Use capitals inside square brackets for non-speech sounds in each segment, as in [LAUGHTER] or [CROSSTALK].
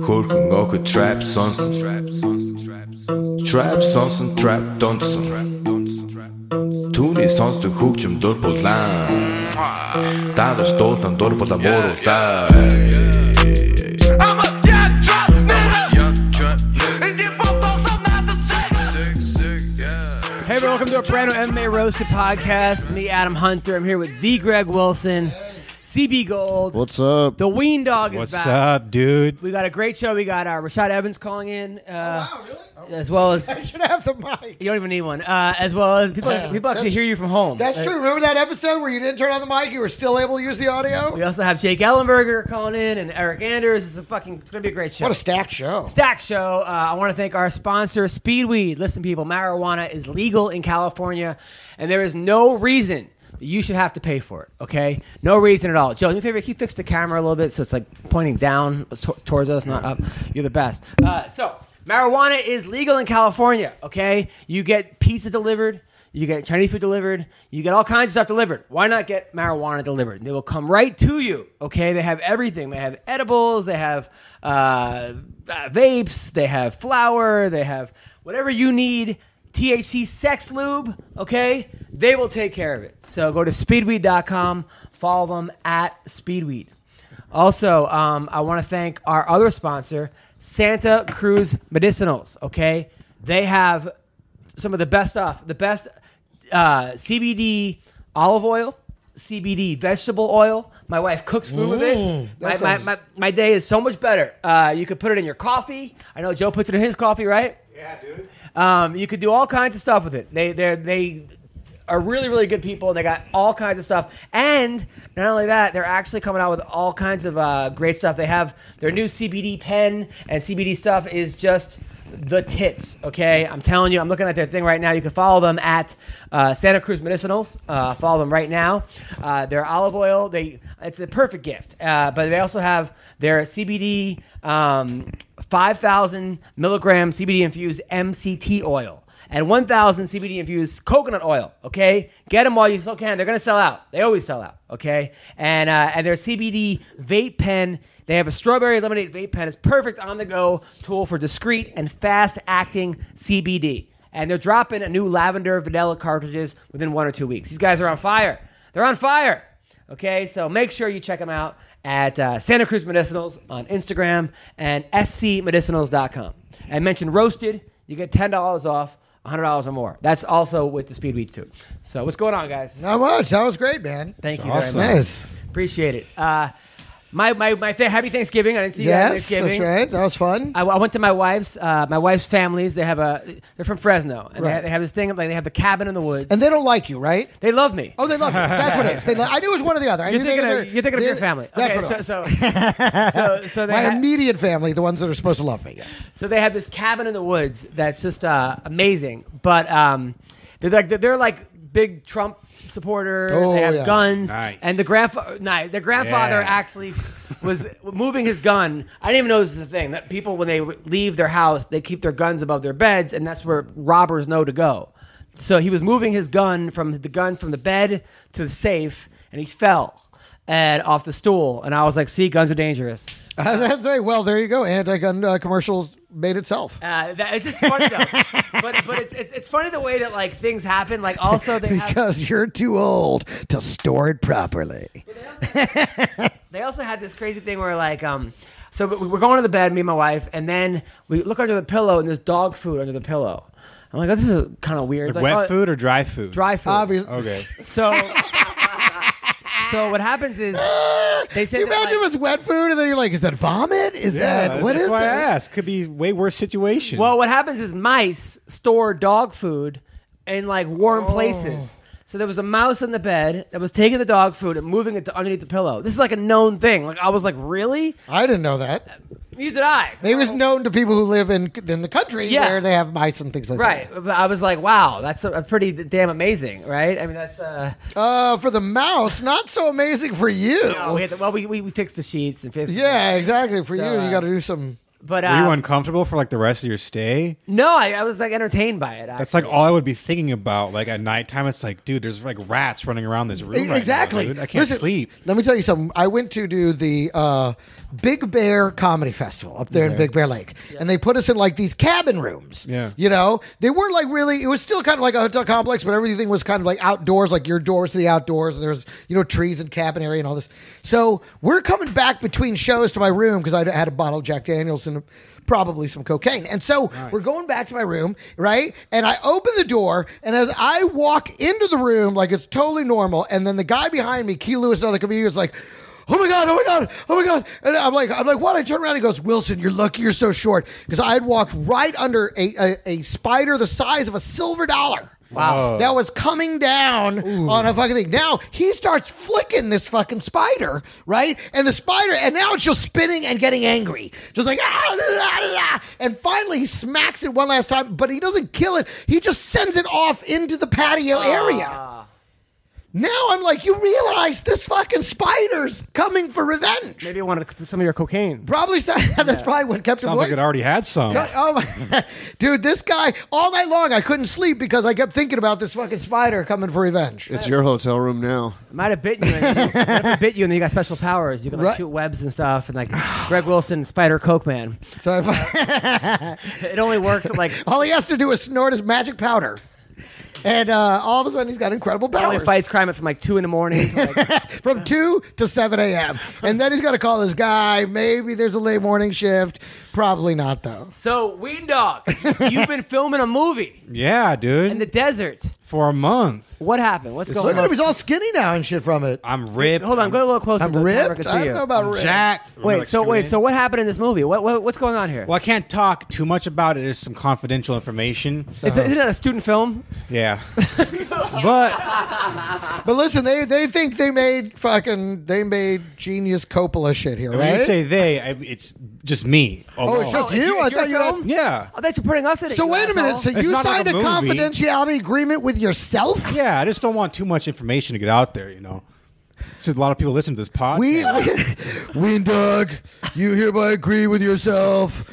Jorgen ook een trap sons. Trap sons en trap dansen. Toen is ons de hoekje door het land. Daar stoot dan door het amor daar. I'm a young drunk nigga, and you both don't know nothing sex. Hey, everyone, welcome to a brand new MMA Roasted podcast. Me, Adam Hunter. I'm here with the Greg Wilson, CB Gold. What's up? The Ween Dog is What's back. up, dude? We got a great show. We got uh, Rashad Evans calling in. Oh, Uh, As well as [LAUGHS] I should have the mic. you don't even need one. Uh, as well as people, people actually That's- hear you from home. That's Uh, true. Remember that episode where you didn't turn on the mic? You were still able to use the audio? We also have Jake Ellenberger calling in and Eric Anders. It's a fucking. It's gonna be a great show. What a stacked show. Stack Show. Uh, I want to thank our sponsor, Speedweed. Listen, people, marijuana is legal in California, and there is no reason that you should have to pay for it. Okay, no reason at all. Joe, do me a favor. Can you fix the camera a little bit so it's like pointing down to- towards us, not up? You're the best. Uh, so, marijuana is legal in California. Okay, you get pizza delivered. You get Chinese food delivered. You get all kinds of stuff delivered. Why not get marijuana delivered? They will come right to you. Okay, they have everything. They have edibles. They have uh, uh, vapes. They have flour. They have whatever you need. THC sex lube. Okay, they will take care of it. So go to speedweed.com. Follow them at speedweed. Also, um, I want to thank our other sponsor, Santa Cruz Medicinals. Okay, they have some of the best stuff. The best uh, CBD olive oil, CBD vegetable oil. My wife cooks food with it. My, my, my, my day is so much better. Uh, you could put it in your coffee. I know Joe puts it in his coffee, right? Yeah, dude. Um, you could do all kinds of stuff with it. They they they are really really good people and they got all kinds of stuff and not only that they're actually coming out with all kinds of uh, great stuff they have their new cbd pen and cbd stuff is just the tits okay i'm telling you i'm looking at their thing right now you can follow them at uh, santa cruz medicinals uh, follow them right now uh, their olive oil they it's a perfect gift uh, but they also have their cbd um, 5000 milligram cbd infused mct oil and 1,000 CBD infused coconut oil. Okay, get them while you still can. They're gonna sell out. They always sell out. Okay, and uh, and their CBD vape pen. They have a strawberry lemonade vape pen. It's perfect on the go tool for discreet and fast acting CBD. And they're dropping a new lavender vanilla cartridges within one or two weeks. These guys are on fire. They're on fire. Okay, so make sure you check them out at uh, Santa Cruz Medicinals on Instagram and scmedicinals.com. And mention roasted, you get $10 off, $100 or more. That's also with the Speed Week, too. So, what's going on, guys? Not much. That was great, man. Thank you Awesome. very much. Nice. Appreciate it. Uh, my my, my th- happy Thanksgiving. I didn't see you on Yes, Thanksgiving. that's right. That was fun. I, I went to my wife's uh, my wife's families. They have a they're from Fresno, and they, Right. have, they have this thing like they have the cabin in the woods. And they don't like [LAUGHS] you, right? they love me. Oh, they love you. That's what it is. They lo- I knew it was one or the other. I you're knew thinking they, of, you're thinking of they- your family. That's okay, what it was. so, [LAUGHS] so so so they My ha- immediate family, the ones that are supposed to love me. [LAUGHS] Yes. [LAUGHS] So they have this cabin in the woods that's just uh, amazing. But um, they're like they're like big Trump supporters. Oh, they have yeah. guns, Nice. and the grandfather. Nah, the grandfather Yeah. actually was moving his gun. I didn't even know this is the thing that people when they leave their house they keep their guns above their beds, and that's where robbers know to go. So he was moving his gun from the gun from the bed to the safe, and he fell and off the stool. And I was like, "See, guns are dangerous." That's right. Well, there you go. Anti-gun uh, commercials made itself. Uh, that, it's just funny [LAUGHS] though, but but it's, it's it's funny the way that like things happen. Like also they have, Because you're too old to store it properly. they also had this crazy thing where like um, so we- we're going to the bed, me and my wife, and then we look under the pillow and there's dog food under the pillow. I'm like, oh, this is kind of weird. Like, Wet oh, food or dry food? dry food. Obviously. Okay. So [LAUGHS] so what happens is they said Can you that, imagine like- if it's wet food and then you're like, is that vomit? Is that what is that's why I that? asked. Could be way worse situation. Oh. Well, what happens is mice store dog food in like warm places. So there was a mouse in the bed that was taking the dog food and moving it to underneath the pillow. This is like a known thing. Like I was like, really? I didn't know that. Neither did I. It was known to people who live in in the country Yeah. where they have mice and things like Right. that. But I was like, wow, that's a, a pretty damn amazing, right? I mean, that's uh, Uh, for the mouse, not so amazing for you. oh, we had to, well, we, we we fixed the sheets and fixed. yeah, exactly. For So, you, uh, you got to do some. But Were you uh, uncomfortable for like the rest of your stay? no, I, I was like entertained by it. That's like all I would be thinking about. Like at nighttime, it's like, dude, there's like rats running around this room. right now, e, exactly. dude. I can't Listen, sleep. Let me tell you something. I went to do the uh, Big Bear Comedy Festival up there in Big Bear Lake, and they put us in like these cabin rooms. Yeah. you know, they weren't like really. It was still kind of like a hotel complex, but everything was kind of like outdoors, like your doors to the outdoors, and there's you know trees and cabin area and all this. So we're coming back between shows to my room because I had a bottle of Jack Daniels and probably some cocaine, and so we're going back to my room, right? And I open the door, and as I walk into the room, like it's totally normal, and then the guy behind me, Key Lewis, another comedian, is like. Oh my god! Oh my god! Oh my god! And I'm like, I'm like, what? I turn around. He goes, Wilson, you're lucky you're so short because I had walked right under a, a a spider the size of a silver dollar. Wow! That was coming down on a fucking thing. Now he starts flicking this fucking spider, right? And the spider, and now it's just spinning and getting angry, just like ah, da, da, da, da." and finally he smacks it one last time, but he doesn't kill it. He just sends it off into the patio area. Now I'm like, you realize this fucking spider's coming for revenge. Maybe I wanted some of your cocaine. Probably so- [LAUGHS] that's probably what kept him Sounds like awake. it already had some. [LAUGHS] oh my, dude, this guy all night long I couldn't sleep because I kept thinking about this fucking spider coming for revenge. It's your hotel room now. It might have bitten you. And, might have bit you, and then you got special powers. You can like Right. shoot webs and stuff, and like Greg Wilson, Spider Coke Man. So if I, [LAUGHS] It only works at like. all he has to do is snort his magic powder, and uh, all of a sudden he's got incredible It only powers. fights crime at from like two in the morning. to, like, from 2 to 7 a.m. And then he's got to call this guy. Maybe there's a late morning shift. Probably not, though. so, Ween Dog, you've been filming a movie yeah, dude. in the desert. for a month, What happened? What's Look going at him. on? He's all skinny now and shit from it. I'm ripped. Hold on, go a little closer. I'm to the camera ripped. can I see don't you. know about ripped. Jack. Wait, so wait, so what happened in this movie? What, what what's going on here? Well, I can't talk too much about it. There's some [LAUGHS] confidential information. Is it- isn't it a student film? Yeah, but But listen, they they think they made fucking they made genius Coppola shit here, when right? you say they, I, it's just me. oh, it's alone. just you. I Your thought you had. film? yeah, Oh, that you're putting us in it. So you wait a minute. So asshole. It's you not like signed a a, movie. confidentiality agreement with yourself? yeah. I just don't want too much information to get out there. You know, since a lot of people listen to this podcast. [LAUGHS] We, Weendog, you hereby agree with yourself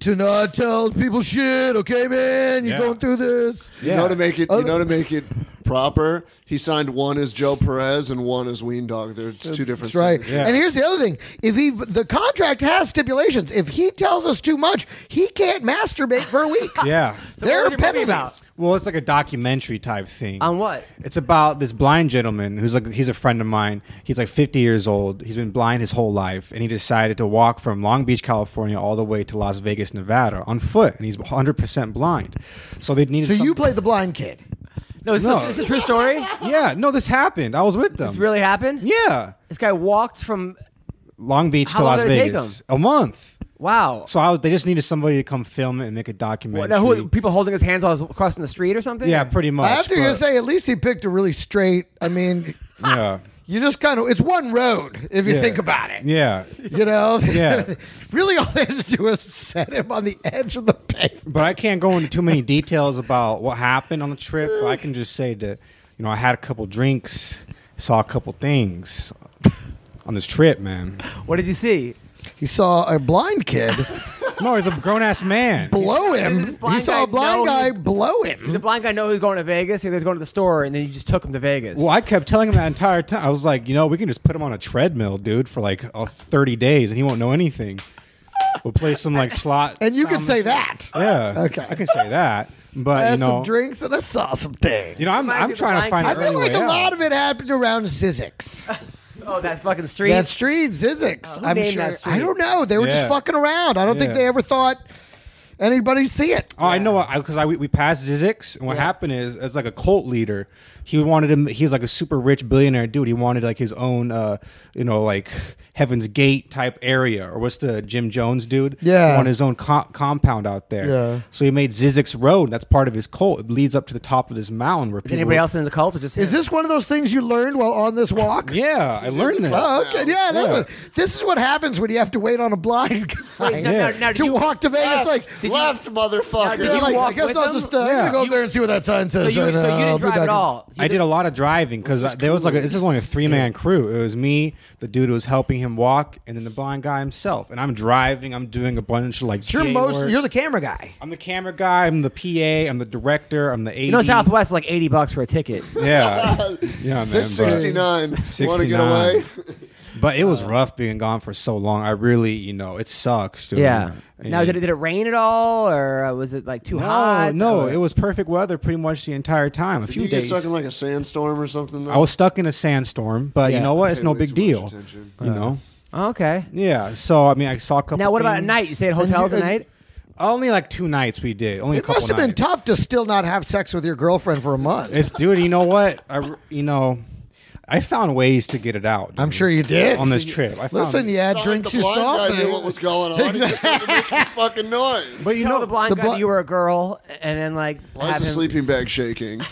to not tell people shit. Okay, man, you're Yeah. going through this. You know to make it. You Other- know to make it proper. He signed one as Joe Perez and one as Ween Dog. They're just two different. That's right. signatures. Yeah. And here's the other thing: if he the contract has stipulations, if he tells us too much, he can't masturbate for a week. yeah. So what there was are your movie penalties. about? Well, it's like a documentary type thing. On what? It's about this blind gentleman who's like he's a friend of mine. He's like 50 years old. He's been blind his whole life, and he decided to walk from Long Beach, California, all the way to Las Vegas, Nevada, on foot, and he's 100 percent blind. So they needed. So some- you play the blind kid. No, is, No. This, is this a true story? Yeah, no, this happened. I was with them. This really happened? Yeah, This guy walked from. Long Beach How to long Las did it take Vegas. A month. Wow. So I was, they just needed somebody to come film it and make a documentary. now, who people holding his hands while he was crossing the street or something? yeah, pretty much. I have to but- just say, at least he picked a really straight. I mean, Yeah, you just kind of, it's one road if you Yeah. think about it. yeah. You know? Yeah. [LAUGHS] really, all they had to do was set him on the edge of the pavement. But I can't go into too many details about what happened on the trip. I can just say that, you know, I had a couple drinks, saw a couple things on this trip, man. What did you see? He saw a blind [LAUGHS] kid No, he's a grown ass man. blow Did him. the blind He saw a guy blind know guy he- blow Did the him. blind guy know he was going to Vegas? He was going to the store, and then you just took him to Vegas. Well, I kept telling him that entire time. I was like, you know, we can just put him on a treadmill, dude, for like uh, 30 days and he won't know anything. We'll play some like slot. And you could say that. Yeah. Okay. I can say that. But, I had you know, some drinks and I saw some things. you know, I'm, Reminds you I'm of trying the to find I an feel early like way a out. lot of it happened around Zizix. Oh, that fucking street. That street, Zizix. Oh, who I'm named sure. that street? I don't know. They were just Yeah. fucking around. I don't think Yeah. they ever thought. anybody see it. Oh, I know, because I, we, we passed Zizix, and what happened is, as like a cult leader, he wanted him. He's like a super rich billionaire dude. He wanted like his own, uh, you know, like Heaven's Gate type area, or what's the Jim Jones dude? Yeah. he wanted his own co- compound out there. Yeah. so he made Zizix Road. That's part of his cult. It leads up to the top of this mountain. Where Is anybody else in the cult or just Is this one of those things you learned while on this walk? Yeah, I learned that. Oh, okay. Yeah, that's a- this is what happens when you have to wait on a blind [LAUGHS] guy Wait, now- now- now, did to you- walk to Vegas. Like, left, motherfucker. Did yeah, you like, I walk guess with I'll them? just uh, I'm Yeah. gonna go up You- there and see what that sign So says. you, right so now. you uh, I'll didn't be drive back at in- all. You I didn't- did a lot of driving because there was like a, this is only a three man crew. It was me, the dude who was helping him walk, and then the blind guy himself. And I'm driving. I'm doing a bunch of like. You're PA most. work. You're the camera guy. I'm the camera guy. I'm the PA. I'm the director. I'm the AD. You know, Southwest is like eighty bucks for a ticket. [LAUGHS] Yeah, yeah, man. Six sixty but- nine. Want to get 69. away? [LAUGHS] But it was rough being gone for so long. I really, you know, it sucks, dude. Yeah. And- Now, did it, did it rain at all, or uh, was it like too No, hot? Oh, no, or- it was perfect weather pretty much the entire time. A Did few you get days. stuck in like a sandstorm or something? Though? I was stuck in a sandstorm, but Yeah. you know what? It's Pay no way big too deal. much attention. You know. Oh, okay. Yeah. So I mean, I saw a couple. Now, what about at things. night? You stay at hotels at and- night? Only like two nights we did. Only a It couple. must have been nights. tough to still not have sex with your girlfriend for a month. It's dude. You know what? I r- you know, I found ways to get it out. dude, I'm sure you did. on this trip. I found Listen, yeah, Not drinks like you the blind saw. guy knew what was going on. He just had to make the fucking noise. But you Tell know the blind the guy bli- that you were a girl, and then like Why is have the him- sleeping bag shaking?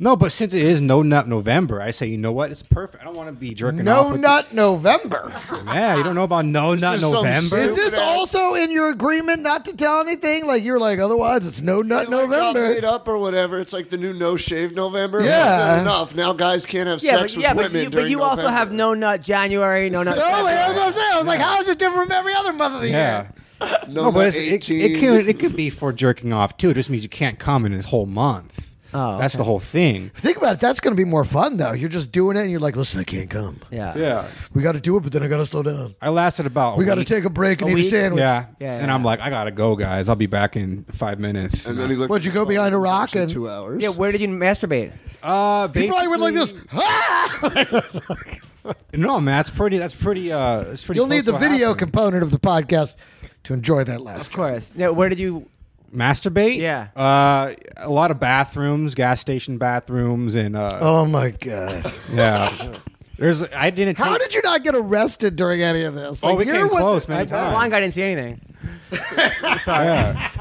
No, but since it is No Nut November, I say, you know what? It's perfect. I don't want to be jerking off. No with- [LAUGHS] nut November. Yeah, you don't know about No Nut is some November. shit. Is this Stupid ass. also in your agreement not to tell anything? Like you're like, otherwise it's no nut It, like, got November. made up or whatever. It's like the new no shave November. Yeah. That's enough. Now guys can't have Yeah, sex but, with yeah, but women you, but during you also November. have no nut January, no nut. [LAUGHS] No, February. that's what I'm saying. I was like, how is it different from every other month of the Yeah. year? no, No, Oh, but it's, it, eighteen. it, can, it could be for jerking off, too. It just means you can't come in this whole month. Oh, That's okay. the whole thing. Think about it. That's going to be more fun though. You're just doing it, and you're like, listen, I can't come. Yeah. Yeah. We got to do it, but then I got to slow down. I lasted about. We got to week. take a break and A eat a week? sandwich. Yeah. Yeah, And yeah. I'm like, I got to go, guys. I'll be back in five minutes. And then he looked. What'd you go behind a rock Actually and- two hours? Yeah, where did you masturbate? uh, He probably went like this. basically- Ah! No, man, that's pretty. That's pretty. Uh, it's pretty. You'll need the close to what video happened. component of the podcast to enjoy that last. Of [LAUGHS] course. No, where did you? masturbate. Yeah. Uh, a lot of bathrooms, gas station bathrooms, and uh, Oh my god! yeah. There's. I didn't. How take- did you not get arrested during any of this? Oh, we you're came what- close many The times. blind guy didn't see anything. [LAUGHS] Yeah. [LAUGHS]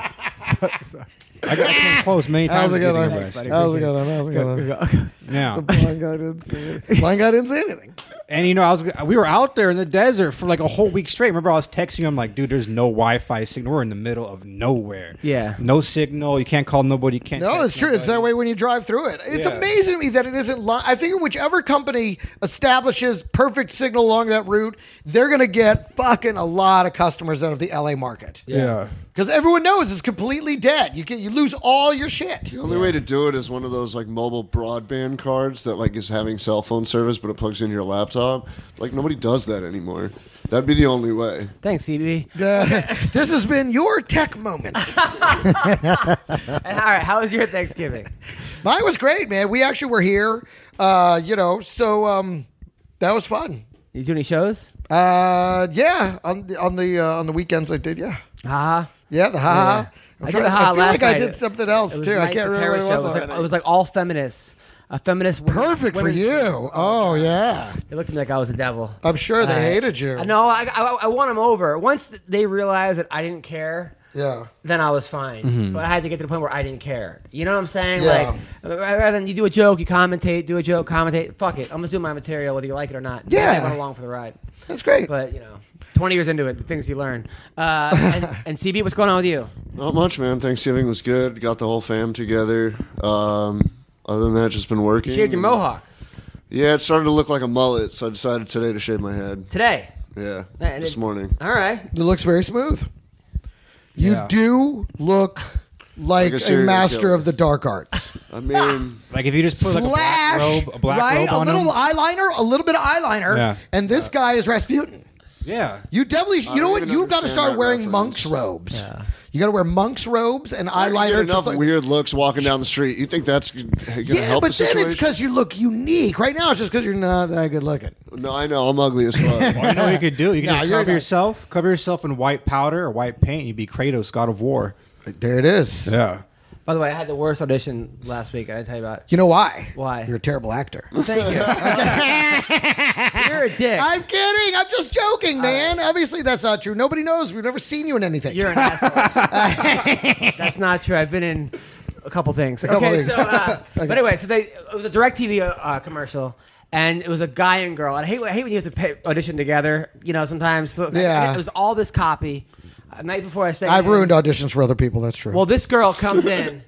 I got came close many How's times. it to going? getting How's it arrested. going? How's it going? Yeah. Blind guy didn't see [LAUGHS] anything. Blind guy didn't see anything. And you know, I was we were out there in the desert for like a whole week straight. Remember, I was texting you. I'm like, dude, there's no Wi-Fi signal. We're in the middle of nowhere. Yeah. No signal. You can't call nobody. You can't. No, text it's true. It's that way when you drive through it. It's Yeah. amazing to me that it isn't. Li- I figure whichever company establishes perfect signal along that route, they're going to get fucking a lot of customers out of the LA market. nobody. Yeah. Because everyone knows it's completely dead. You can you lose all your shit. The only way to do it is one of those like mobile broadband cards that like is having cell phone service, but it plugs into your laptop. Like nobody does that anymore. That'd be the only way. Thanks, CB. Uh, [LAUGHS] this has been your tech [LAUGHS] moment. And, all right, how was your Thanksgiving? Mine was great, man. We actually were here, uh, you know, so um, that was fun. You do any shows? Uh, yeah, on the on the uh, on the weekends I did. Yeah, Ah. yeah, the ha. I did a ha I feel last like night. I did something else It was too. I Nights can't of remember Terror what it show. It was. was, like, already. it was like all feminists. A feminist. women- perfect for women's- you. Oh yeah, They looked at me like I was a devil. I'm sure they hated you. I know. I, I, I won them over. Once they realized that I didn't care, Yeah. then I was fine. But I had to get to the point where I didn't care. You know what I'm saying? Yeah. Like, rather than you do a joke, you commentate, do a joke, commentate. Fuck it. I'm just doing my material whether you like it or not. Yeah. I went along for the ride. That's great. But, you know, 20 years into it, the things you learn. Uh, and, [LAUGHS] and CB, what's going on with you? Not much, man. Thanksgiving was good. Got the whole fam together. Um, other than that, just been working. Shaved Mm. your mohawk Yeah, it started to look like a mullet, so I decided today to shave my head. today. Yeah, And this it- [LAUGHS] morning. All right. It looks very smooth. You Yeah. do look like, Like a a, serial master killer. of the dark arts. I mean, Like if you just [LAUGHS] put like a black robe, a black right? robe on a little him. eyeliner, a little bit of eyeliner, Yeah. and this guy is Rasputin. Yeah. You definitely, sh- I you know don't what? even You've got to understand start that wearing reference. monk's robes. You got to wear monks robes and I get eyeliner. enough just like- weird looks walking down the street. You think that's going to yeah, help but the then situation? it's because you look unique. Right now, it's just because you're not that good looking. no, I know I'm ugly as fuck. You know what you could do? You could Nah, just you're cover not- yourself, cover yourself in white powder or white paint. You'd be Kratos, God of War. There it is. Yeah. By the way, I had the worst audition last week. I didn't tell you about. You know why? Why? You're a [LAUGHS] terrible actor. Thank [LAUGHS] you. You're a dick. I'm kidding. I'm just joking, man. Obviously, that's not true. Nobody knows. We've never seen you in anything. You're an asshole. That's not true. I've been in a couple things. couple okay, things. so uh, [LAUGHS] Okay. but anyway, so they it was a Directv uh, uh, commercial. And it was a guy and girl. And I hate, I hate when you have to pay, audition together. You know, sometimes. So Yeah. It was all this copy. Uh, night before I stayed. [LAUGHS] I've ruined auditions for other people. That's true. Well, this girl comes in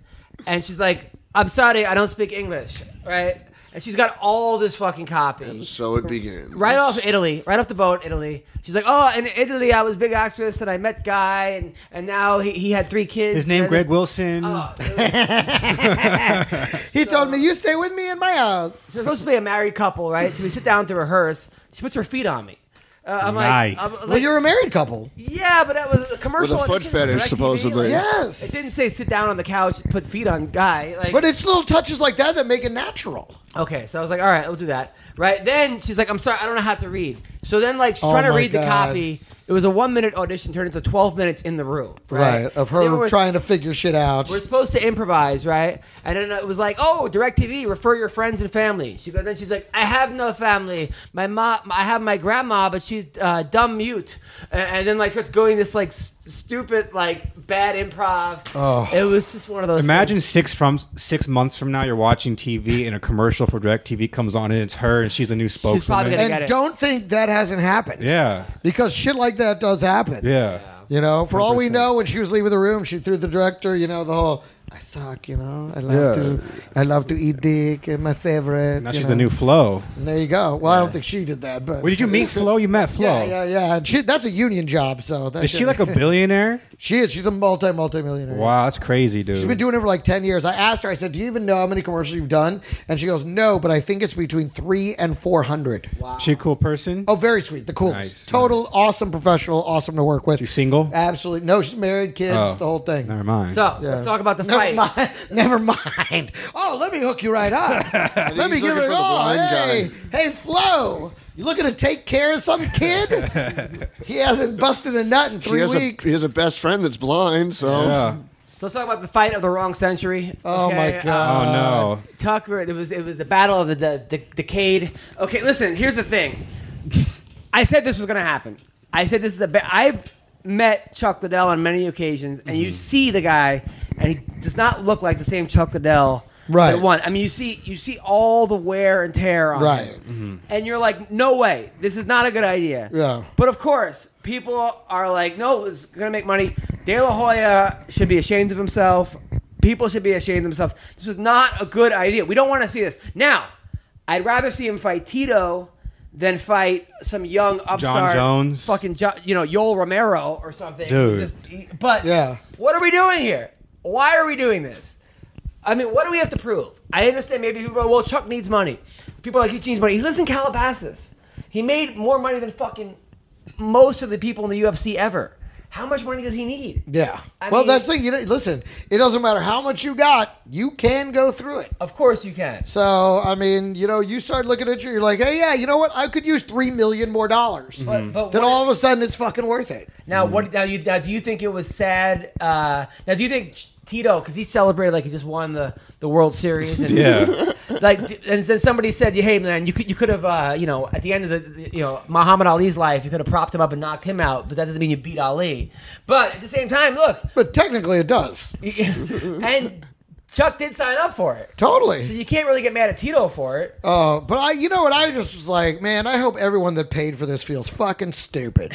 and she's like, I'm sorry, I don't speak English, right? And she's got all this fucking copy. so it begins. Right off Italy, right off the boat, Italy. She's like, oh, in Italy, I was a big actress and I met Guy and, and now he, he had three kids. His name, and- Greg Wilson. Ah. Oh, it was- [LAUGHS] he told me, "You stay with me in my house." so we're supposed to be a married couple, right? So we sit down to rehearse. She puts her feet on me. Uh, I'm Nice. like, I'm Well, like, you're a married couple. yeah, but that was a commercial. With a foot audition for fetish, DirecTV, like, supposedly. It Yes, didn't say sit down on the couch, put feet on guy. Like, but it's little touches like that that make it natural. Okay, so I was like, all right, we'll do that. Right then, she's like, I'm sorry, I don't know how to read. So then, like, she's Oh trying to my read the God. copy. It was a one minute audition turned into 12 minutes in the room. Right. Right, of And then her we're- trying to figure shit out. We're supposed to improvise, right? And then it was like, oh, DirecTV, refer your friends and family. She goes, then she's like, I have no family. My mom, I have my grandma, but she's uh, dumb mute. A- And then like starts going this like s- stupid like bad improv. Oh. It was just one of those. Imagine things. six from six months from now, you're watching TV and a commercial for DirecTV comes on and it's her and she's a new spokeswoman. probably gonna- I get and it. don't think that hasn't happened. yeah, because shit like that does happen. yeah. You know, for all we 100%. know, when she was leaving the room, she threw the director, you know, the whole I suck, you know. I love Yeah. to I love to eat dick and my favorite. Now you she's know. the new Flo. And there you go. Well, I don't think she did that, but Where did you meet Flo? You met [LAUGHS] Flo. Yeah, yeah, yeah. And she that's a union job, so that's Is she like a billionaire? She is. She's a multi multi millionaire. Wow, that's crazy, dude. She's been doing it for like 10 years. I asked her, I said, Do you even know how many commercials you've done? And she goes, No, but I think it's between three and 400. Wow. she a cool person? Oh, very sweet. The coolest. Nice, Total nice. awesome professional, awesome to work with. She's single? Absolutely. No, she's married, kids, Oh, the whole thing. Never mind. So Yeah. let's talk about the Never fight. Mind. [LAUGHS] Never mind. Oh, let me hook you [LAUGHS] right up. let me he's looking give her for the all. blind Hey, guy. hey, Flo. You looking to take care of some kid? [LAUGHS] he hasn't busted a nut in He three has, a, weeks. he has a best friend that's blind, so yeah. So let's talk about the fight of the wrong century. Oh, my uh, God. Oh no. Tucker. It was it was the battle of the, the, the decade. Okay, listen. Here's the thing. I said this was going to happen. I said this is the best. I've met Chuck Liddell on many occasions, and Mm-hmm. you see the guy, and he does not look like the same Chuck Liddell. Right. That one. I mean, you see, you see all the wear and tear Uh, on Right. him. mm-hmm. and you're like, no way, this is not a good idea. Yeah. But of course, people are like, no, it's gonna make money. De La Hoya should be ashamed of himself. People should be ashamed of themselves. This was not a good idea. We don't want to see this. Now, I'd rather see him fight Tito than fight some young upstart Jones. fucking jo- you know Yoel Romero or something. Dude. He's just- he- but Yeah. what are we doing here? Why are we doing this? I mean, what do we have to prove? I understand maybe people are, well, Chuck needs money. People are like, he needs money. He lives in Calabasas. He made more money than fucking most of the people in the UFC ever. How much money does he need? Yeah. I well, mean- that's the thing. You know, listen, it doesn't matter how much you got, you can go through it. Of course you can. So, I mean, you know, you start looking at you, you're like, hey, yeah, you know what? I could use three million more dollars. But, but Then what- all of a sudden, it's fucking worth it. now, what now? You now, do you think it was sad? Uh, now, do you think Tito, because he celebrated like he just won the, the World Series, and Yeah. like d- and then somebody said hey man you could you could have uh, you know at the end of the- the you know Muhammad Ali's life you could have propped him up and knocked him out but that doesn't mean you beat Ali but at the same time look [LAUGHS] But technically, it does. and Chuck did sign up for it Totally. so you can't really get mad at Tito for it Oh, but I, you know what? I just was like, man, I hope everyone that paid for this feels fucking stupid.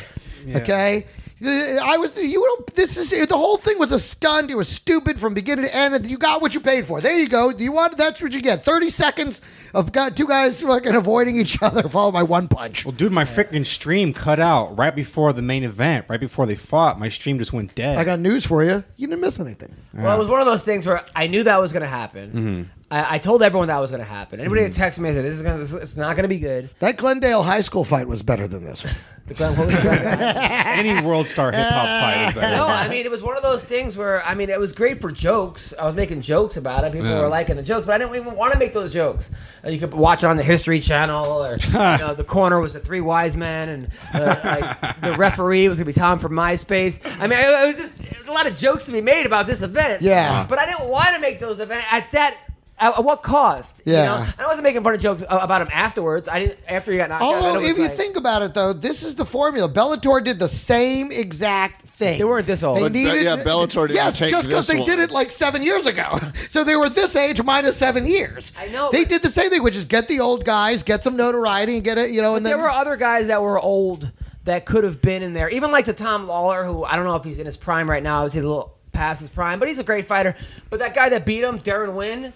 Okay. I was, you know, this is the whole thing was a stunt. It was stupid from beginning to end. And you got what you paid for. There you go. You want that's what you get. Thirty seconds of got two guys fucking avoiding each [LAUGHS] other, followed by one punch. Well, dude, my freaking stream cut out right before the main event, right before they fought. My stream just went dead. I got news for you. You didn't miss anything. well it was one of those things where I knew that was going to happen I, I told everyone that was going to happen. Anybody that texted me, I said, "This is going. to It's not going to be good." That Glendale High School fight was better than this [LAUGHS] one. The Glen- what was that? [LAUGHS] Any world star hip hop fight is better. no, [LAUGHS] I mean it was one of those things where I mean it was great for jokes. I was making jokes about it. People Yeah. were liking the jokes, but I didn't even want to make those jokes. Uh, you could watch it on the History Channel, [LAUGHS] or you know, the corner was the three wise men, and uh, like, the referee was gonna be Tom from MySpace. I mean, it, it was just it was a lot of jokes to be made about this event. Yeah. but I didn't want to make those events at that. At at what cost? you Yeah. know? And I wasn't making fun of jokes uh, about him afterwards. I didn't after he got knocked out. I Although, was Oh, if you like- think about it, though, this is the formula. Bellator did the same exact thing. They weren't this old. They But, uh, yeah, Bellator didn't Yes, take just because this they did one. it like seven years ago, [LAUGHS] so they were this age minus seven years. I know, They but- did the same thing, which is get the old guys, get some notoriety, and get it. You know, and there then were other guys that were old that could have been in there. Even like the Tom Lawler, who I don't know if he's in his prime right now. Is he a little past his prime? But he's a great fighter. But that guy that beat him, Darren Wynn,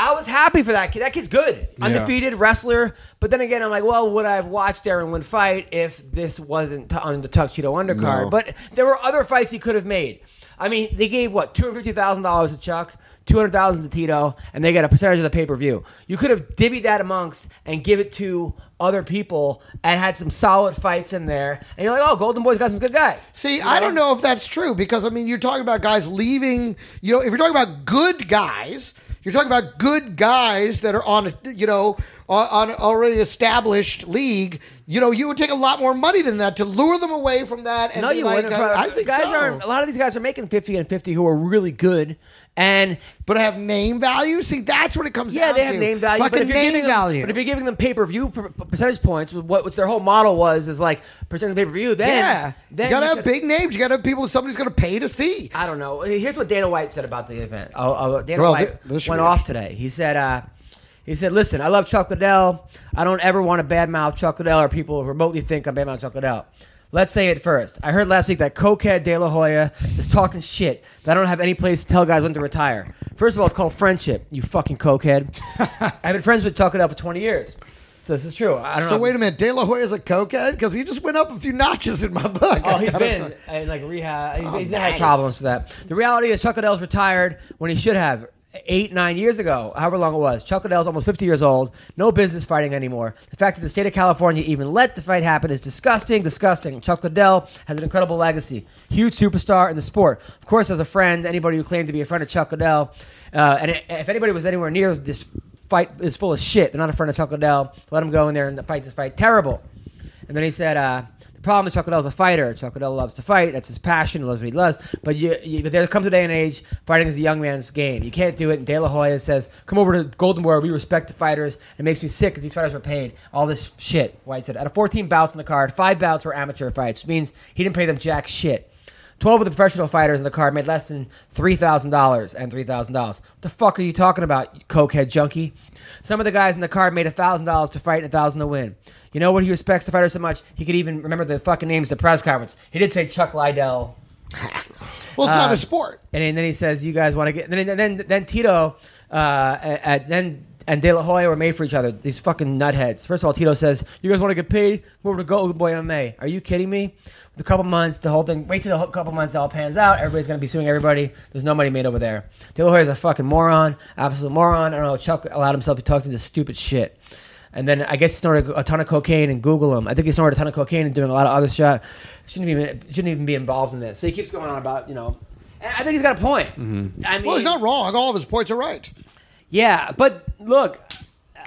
I was happy for that kid. That kid's good, undefeated wrestler. But then again, I'm like, well, would I have watched Darren Wynn fight if this wasn't t- on the Tuxedo undercard? No. But there were other fights he could have made. I mean, they gave what two hundred fifty thousand dollars to Chuck, two hundred thousand to Tito, and they got a percentage of the pay per view. You could have divvied that amongst and give it to other people and had some solid fights in there. And you're like, oh, Golden Boy's got some good guys. See, I don't know if that's true because I mean, you're talking about guys leaving. You know, if you're talking about good guys, you're talking about good guys that are on, a, you know, on, on already established league. You know, you would take a lot more money than that to lure them away from that. And No, be you like, wouldn't. uh, I think guys so. aren't. A lot of these guys are making fifty and fifty who are really good, and but have name value. See, that's what it comes Yeah, down to. they have name value. Fucking but if you're name giving them, value. But if you're giving them pay per view percentage points, what what's their whole model was is like percentage pay per view. Then yeah, then you gotta you have could- big names. You gotta have people that somebody's gonna pay to see. I don't know. Here's what Dana White said about the event. Oh, oh, Dana Well, White thi- this should went be- off today. He said, uh, "He said, listen, I love Chuck Liddell. I don't ever want to badmouth Chuck Liddell or people who remotely think I badmouth Chuck Liddell. Let's say it first. I heard last week that Cokehead De La Hoya is talking shit. That I don't have any place to tell guys when to retire. First of all, it's called friendship. You fucking cokehead. [LAUGHS] I've been friends with Chuck Liddell for 20 years, so this is true. I don't So know. wait a minute, De La Hoya's a cokehead because he just went up a few notches in my book. Oh, [LAUGHS] I he's gotta been tell- Oh, in like rehab. He's, he's had nice. problems for that. The reality is, Chuck Liddell's retired when he should have eight, nine years ago, however long it was. Chuck Liddell's almost 50 years old, no business fighting anymore. The fact that the state of California even let the fight happen is disgusting, disgusting. Chuck Liddell has an incredible legacy, huge superstar in the sport. Of course, as a friend, anybody who claimed to be a friend of Chuck Liddell, uh, and i- if anybody was anywhere near this fight is full of shit. They're not a friend of Chuck Liddell. Let him go in there and fight this fight. Terrible. And then he said, uh, the problem is Chuck Liddell's a fighter. Chuck Liddell loves to fight. That's his passion. He loves what he loves. But you, you, but there comes a day and age, fighting is a young man's game. You can't do it. And De La Hoya says, come over to Golden Boy. We respect the fighters. It makes me sick that these fighters were paid. All this shit, White said. Out of 14 bouts in the card, five bouts were amateur fights, which means he didn't pay them jack shit. 12 of the professional fighters in the card made less than $3,000 and $3,000. What the fuck are you talking about, you cokehead junkie? Some of the guys in the card made $1,000 to fight and 1000 to win. You know what? He respects the fighters so much, he could even remember the fucking names of the press conference. He did say Chuck Liddell. Well, it's not a sport. And then he says, "You guys want to get?" Then then then, then Tito, uh, and then and De La Hoya were made for each other. These fucking nutheads. First of all, Tito says, "You guys want to get paid? Come over to Golden Boy MMA." Are you kidding me? With a couple months, the whole thing. Wait till the whole couple months it all pans out. Everybody's gonna be suing everybody. There's no money made over there. De La Hoya's a fucking moron, absolute moron. I don't know. Chuck allowed himself to talk to this stupid shit. And then I guess he snorted a ton of cocaine and Google him. I think he snorted a ton of cocaine and doing a lot of other shit. Shouldn't even shouldn't even be involved in this. So he keeps going on about you know. And I think he's got a point. I mean, Well, he's not wrong. All of his points are right. yeah, but look, [SIGHS]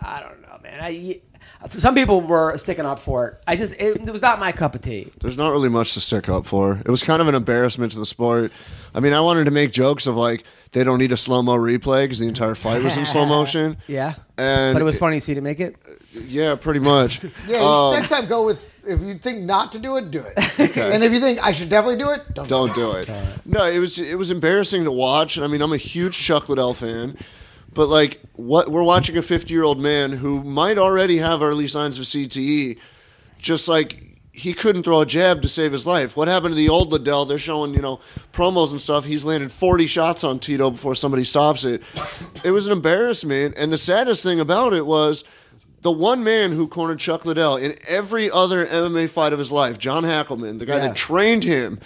I don't know, man. I, some people were sticking up for it. I just it, it was not my cup of tea. There's not really much to stick up for. It was kind of an embarrassment to the sport. I mean, I wanted to make jokes of like they don't need a slow mo replay because the entire fight was [LAUGHS] in slow motion. Yeah, And but it was funny to see to make it. Yeah, [LAUGHS] pretty much. Yeah, Um, next time go with if you think not to do it, do it. And if you think I should definitely do it, don't. Don't do it. No, it was it was embarrassing to watch. And I mean, I'm a huge Chuck Liddell fan, but like, what we're watching a 50 year old man who might already have early signs of E, CTE, just like he couldn't throw a jab to save his life. What happened to the old Liddell? They're showing you know promos and stuff. He's landed 40 shots on Tito before somebody stops it. It was an embarrassment, and the saddest thing about it was. The one man who cornered Chuck Liddell in every other MMA fight of his life, John Hackelman, the guy Yeah. that trained him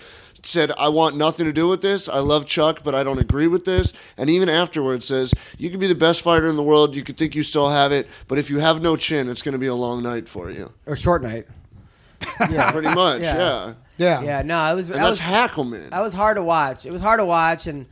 said, I want nothing to do with this. I love Chuck, but I don't agree with this. And even afterwards says, You could be the best fighter in the world. You could think you still have it. But if you have no chin, it's going to be a long night for you. or short night. Pretty much, Yeah. yeah. Yeah. Yeah, no, it was. And that that's was, Hackleman. That was hard to watch. It was hard to watch, and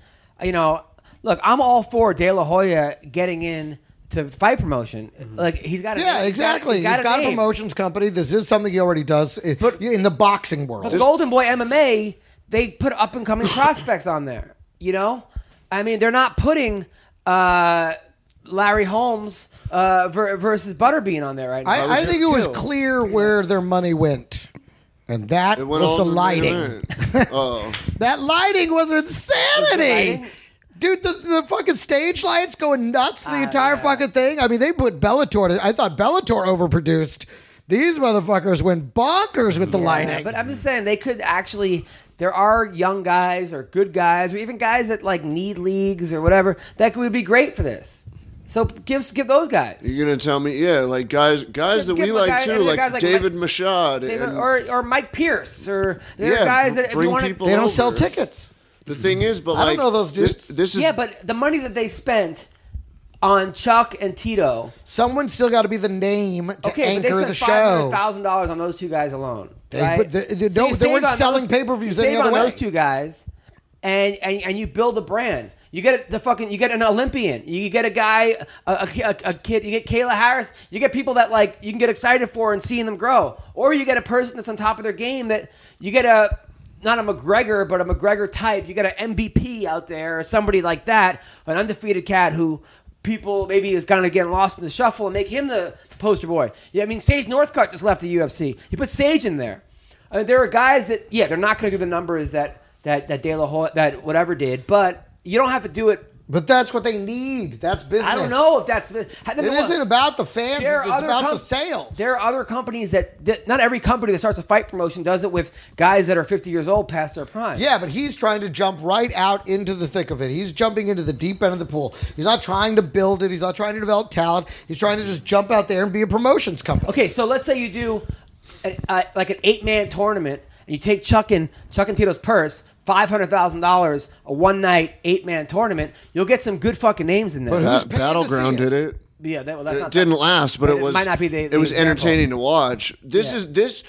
you know, look, I'm all for De La Hoya getting in to fight promotion. Like he's got, a Yeah, he's got- exactly. he's got, a, name. promotions company. This is something he already does i- in the boxing But world. Golden Boy MMA, they put up and [COUGHS] coming prospects on there. You know, I mean, they're not putting uh, Larry Holmes uh, ver- versus Butterbean on there right now. I, I think it was Too. clear where their money went. And that It was went all the in main lighting. [LAUGHS] event. oh, That lighting was insanity. lighting? Dude, the, the fucking stage lights going nuts Ah, the entire fucking thing. I mean, they put Bellator. To, I thought Bellator overproduced. These motherfuckers went bonkers with the lighting. But I'm just saying they could actually. There are young guys or good guys or even guys that like need leagues or whatever that would be great for this. So give give those guys you're gonna tell me, yeah, like guys, guys that Give we a like guy- too, and the like, guys like David Mike- Machad, They- and or or Mike Pierce or there Yeah, are guys that if you bring want people- they don't sell over. tickets. the thing is, but I don't like know those this- dudes. This, is Yeah, but the money that they spent on Chuck and Tito. Someone's still got to be the name to Okay, but they anchor spent the show. thousand dollars on those two guys alone. They- right? but they- they- no- you they save weren't on selling those- pay-per-views you any save other on way. those two guys, and, and and you build a brand. You get the fucking you get an Olympian. You get a guy, a, a, a kid. You get Kayla Harris. You get people that like you can get excited for and seeing them grow. Or you get a person that's on top of their game that you get a not a McGregor but a McGregor type. You get an MVP out there or somebody like that, an undefeated cat who people maybe is kind of getting lost in the shuffle and make him the poster boy. Yeah, I mean, Sage Northcutt just left the UFC. He put Sage in there. I mean, there are guys that yeah, they're not going to do the numbers that that that De La Hoya, that whatever did, but you don't have to do it. But that's what they need. That's business. I don't know if that's it It isn't about the fans. It's about the sales. There are other companies that, that not every company that starts a fight promotion does it with guys that are 50 years old past their prime. Yeah, but he's trying to jump right out into the thick of it. He's jumping into the deep end of the pool. He's not trying to build it. He's not trying to develop talent. He's trying to just jump out there and be a promotions company. Okay, so let's say you do an, uh, like an eight man tournament, and you take Chuck and Chuck and Tito's purse, five hundred thousand dollars, a one night eight man tournament. You'll get some good fucking names in there. But who's Ba- paying to see Battleground it? did it. yeah, that, well, that's it not didn't last, but but it it was might not be the- it the was example. entertaining to watch. This Yeah. is this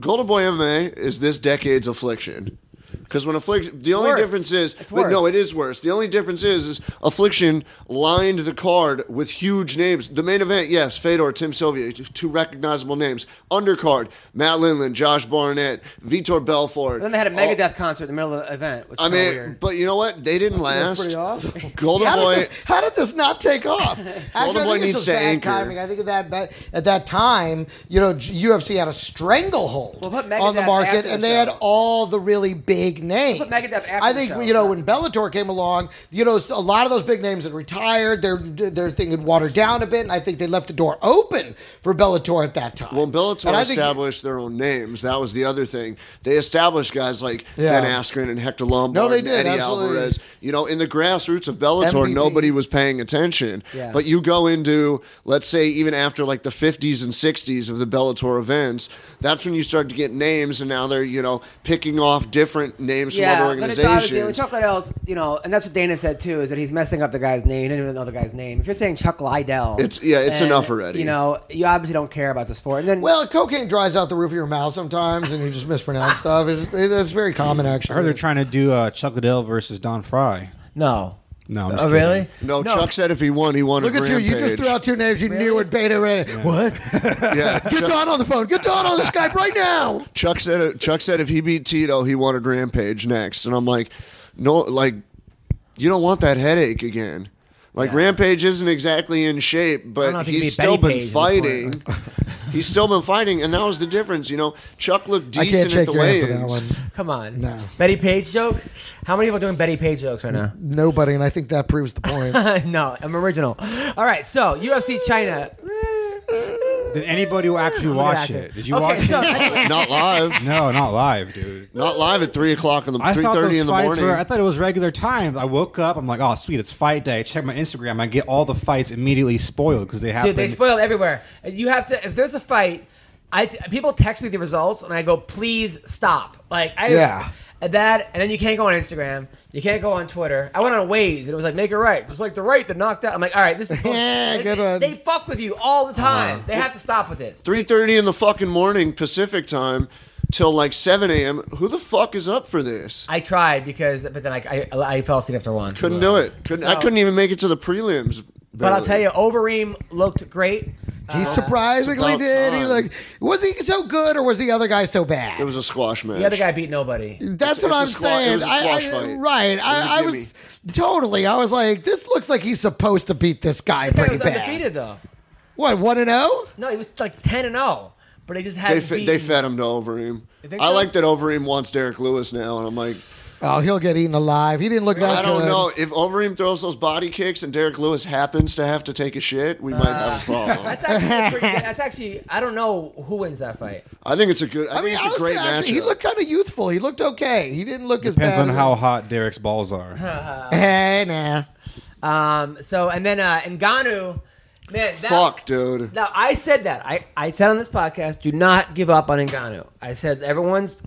Golden Boy MMA is this decade's affliction. Because when affliction, the only worse. difference is, It's but no, worse. it is worse. The only difference is, is affliction lined the card with huge names. The main event, yes, Fedor, Tim Sylvia, two recognizable names. Undercard, Matt Lindland, Josh Barnett, Vitor Belfort. But then they had a All- Megadeth concert in the middle of the event, which I I mean, weird. but you know what? They didn't That's last. pretty awesome. Golden how Boy. Did this, how did this not [LAUGHS] take off? Actually, Boy I think needs it's just to bad anchor. timing. I think at that, that at that time, you know, G- UFC had a stranglehold Well, put Megadeth on the market, after the and they had show. all the really big names. Put Megadeth after I the think show. you know when Bellator came along, you know, a lot of those big names had retired. Their their thing had watered down a bit, and I think they left the door open for Bellator at that time. Well, Bellator And I think- established their own names. That was the other thing. They established guys like Yeah. Ben Askren and Hector Lombard No, they and did, Eddie absolutely. Alvarez. You know, in the grassroots of Bellator, MVP. nobody was paying attention. Yeah. But you go into, let's say, even after like the 50s and 60s of the Bellator events, that's when you start to get names, and now they're, you know, picking off different names from yeah, other but it's obviously with organizations. Chuck Liddell's, you know, and that's what Dana said too, is that he's messing up the guy's name. He didn't even know the guy's name. If you're saying Chuck Liddell, It's- yeah, it's then, enough already. You know, you obviously don't care about the sport. And then Well, cocaine dries out the roof of your mouth sometimes, and you just mispronounce stuff. It's, it's very common, I actually. heard they're trying to do uh, Chuck Liddell versus Don Fry. no, No, I'm just oh kidding. really? no, Chuck said if he won, he won Look a at you. You just rampage. threw out two names you knew and paid already. What? [LAUGHS] yeah, [LAUGHS] Get Chuck- Don on the phone. Get Don on the Skype right now. Chuck said Chuck said if he beat Tito, he wanted Rampage next, and I'm like, no, like you don't want that headache again. Like Rampage isn't exactly in shape, know but if he he's beat still Betty been Page in fighting. [LAUGHS] he's still been fighting, and that was the difference. You know, Chuck looked I [LAUGHS] can't decent at shake the your hand for that weigh-ins. one. Come on. No. Betty Page joke? How many people are doing Betty Page jokes right now? Nobody, and I think that proves the point. [LAUGHS] Mm. no, I'm original. All right, so UFC China. Did anybody who actually watch active. it? Did you Okay, watch [LAUGHS] so- [LAUGHS] it? Not live, No, not live, dude. not live at three o'clock in the I three thought thirty those in the fights morning. were. I thought it was regular time. I woke up. I'm like, oh, sweet, it's fight day. I check my Instagram. I get all the fights immediately spoiled because they happen. Dude, they spoiled everywhere. You have to, if there's a fight, I, people text me the results and I go, please stop. Like, I, Yeah. And that, and then you can't go on Instagram. You can't go on Twitter. I went on Waze, and it was like, make it right. Just like the right that knocked out. I'm like, all right, [LAUGHS] this is Yeah, they, good one. Uh-huh. They fuck with you all the time. they have to stop with this. Three thirty in the fucking morning Pacific time till like seven a.m. Who the fuck is up for this? I tried because, but then I, I, I fell asleep after one. Couldn't do it. Couldn't. I So- couldn't even make it to the prelims. But I'll barely. tell you, Overeem looked great. Uh, He surprisingly it's about did. He time. looked. Was he so good, or was the other guy so bad? it was a squash match. The other guy beat nobody. That's It's- it's what a I'm squash- saying. it was a squash I, I, fight. Right. was a I, I was totally. I was like, this looks like he's supposed to beat this guy He pretty was bad. undefeated though. What one and oh? zero? No, he was like ten and zero, but they just had They, fe- they fed him to Overeem. You think I so? like that Overeem wants Derek Lewis now, and I'm like, Oh, he'll get eaten alive. He didn't look that I don't good. know if Overeem throws those body kicks and Derek Lewis happens to have to take a shit, we might have a problem. Uh, That's actually a pretty, that's actually I don't know who wins that fight. I think it's a good. I, I think mean, it's a honestly, great match. actually, he looked kind of youthful. He looked okay. He didn't look as Depends bad. on as- how hot Derek's balls are. Hey, nah. Um, so and then uh, Ngannou, man, that, Fuck, dude. Now I said that I, I said on this podcast, do not give up on Ngannou. I said everyone's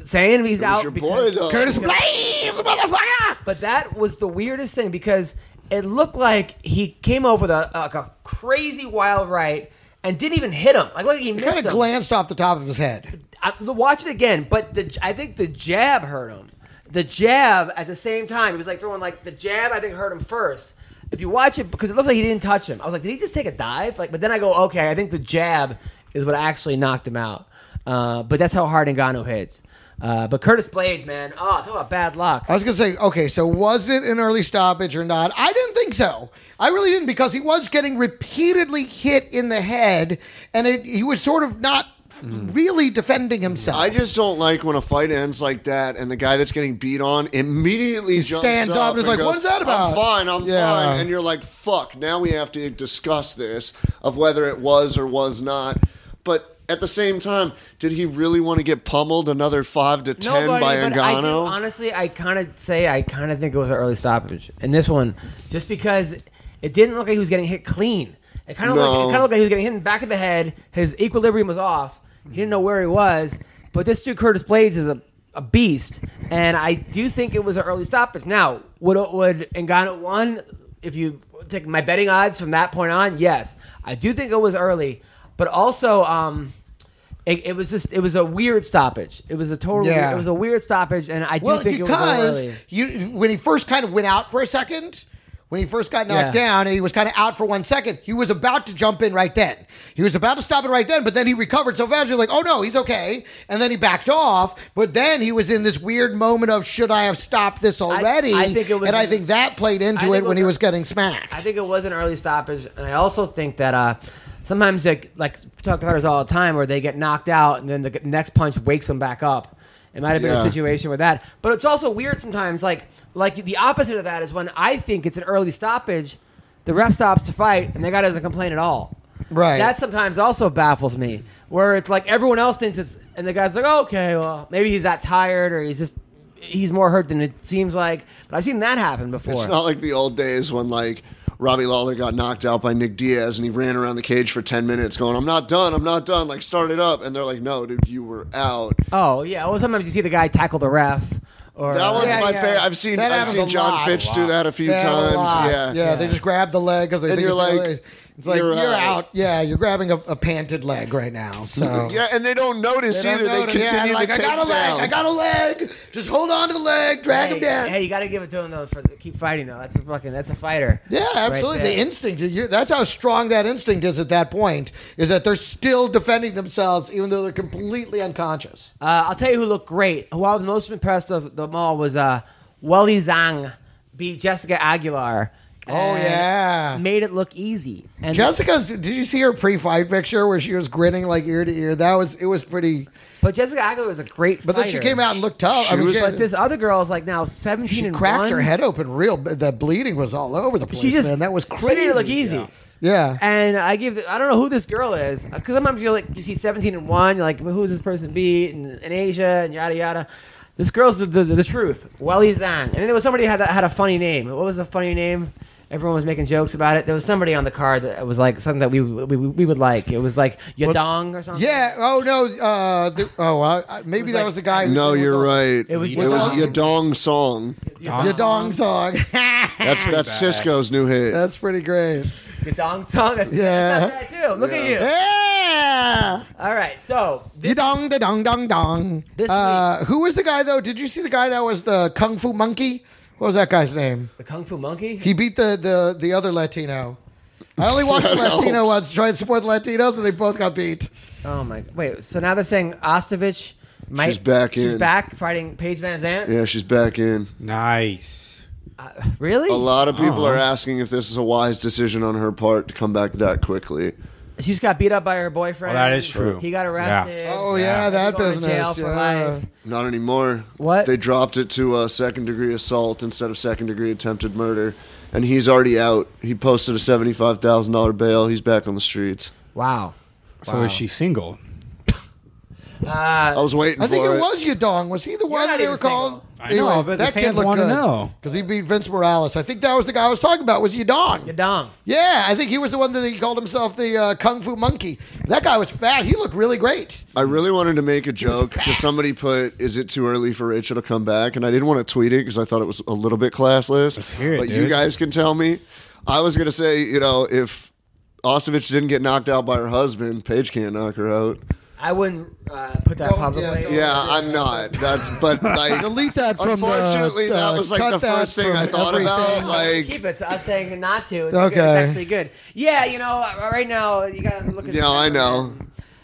saying he's It was out your boy because, though. Curtis Blaze, motherfucker. but that was the weirdest thing because it looked like he came up with a, like a crazy wild right and didn't even hit him. Like, look, he missed Kind him. of glanced off the top of his head. I, watch it again, but the I think the jab hurt him. The jab at the same time, he was like throwing like the jab. I think hurt him first. If you watch it, because it looks like he didn't touch him. I was like, did he just take a dive? Like, but then I go, okay, I think the jab is what actually knocked him out. Uh, but that's how hard Ngannou hits. Uh, but Curtis Blades, man, oh, talk about bad luck. I was gonna say, okay, so was it an early stoppage or not? I didn't think so. I really didn't because he was getting repeatedly hit in the head, and it, he was sort of not really defending himself. I just don't like when a fight ends like that, and the guy that's getting beat on immediately jumps stands up and is like, goes, "What is that I'm about?" fine. I'm Yeah. fine." And you're like, "Fuck!" Now we have to discuss this of whether it was or was not. But at the same time, did he really want to get pummeled another five to ten by but I think, Engano? honestly, I kind of say I kind of think it was an early stoppage, and this one just because it didn't look like he was getting hit clean. It kind of No. looked, it kind of looked like he was getting hit in the back of the head. His equilibrium was off. He didn't know where he was. But this dude Curtis Blades is a, a beast, and I do think it was an early stoppage. Now would would Ngannou won if you take my betting odds from that point on? Yes, I do think it was early, but also. um it, it was just it was a weird stoppage. It was a total Yeah. weird- it was a weird stoppage and I do well, think it was a little because early. you when he first kind of went out for a second, when he first got knocked Yeah. down, and he was kind of out for one second. He was about to jump in right then. He was about to stop it right then, but then he recovered so fast. You're like, oh no, he's okay. And then he backed off. But then he was in this weird moment of should I have stopped this already? I think it was- and I think that played I into think it, it when he was- was getting smacked. I think it was an early stoppage and I also think that uh sometimes like like we talk about this all the time where they get knocked out and then the next punch wakes them back up. It might have been Yeah. a situation with that. But it's also weird sometimes like like the opposite of that is when I think it's an early stoppage, the ref stops to fight and the guy doesn't complain at all. Right. That sometimes also baffles me, where it's like everyone else thinks it's, and the guy's like, oh, okay, well, maybe he's that tired or he's just, he's more hurt than it seems like. But I've seen that happen before. It's not like the old days when like Robbie Lawler got knocked out by Nick Diaz and he ran around the cage for ten minutes going, "I'm not done. I'm not done." Like start it up, and they're like, "No, dude, you were out." oh, yeah. Well, sometimes you see the guy tackle the ref. Or, That one's Yeah, my yeah. favorite. I've seen That I've happens seen a John lot. Fitch do that a few Yeah, a times. lot. yeah. yeah, They just grab the leg because they And think you're it's, like, really- it's like you're you're, out. out. Yeah, you're grabbing a, a panted leg right now. So [LAUGHS] Yeah, and they don't notice don't either. know they to- yeah, continue like, to take I got a down. leg. I got a leg. Just hold on to the leg. Drag hey, him down. hey, you got to give it to him, though, for keep fighting, though. That's a fucking, that's a fighter. Yeah, right absolutely. there. the instinct. you- That's how strong that instinct is at that point. Is that they're still defending themselves even though they're completely unconscious. Uh, I'll tell you who looked great. Who I was most impressed of them all was uh, Welly Zhang beat Jessica Aguilar. Oh, and yeah. made it look easy. And Jessica's. Did you see her pre-fight picture where she was grinning like ear to ear? That was. It was pretty. but Jessica Aguilar was a great. But then she fighter. came out and looked tough. She I mean, was she, like But this other girl is like now seventeen she and cracked one. her head open real. The bleeding was all over the place. She just man. that was crazy. She made it look easy. Yeah. And I give the- I don't know who this girl is because sometimes you're like you see seventeen and one you're like well, who is this person beat in, in Asia and yada yada. This girl's the, the, the truth. Welly Zhang. And then there was somebody had that had a funny name. What was the funny name? Everyone was making jokes about it. There was somebody on the card that was like something that we we, we, we would like. It was like Yadong or something. Yeah. Oh no. Uh, the, oh, uh, uh, maybe was that like- was the guy. who- No, who was you're on- right. It It was- was, it was Yadong. Yadong song. Your dong song. That's that's Cisco's new hit. [LAUGHS] That's pretty great. Yadong song. That's, Yeah. that's not bad, too. Look at you. Yeah. All right. So This, dong da dong dong dong. This uh, who was the guy though? Did you see the guy that was the kung fu monkey? What was that guy's name? the Kung Fu Monkey. He beat the the the other Latino. I only watched the Latino once to try and support the Latinos, and they both got beat. Oh my! Wait. So now they're saying Ostovich. Might, She's back She's in. back fighting Paige Van Zandt. yeah, she's back in. Nice. Really? A lot of people Uh-huh. are asking if this is a wise decision on her part to come back that quickly. She's got beat up by her boyfriend. Oh, that is true. He got Yeah. arrested. Oh, yeah, He's that going to jail business, for yeah. life. Not anymore. What? They dropped it to uh, second degree assault instead of second degree attempted murder, and he's already out. He posted a seventy five thousand dollar bail. He's back on the streets. Wow. So is she single? I was waiting I for think it. it was Yudong. Was he the one not that they even were called? single. I know, but the fans wanna know. because he beat Vince Morales. I think that was the guy I was talking about. Was Yudong? Yadong. Yeah, I think he was the one that he called himself the uh, Kung Fu Monkey. That guy was fat. He looked really great. I really wanted to make a joke because somebody put, "Is it too early for Rachel to come back?" And I didn't want to tweet it because I thought it was a little bit classless. Let's hear it, but you dude. guys can tell me. I was gonna say, you know, if Ostovich didn't get knocked out by her husband, Paige can't knock her out. I wouldn't uh, put that Don't- publicly. yeah, don't- Yeah, I'm not. That's but like Delete that from the- Unfortunately, that uh, was like cut the that first thing I from thought about. everything. Like, Keep it. So I was saying not to. It's Okay. Good. It's actually good. Yeah, you know, uh, right now you got to look at. you know, I know.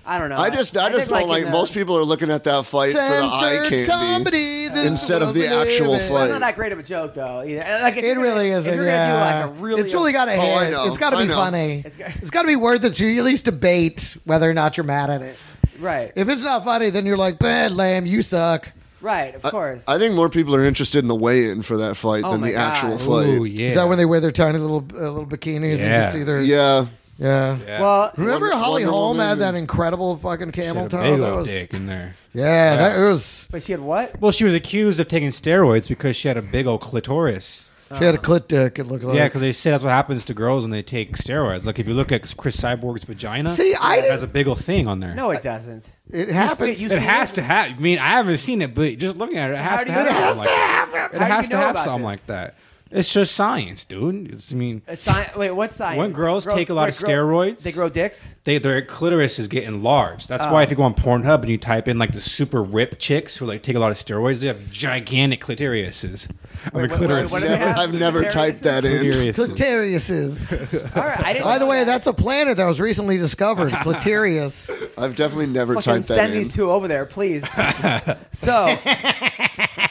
I don't know. I just, I just don't think, like in the- most people are looking at that fight for the eye Censored candy. comedy. This instead of is what the we actual live in. fight. It's not that great of a joke though. Either. And, Like, if you're It gonna- really if isn't. You're yeah, gonna do like a really. it's really got to Oh, I hit. know. It's got to I be know. funny. It's got- it's got to be worth it. So you at least debate whether or not you're mad at it. right. If it's not funny, then you're like, bad lamb, you suck. right. Of course. I think more people are interested in the weigh-in for that fight Oh than my the God. actual fight. Oh yeah. Is that when they wear their tiny little uh, little bikinis and you Yeah. see their Yeah. yeah. Yeah. well, Remember Wonder- Holly Wonder Holm Woman had that and- incredible fucking She camel had a toe. big That old was, dick in there. yeah, that it was. but she had what? Well, she was accused of taking steroids because she had a big old clitoris. She had a clit dick. It looked like. Uh, Yeah, because they say that's what happens to girls when they take steroids. Like if you look at Chris Cyborg's vagina, See, I it has didn't- a big old thing on there. No, it doesn't. it happens. you it see has it? to have. I mean, I haven't seen it, but just looking at it, it has do to you have. know? It has something like that. It How do has you to know have about something this? like that. It's just science, dude. It's, I mean, It's sci- wait, what science? When girls Grow- take a lot of grow- steroids- they grow [LAUGHS] dicks. they, their clitoris is getting large. That's Oh. why if you go on Pornhub and you type in like the super rip chicks who like take a lot of steroids, they have gigantic clitorises. I mean, what- what- clitoris. what do they Never- have? I've never There typed is- that in. Clitorises. Clitoriuses. All right, I didn't. By the know way, that. that's a planet that was recently [LAUGHS] discovered. Clitorius. I've definitely never fucking typed that send in. these two over there, please. [LAUGHS] so,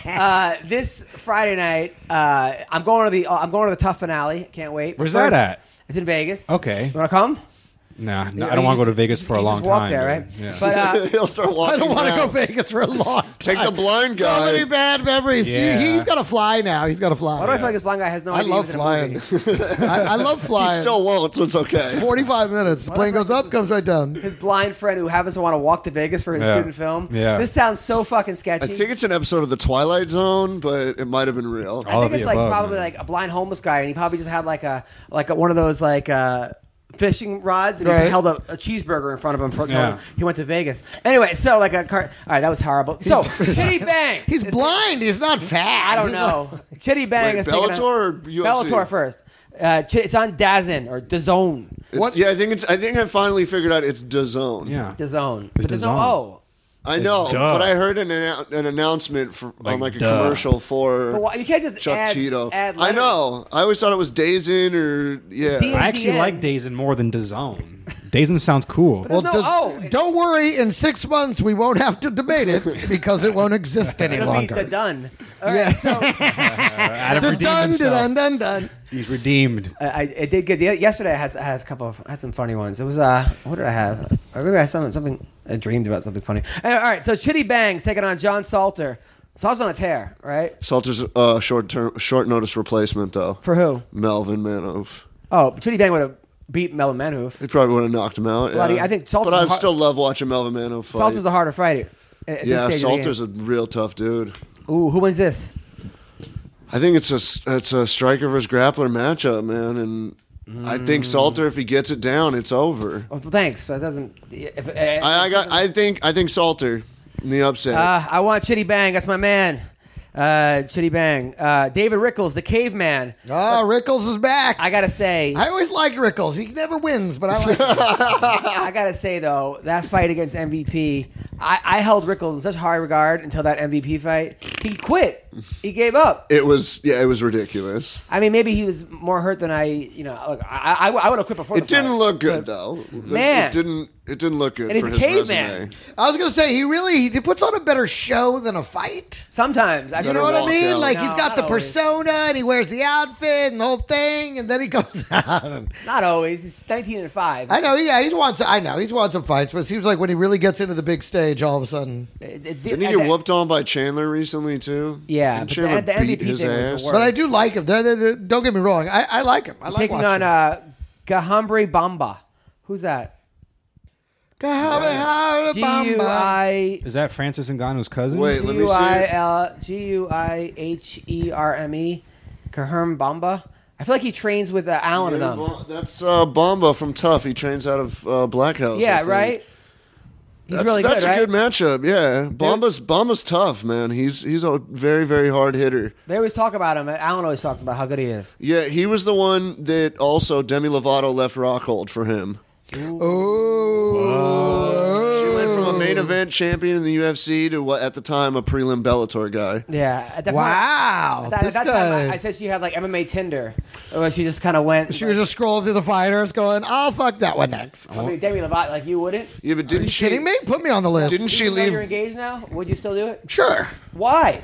uh, this Friday night, uh, I'm going to the I'm going to the Tough finale. Can't wait. Where's that at? It's in Vegas. Okay. you want to come? Nah, no, You- I don't you want to go just- to Vegas for a you just long walk time. there, right? dude. Yeah. [LAUGHS] But uh, [LAUGHS] He'll start I walking. don't want to go down. Vegas for a long time. [LAUGHS] Take the blind So guy. many bad memories. He- Yeah. he's got to fly now. He's got to fly. why do I feel like this blind guy has no I idea? he love was in a flying. movie? I, [LAUGHS] I love He flying. still won't, so it's okay. 45 minutes. The plane goes up, comes right down. His blind friend who happens to want to walk to Vegas for his Yeah. student film. Yeah. This sounds so fucking I sketchy. think it's an episode of The Twilight Zone, but it might have been real. I All think of it's the like above, probably man. like a blind homeless guy, and he probably just had like a like a, one of those like uh, fishing rods, and he Right. held a, a cheeseburger in front of him. For, Yeah. yeah. [LAUGHS] He went to Vegas anyway. So like a car. All right, that was horrible. So Chitty Bang. He's [LAUGHS] is- blind. He's not fat. I don't know. [LAUGHS] Chitty Bang Wait, is taking Bellator a- or UFC? Bellator first. Uh, Chi- it's on DAZN or DAZN. It's- E- Yeah, I think it's. I think I finally figured out it's DAZN. yeah. DAZN. It's But DAZN. DAZN. Oh. I know, duh. but I heard an annou- an announcement for, on like a duh. commercial for But why- you can't just Chuck add- Cheeto. add I know. I always thought it was Days In or yeah. D- I actually DZN. like Dazen more than DAZN. Dazen [LAUGHS] sounds cool. Well, no oh. does- O. It- don't worry. In six months, we won't have to debate it because it won't exist any It'll be longer. DAZN. All right, Yeah. [LAUGHS] so Adam Dun, redeemed dun, himself. dun, dun, dun. He's redeemed. I, I did good. Ye- Yesterday I had, I had a couple of I had some funny ones. It was uh, what did I have? Or maybe I had something something I dreamed about something funny. Anyway, All right, so Chitty Bangs taking on John Salter. Salter's on a tear, right? Salter's uh, short term, short notice replacement though. For who? Melvin Manov. Oh, Chitty Bang would have beat Melvin Manhoof. He probably would have knocked him out. Bloody- yeah. I think Salter's But I har- still love watching Melvin Manov fight. Salter's a harder fighter. at- at this yeah, stage of the Salter's a real tough dude. game. Ooh, who wins this? I think it's a s- it's a striker versus grappler matchup, man, and I think Mm. Salter if he gets it down, it's over. Well, Oh, thanks, but it doesn't. If, eh, I, I got I think I think Salter in the upset. Uh, I want Chitty Bang. That's my man. Uh, Chitty Bang. Uh, David Rickles, the caveman. Ah, Rickles is back. I I, gotta say, always liked Rickles. He never wins, but I like him. [LAUGHS] I gotta say though, that fight against MVP, I, I held Rickles in such high regard until that MVP fight. He quit. He gave up. it was yeah, it was ridiculous. I mean, maybe he was more hurt than I. You know, look, I, I, I would have quit before. It the fight. didn't look good though. Man. it didn't it didn't look good And he's for a his caveman. resume. I was gonna say he really he puts on a better show than a fight. Sometimes I You know Better what I walk mean? out. Like No, he's got not the always. persona and he wears the outfit and the whole thing, and then he comes [LAUGHS] out. And, Not always. He's nineteen and five. I know, yeah, he's won. Some, I know he's won some fights, but it seems like when he really gets into the big stage, all of a sudden. Didn't he get whooped on by Chandler recently too? Yeah, and but Chandler the- the beat MVP his thing was the ass. worst. But I do like him. They're- they're- they're- Don't get me wrong. I, I like him. I like Taking on watching him. uh, Gahambre Bamba. Who's that? G U Kahabahara I Is that Francis Ngannou's cousin? Wait, let G me U I see. L G U I H E R M E, Kaherm Bamba. I feel like he trains with uh, Allen and them. Bo- That's uh, Bomba from Tough. He trains out of uh, Black House. I Yeah, think. right. He's That's, really that's good, a right? good matchup. Yeah, Bomba's Bomba's tough, man. He's he's a very very hard hitter. They always talk about him. Allen always talks about how good he is. Yeah, he was the one that also Demi Lovato left Rockhold for him. uh, Oh, she went from a main event champion in the UFC to what at the time a prelim Bellator guy. Yeah. At that Wow, Point, at that, this at that time, guy. I, I said she had like MMA Tinder. Or she just kind of went. She was just scrolling through the fighters, going, "I'll fuck that one next." I mean, Demi Lovato, like you wouldn't. Yeah, but didn't she? Kidding me? Put me on the list. Didn't she Even though You're leave? engaged now. Would you still do it? Sure. Why?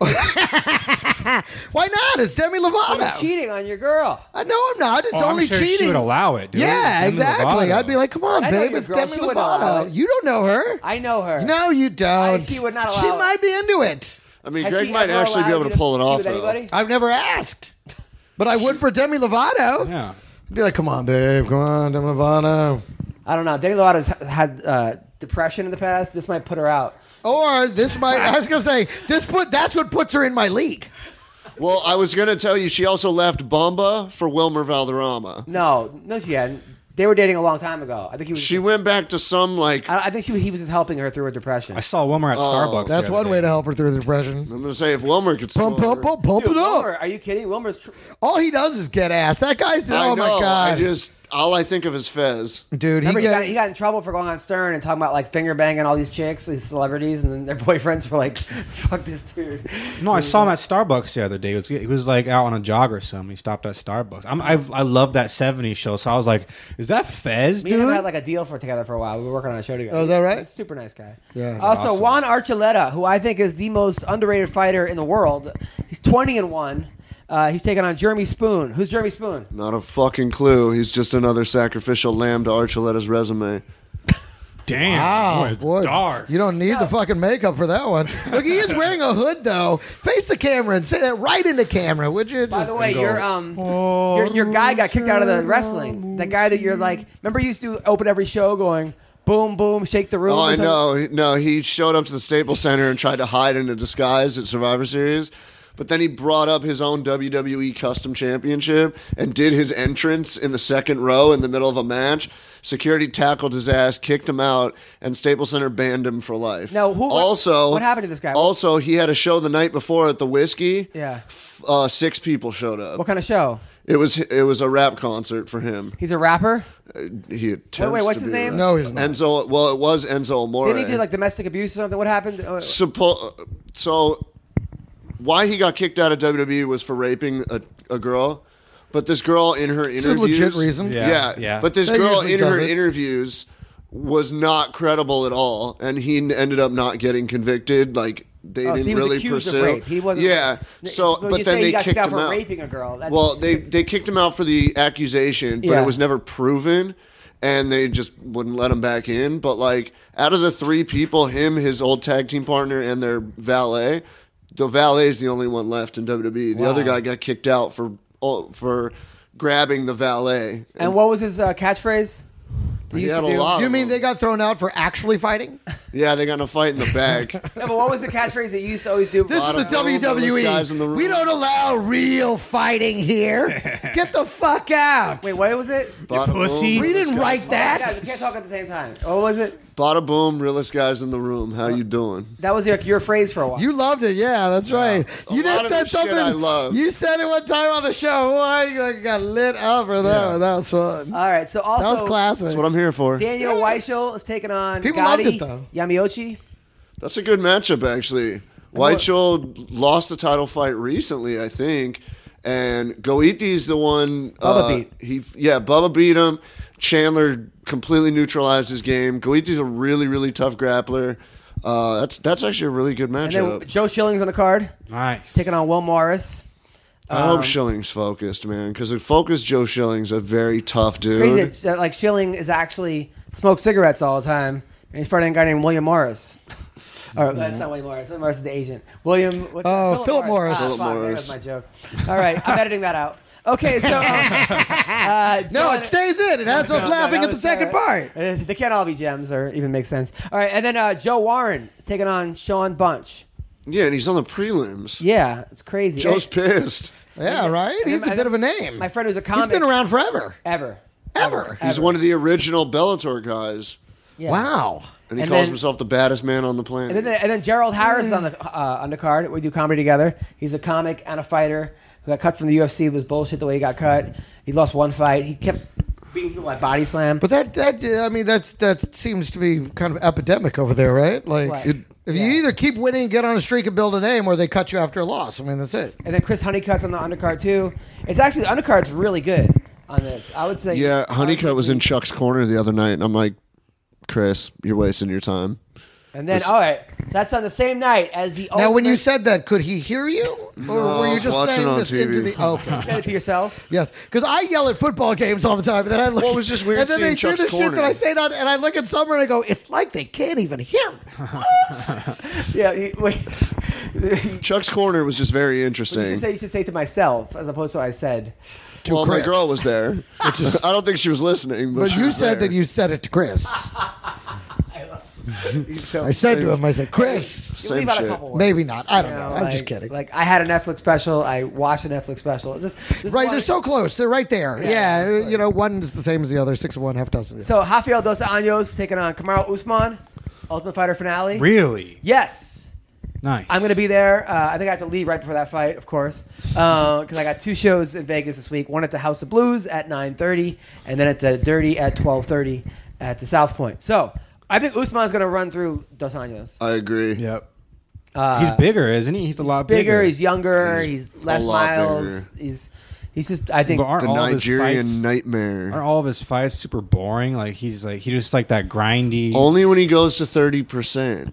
Why not? It's Demi You're Lovato. cheating on your girl. I know I'm not. It's Oh, I'm only sure cheating. She would allow it, dude. Yeah, Demi exactly. Lovato. I'd be like, "Come on, I know babe, your it's girl. Demi She wouldn't allow Lovato." it. You don't know her. I know her. No, you don't. she would not She allow it. might be into it. I mean, Has Greg she might ever actually be allowed able you to pull it cheat off with though. anybody? I've never asked, but I would for Demi Lovato. Yeah. I'd be like, "Come on, babe. Come on, Demi Lovato." I don't know. Demi Lovato's ha- had uh, depression in the past. This might put her out. Or this might. I was gonna say this put. That's what puts her in my league. Well, I was gonna tell you, she also left Bomba for Wilmer Valderrama. No, no, she hadn't. They were dating a long time ago. I think he was. She went back to some like I, I think she, he was just helping her through her depression. I saw Wilmer at Starbucks. Oh, That's the other one day. way to help her through the depression. I'm gonna say if Wilmer could Pump, score- pump, pump, pump Dude, it up. Wilmer, are you kidding? Wilmer's. Tr- All he does is get ass. That guy's. I Oh know. my I god, just all I think of is Fez. dude. He remember, he, get, got, he got in trouble for going on Stern and talking about like finger banging all these chicks, these celebrities, and then their [LAUGHS] boyfriends were like, "Fuck this dude." No, I saw him at Starbucks the other day. He was, he was like out on a jog or something. He stopped at Starbucks. I'm, I I love that '70s show, so I was like, "Is that Fez, Me and him dude?" had like a deal for together for a while. We were working on a show together. Oh, is that right? He's a super nice guy. Yeah. He's Also, awesome. Juan Archuleta, who I think is the most underrated fighter in the world. He's twenty and one. Uh, he's taking on Jeremy Spoon. Who's Jeremy Spoon? Not a fucking clue. He's just another sacrificial lamb to Archuleta's resume. Damn, Wow, boy, boy, dark. you don't need the fucking makeup for that one. Look, he is wearing a hood though. Face the camera and say that right in the camera, would you? By Just- the way, Go. your um, your, your guy got kicked out of the wrestling. That guy that you're like, remember you used to open every show going, boom, boom, shake the room. Oh, or I something? know. He- No, he showed up to the Staples Center and tried to hide in a disguise at Survivor Series. But then he brought up his own WWE Custom Championship and did his entrance in the second row in the middle of a match. Security tackled his ass, kicked him out, and Staples Center banned him for life. No, who- what- also what happened to this guy? Also, he had a show the night before at the Whiskey. Yeah. F- uh, six people showed up. What kind of show? It was it was a rap concert for him. He's a rapper. He attempts wait, what's to his be a name? rapper. No, Oh, he's not. Enzo. Well, it was Enzo Amore. Didn't he do like domestic abuse or something? What happened? Uh, Suppo- so why he got kicked out of WWE was for raping a, a girl, but this girl in her a legit interviews, reason. Yeah, Yeah, yeah. But this That girl usually in her does it. interviews was not credible at all, and he n- ended up not getting convicted. Like they Oh, so didn't he was really accused pursue. Of rape. He wasn't. yeah. So, Well, but you then say they he got kicked out him for out. raping a girl. That- Well, they they kicked him out for the accusation, but Yeah. it was never proven, and they just wouldn't let him back in. But like out of the three people, him, his old tag team partner, and their valet, the valet is the only one left in WWE. The other guy got kicked out for oh, for grabbing the valet. and what was his uh, catchphrase? He used had to a do- lot. You of mean them. they got thrown out for actually fighting? Yeah, they got in a fight in the [LAUGHS] back. No, but what was the catchphrase that you used to always [LAUGHS] do? This Lot is of the room, all those guys in WWE. the we room. don't allow real fighting [LAUGHS] here. Get the fuck out. Wait, what was it? Bada pussy. boom, we realest didn't guys- Guys, write we that. can't talk at the same time. What was it? Bada boom, realest guys in the room. How you doing? That was like your phrase for a while. You loved it, yeah, that's right. A you lot did of said the shit something. I love. You said it one time on the show. Boy, you like got lit up for that. one. That was fun. All right. So also, that was classic. That's what I'm here for. Daniel Weishel is taking on People loved Gotti it, though. Yamiochi. That's a good matchup, actually. Weichel lost the title fight recently, I think, and Goiti's the one. uh, Bubba beat. He, yeah, Bubba beat him. Chandler completely neutralized his game. Goiti's a really, really tough grappler. Uh, that's that's actually a really good And matchup. then Joe Schilling's on the card Nice. taking on Will Morris. I um, hope Schilling's focused, man, because the focused Joe Schilling's a very tough Crazy dude. that, that, like Schilling is actually smokes cigarettes all the time, and he's fighting a guy named William Morris. All right, that's not William Morris. William Morris is the agent. William. what's- Mm-hmm. Oh, Philip Morris. Ah, Philip fuck, there Morris. goes my joke. All right, I'm editing that out. Okay, [LAUGHS] so um, uh, no, John- it stays in. It has us No, laughing that at the was, second uh, part. uh, They can't all be gems or even make sense. All right, and then uh, Joe Warren is taking on Sean Bunch. Yeah, and he's on the prelims. Yeah, it's crazy. Joe's Hey, pissed. Yeah, right. then He's a my- bit of a name. my friend who's a He's comic. been around forever. ever. Ever. He's Ever. one of the original Bellator guys, Yeah. Wow. and he And calls then- himself the baddest man on the planet. And then, and then Gerald Harris is on Mm. the uh, on the card. We do comedy together. He's a comic and a fighter who got cut from the UFC. It was bullshit the way he got cut. He lost one fight. He kept beating people like body slam. But that that uh, I mean that's that seems to be kind of epidemic over there, right? Like Right. it- if you Yeah. either keep winning, get on a streak and build a name, or they cut you after a loss. I mean that's it. and then Chris Honeycutt's on the undercard too. It's actually the undercard's really good on this. I would say. uh, Yeah, Honeycutt was in Chuck's corner the other night, and I'm like, Chris, you're wasting your time. And then all right, that's on the same night as the. Now, when you ultimate- [LAUGHS] said that, could he hear you, or No, were I you was just watching saying on this into TV. [LAUGHS] the? Okay, said it to yourself. yes, because I yell at football games all the time, and then I look. Well, it was just weird And then seeing they Chuck's do the shit corner. that I say, not, and I look at Summer and I go, "It's like they can't even hear." me." Yeah. You, [LAUGHS] wait. you Chuck's corner was just very interesting. should say you should say to myself as opposed to what I said. well, my Chris. girl was there. [LAUGHS] I don't think she was listening, but, But she you was said there. that you said it [LAUGHS] to Chris. [LAUGHS] So I said to him, "I said, Chris, you leave same out a shit. couple words. maybe not. I don't You know. know, I'm like- just kidding." Like I had a Netflix special. I watched a Netflix special. Just, just Right, one- they're so close. They're right there. Yeah. Yeah, you know, one is the same as the other. Six of one, half dozen. So, So Rafael Dos Anjos taking on Kamaru Usman, Ultimate Fighter finale. Really Yes. nice. I'm gonna be there. Uh, I think I have to leave right before that fight, of course, because I got two shows in Vegas this week. One at the House of Blues at 9:30, and then at the Dirty at 12:30 at the South Point. So I think Usman's gonna run through Dos Anjos. I agree. Yep. he's bigger, isn't he? He's a lot Bigger, bigger. Uh, he's younger, he's, He's less a lot miles, he's he's just I think But aren't The all of his Nigerian fights- nightmare. Aren't all of his fights super boring? Like he's like he just like that grindy. Only when he goes to 30%.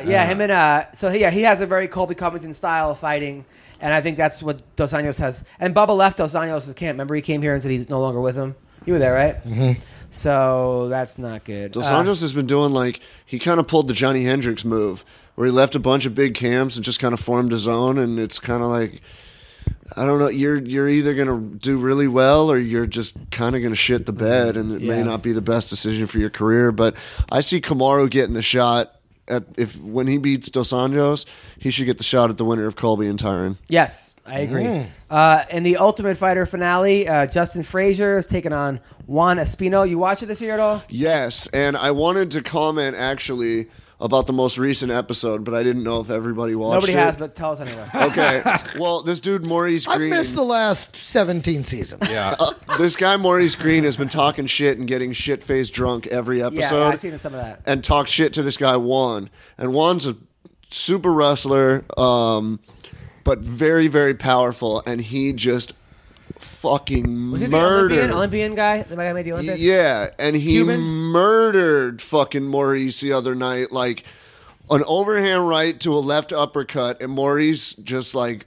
yeah, yeah, him and uh, so he, yeah, he has a very Colby Covington style of fighting, and I think that's what Dos Anjos has. And Bubba left Dos Anjos' camp. Remember, he came here and said he's no longer with him. You were there, right? Mm-hmm. So that's not good. Dos Uh, Anjos has been doing like, he kind of pulled the Johnny Hendricks move, where he left a bunch of big camps and just kind of formed his own, and it's kind of like. I don't know. You're you're either gonna do really well or you're just kind of gonna shit the bed, and it Yeah. may not be the best decision for your career. But I see Kamaru getting the shot at if when he beats Dos Anjos, he should get the shot at the winner of Colby and Tyron. yes, I agree. Uh, in the Ultimate Fighter finale, uh, Justin Frazier is taking on Juan Espino. You watch it this year at all? Yes, and I wanted to comment actually about the most recent episode, but I didn't know if everybody watched. Nobody it. has, but tell us [LAUGHS] anyway. okay. Well, this dude Maurice I've Green. uh, missed the last 17 seasons. yeah. this guy Maurice Green has been talking shit and getting shit faced drunk every yeah, episode. yeah, I've seen some of that. and talked shit to this guy Juan. And Juan's a super wrestler, um, but very very powerful, and he just fucking Was he the Oh, murdered. Olympian, Olympian guy? The guy who made the Olympics? Yeah, and he Cuban? murdered fucking Maurice the other night, like an overhand right to a left uppercut, and Maurice just like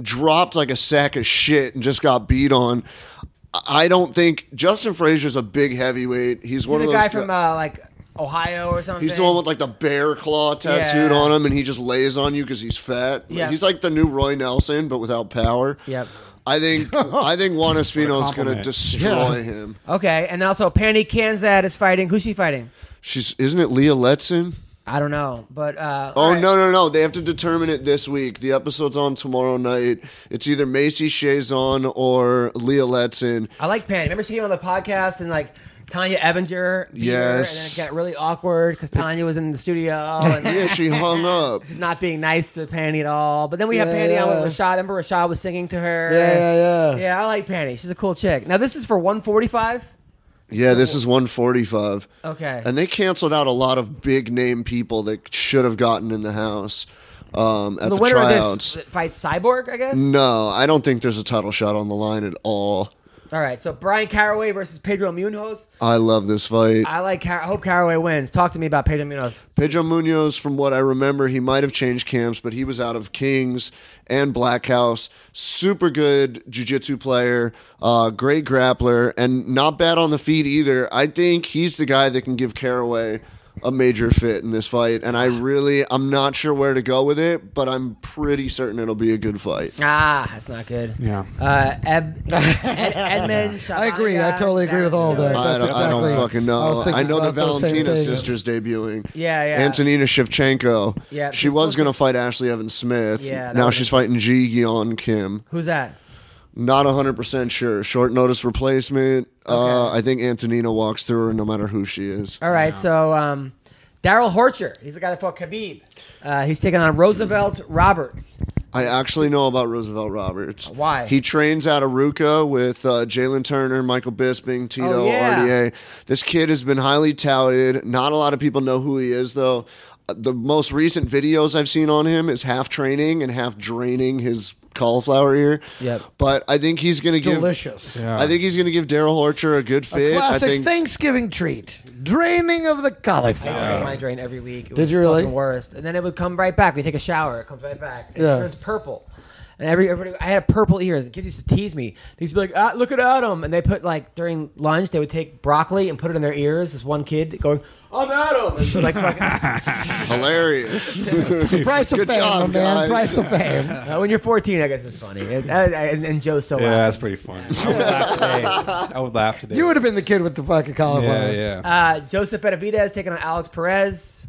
dropped like a sack of shit and just got beat on. I I don't think Justin Frazier's a big heavyweight. He's He's one the of those guy gu- from uh, like Ohio or something. He's the one with like the bear claw tattooed Yeah. on him, and he just lays on you because he's fat. Yeah. He's like the new Roy Nelson, but without power. Yep. I [LAUGHS] think I think Juan Espino's going to compliment. destroy Yeah. him. Okay, and also Penny Kanzad is fighting. Who's she fighting? She's isn't it Leah Letson? I don't know, but uh, Oh all right. no no no! They have to determine it this week. The episode's on tomorrow night. It's either Macy Shazon or Leah Letson. I like Penny. Remember she came on the podcast and like Tanya Evinger. beat her, Yes. and then it got really awkward because Tanya was in the studio and [LAUGHS] Yeah, she hung [LAUGHS] up. not being nice to Penny at all. But then we have Yeah, Penny on with yeah. Rashad. Remember Rashad was singing to her. Yeah, yeah, yeah. Yeah, I like Penny. She's a cool chick. Now this is for 145. Yeah, this is 145. Okay. And they canceled out a lot of big name people that should have gotten in the house um, the at the, Mm. winner tryouts. of this fights Cyborg, I guess. No, I don't think there's a title shot on the line at all. All right, so Brian Caraway versus Pedro Munoz. I love this fight. I like. Car- I hope Caraway wins. Talk to me about Pedro Munoz. Pedro Munoz, from what I remember, he might have changed camps, but he was out of Kings and Black House. Super good jiu-jitsu player, uh, great grappler, and not bad on the feet either. I think he's the guy that can give Caraway a major fit in this fight, and I really, I'm not sure where to go with it, but I'm pretty certain it'll be a good fight. Ah, that's not good. Yeah. Uh, Eb- Ed- [LAUGHS] Edmund. [LAUGHS] I agree. I Shabaka, totally agree with all of that. Darren I That's don't, I don't exactly- fucking I was know. I, thinking know the about those same Valentina things. sister's debuting. Yeah, yeah. Antonina Shevchenko. Yeah, she she's was supposed going to fight Ashley Evans Smith. Yeah, that now was- she's fighting Ji Yeon Kim. Who's that? Not 100% sure. Short notice replacement. Uh, I think Antonina walks through her no matter who she is. All right, so um, Daryl Horcher. He's the guy that fought Khabib. Uh, he's taking on Roosevelt Roberts. I actually know about Roosevelt Roberts. Why? He trains out of Ruka with uh, Jalen Turner, Michael Bisping, Tito, Oh, yeah. RDA. This kid has been highly touted. Not a lot of people know who he is, though. Uh, The most recent videos I've seen on him is half training and half draining his cauliflower ear. Yep. But I think he's going to give. [LAUGHS] Delicious. I think he's going to give Daryl Horcher a good fit. I Classic think Thanksgiving treat. Draining of the I used cauliflower. to get my drain every week. It Did was you really? fucking Worst. And then it would come right back. We take a shower. It comes right back. And It Yeah. turns purple. And every everybody, I had a purple ears. The kids used to tease me. They used to be like, ah, "Look at Adam!" And they put like during lunch, they would take broccoli and put it in their ears. This one kid going, "I'm Adam!" And so, like, [LAUGHS] fucking, hilarious. [LAUGHS] Price of Good fame, job, my man. guys. Price of fame. Uh, when you're 14, I guess it's funny. And, uh, and, and Joe's still Yeah, laughing. that's pretty fun. [LAUGHS] I would laugh today. I would laugh today. You would have been the kid with the fucking Yeah, cauliflower. yeah. Uh, Joseph Benavidez taking on Alex Perez.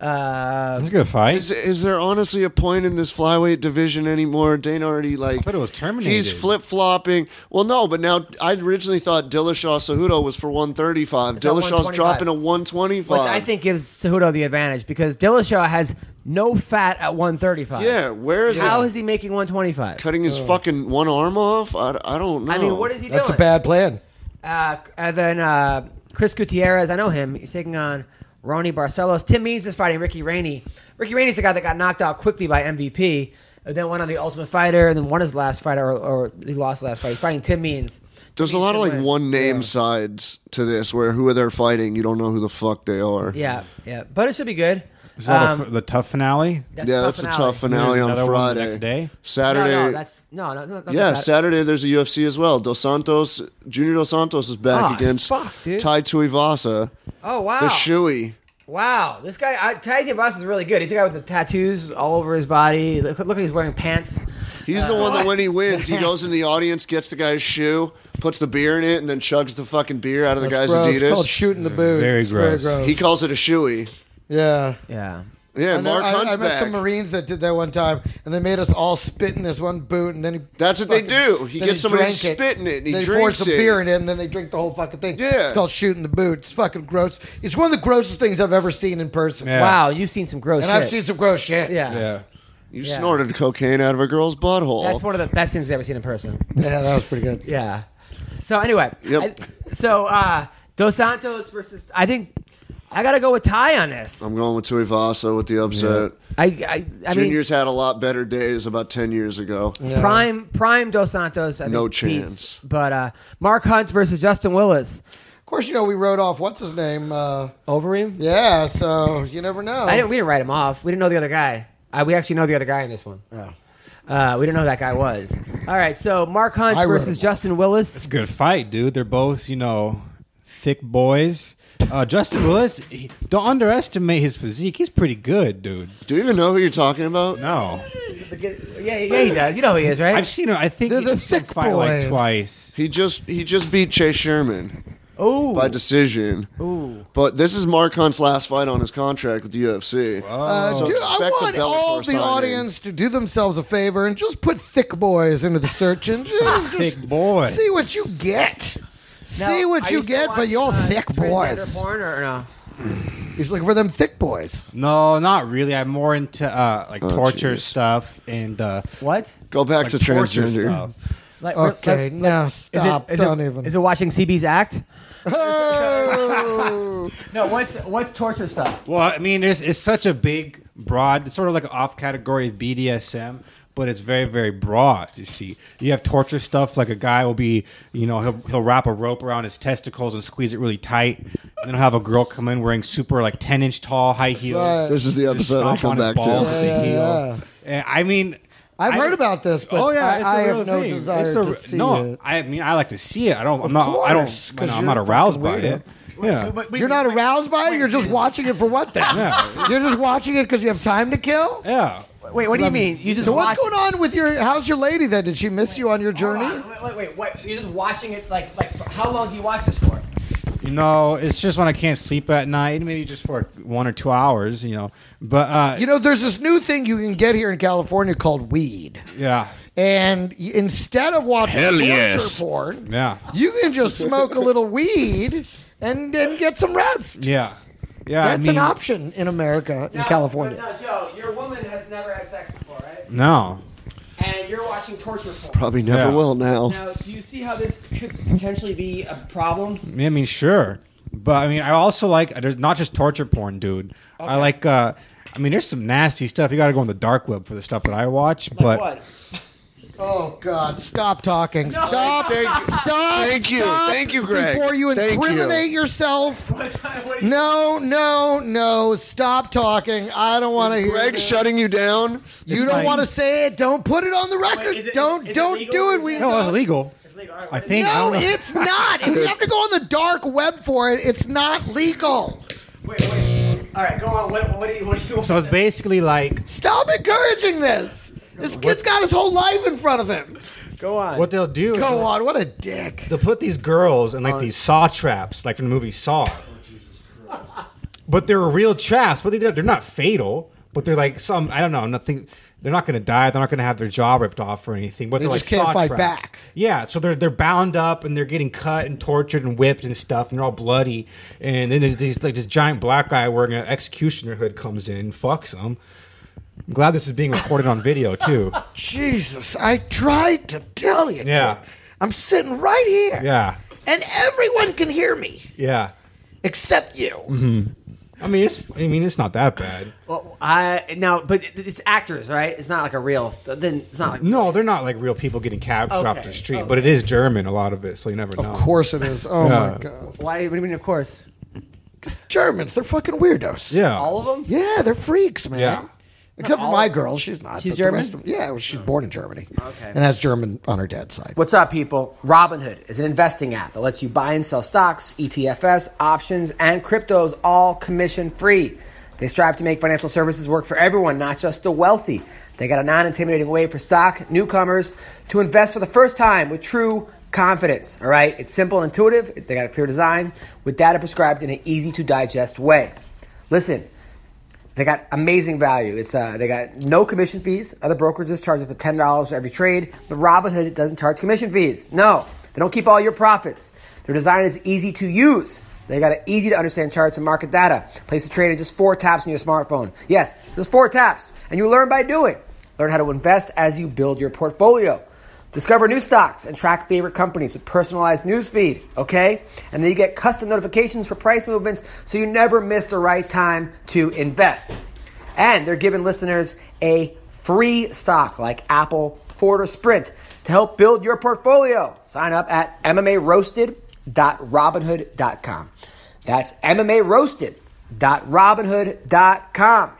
Uh, That's a good fight. Is, is there honestly a point in this flyweight division anymore? Dana already like. thought it was terminated. He's flip flopping. Well, no, but now I originally thought Dillashaw Cejudo was for 135. at Dillashaw's 125. dropping to 125. which I think gives Cejudo the advantage because Dillashaw has no fat at 135. Yeah, where is How it? is he making 125? Cutting his fucking one arm off? I, I don't know. I mean, what is he That's a doing? bad plan. Uh, and then uh, Chris Gutierrez, I know him. He's taking on Ronnie Barcelos. Tim Means is fighting Ricky Rainey. Ricky Rainey's the guy that got knocked out quickly by MVP, and then went on the Ultimate Fighter, and then won his last fight, or, or he lost his last fight. He's fighting Tim Means. There's a Means lot of should like win. one name sides to this where who they're fighting, you don't know who the fuck they are. Yeah, yeah, but it should be good. Is that the Um, f- the tough finale? that's Yeah, the that's a finale. tough finale There's on another one the Friday. next day? No, Saturday. no, that's no, no, no. no Yeah, that's- Saturday there's a UFC as well. Dos Santos, Junior Dos Santos is back Ah, against fuck, dude. Tai Tuivasa, Oh wow, the Ah. shoey. wow, this guy I, Tyson Boss is really good. He's a guy with the tattoos all over his body. Look, look like he's wearing pants. He's the one that [LAUGHS] when he wins, he goes in the audience, gets the guy's shoe, puts the beer in it, and then chugs the fucking beer out of the guy's That's gross. It's called Adidas. shooting the boot. Very It's gross. He calls it a shoey. yeah. Yeah, Yeah, I know- Mark I, Hunt's I met back. some Marines that did that one time, and they made us all spit in this one boot, and then he That's what they fucking- do. He then gets somebody drank to spit in it, and he then pours drinks some it. beer in it, and then they drink the whole fucking thing. Yeah. it's called shooting the boot. It's fucking gross. It's one of the grossest things I've ever seen in person. Yeah. wow, you've seen some gross and shit. I've seen some gross shit. yeah. Yeah. You snorted cocaine out of a girl's butthole. that's one of the best things I've ever seen in person. [LAUGHS] yeah, that was pretty good. Yeah. So anyway, Yep. I- so uh, Dos Santos versus I think I gotta go with Ty on this. I'm going with Tuivasa with the upset. I I, I mean Junior's had a lot better days about 10 years ago. Yeah. prime prime Dos Santos. I think, No beats. chance. But uh, Mark Hunt versus Justin Willis. Of course, you know we wrote off what's his name. Uh, Over him. yeah, so you never know. I didn't. We didn't write him off. We didn't know the other guy. Uh, we actually know the other guy in this one. Oh. Uh, we didn't know who that guy was. All right. So Mark Hunt I wrote versus him off. [LAUGHS] Justin Willis. It's a good fight, dude. They're both, you know, thick boys. Uh, Justin Willis, he, don't underestimate his physique. He's pretty good, dude. Do you even know who you're talking about? No, Yeah, yeah, he does. You know who he is, right? I've seen him. I think They're the he's seen thick fight like boys. twice. He just he just beat Chase Sherman Ooh. by decision. Ooh. But this is Mark Hunt's last fight on his contract with the UFC. Uh, So do- I expect a want Bellator all the signing. audience to do themselves a favor and just put thick boys into the search [LAUGHS] and just, Thick boy. see what you get. Now, see I what you used to get for watch, your uh, thick transgender boys. Porn or, or no? He's looking for them [LAUGHS] thick boys. No, not really. I'm more into uh, like torture jeez. stuff and uh, What? Go back like to torture transgender. stuff. Like, we're- Okay, like- now is it, stop. is Don't it, even. Is it watching CB's [LAUGHS] act? [LAUGHS] Oh. No. What's what's torture stuff? Well, I mean, it's, it's such a big, broad, it's sort of like an off category of BDSM, but it's very, very broad. You see, you have torture stuff like a guy will be, you know, he'll, he'll wrap a rope around his testicles and squeeze it really tight, and then he'll have a girl come in wearing super like ten inch tall high heels. Right. This is the Just episode I'll stomp on come his back balls to. with the heel. yeah. And I mean. I've I- heard about this, but oh yeah, I- it's a I real have no thing. It's desire a- to see no, it. I mean I like to see it. I don't. I'm not. I course, don't. 'cause You know, you're I'm not a aroused by fucking it. Yeah. [LAUGHS] You're not aroused by it. You're just watching it for what then? [LAUGHS] Yeah. You're just watching it because you have time to kill. Yeah. Wait, what do you mean? You just So what's watch- going on with your? How's your lady? Then did she miss you on your Hold journey? on, Wait, wait, wait, what- You're just watching it like like for- how long do you watch this for? You know, it's just when I can't sleep at night, maybe just for one or two hours. You know, but uh, You know, there's this new thing you can get here in California called weed, yeah, and y- instead of watching Hell torture yes. porn, yeah, you can just smoke a little weed and then get some rest. yeah, yeah. I That's mean, an option in America, in No, California. No, no, Joe, your woman has never had sex before, right? No, And you're watching torture porn. Probably never Yeah. will now. Now, do you see how this could potentially be a problem? I mean, I mean, sure, but I mean, I also like there's not just torture porn, dude. I like. uh I mean, there's some nasty stuff. You got to go on the dark web for the stuff that I watch. but what? [LAUGHS] Oh God! Stop talking! Stop! Thank- stop! thank you. stop Thank you, Greg. Before you Thank you. incriminate yourself. What do you- No, no, no! Stop talking! I don't want to hear. Greg this. shutting you down. You don't want to say it. Don't put it on the record. is it- don't is it don't legal do to it. do We that? no, it's legal. It's legal. All right, I what is think. it? I No, don't know. it's not. If you have to go on the dark web for it, it's not legal. Wait, wait. All right, go on. What, what do you what do you want? So it's basically like Stop encouraging this. This kid's got his whole life in front of him. go on. what they'll do. is Go on, what a dick. They'll put these girls in like these saw traps, like from the movie Saw. Oh, But they're real traps. But they don't, they're not fatal. But they're like some I don't know nothing. They're not going to die. They're not going to have their jaw ripped off or anything. But They are just like can't saw fight traps. back. Yeah, so they're they're bound up and they're getting cut and tortured and whipped and stuff, and they're all bloody. And then there's these, like this giant black guy wearing an executioner hood comes in, and fucks them. I'm glad this is being recorded on [LAUGHS] video too. Jesus, I tried to tell you. Yeah. kid. I'm sitting right here. Yeah, And everyone can hear me yeah. except you. I mean, it's I mean, it's not that bad. Well, I now, but it- it's actors, right? It's not like a real. Then it's not like No, they're not like real people getting cabs off Okay, the street, okay. but it is German, a lot of it, so you never know. Of course it is. Oh Yeah. my god. Why? What do you mean? Of course, Germans, they're fucking weirdos. Yeah. all of them. Yeah, they're freaks, man. Yeah. Except for All- my girl, she's not. She's but the German? rest of 'em- yeah, well, she's born in Germany. Okay. And has German on her dad's side. What's up, people? Robinhood is an investing app that lets you buy and sell stocks, E ETFs, options, and cryptos all commission free. They strive to make financial services work for everyone, not just the wealthy. They got a non intimidating way for stock newcomers to invest for the first time with true confidence. All right, it's simple and intuitive. They got a clear design with data prescribed in an easy to digest way. Listen. They got amazing value. It's uh, they got no commission fees. Other brokerages charge up to ten dollars for every trade, but Robinhood doesn't charge commission fees. No, they don't keep all your profits. Their design is easy to use. They got easy to understand charts and market data. Place a trade in just four taps on your smartphone. Yes, just four taps, and you learn by doing. Learn how to invest as you build your portfolio. Discover new stocks and track favorite companies with personalized newsfeed, okay? And then you get custom notifications for price movements so you never miss the right time to invest. And they're giving listeners a free stock like Apple, Ford, or Sprint to help build your portfolio. Sign up at MMARoasted.robinhood.com. That's MMARoasted.robinhood.com.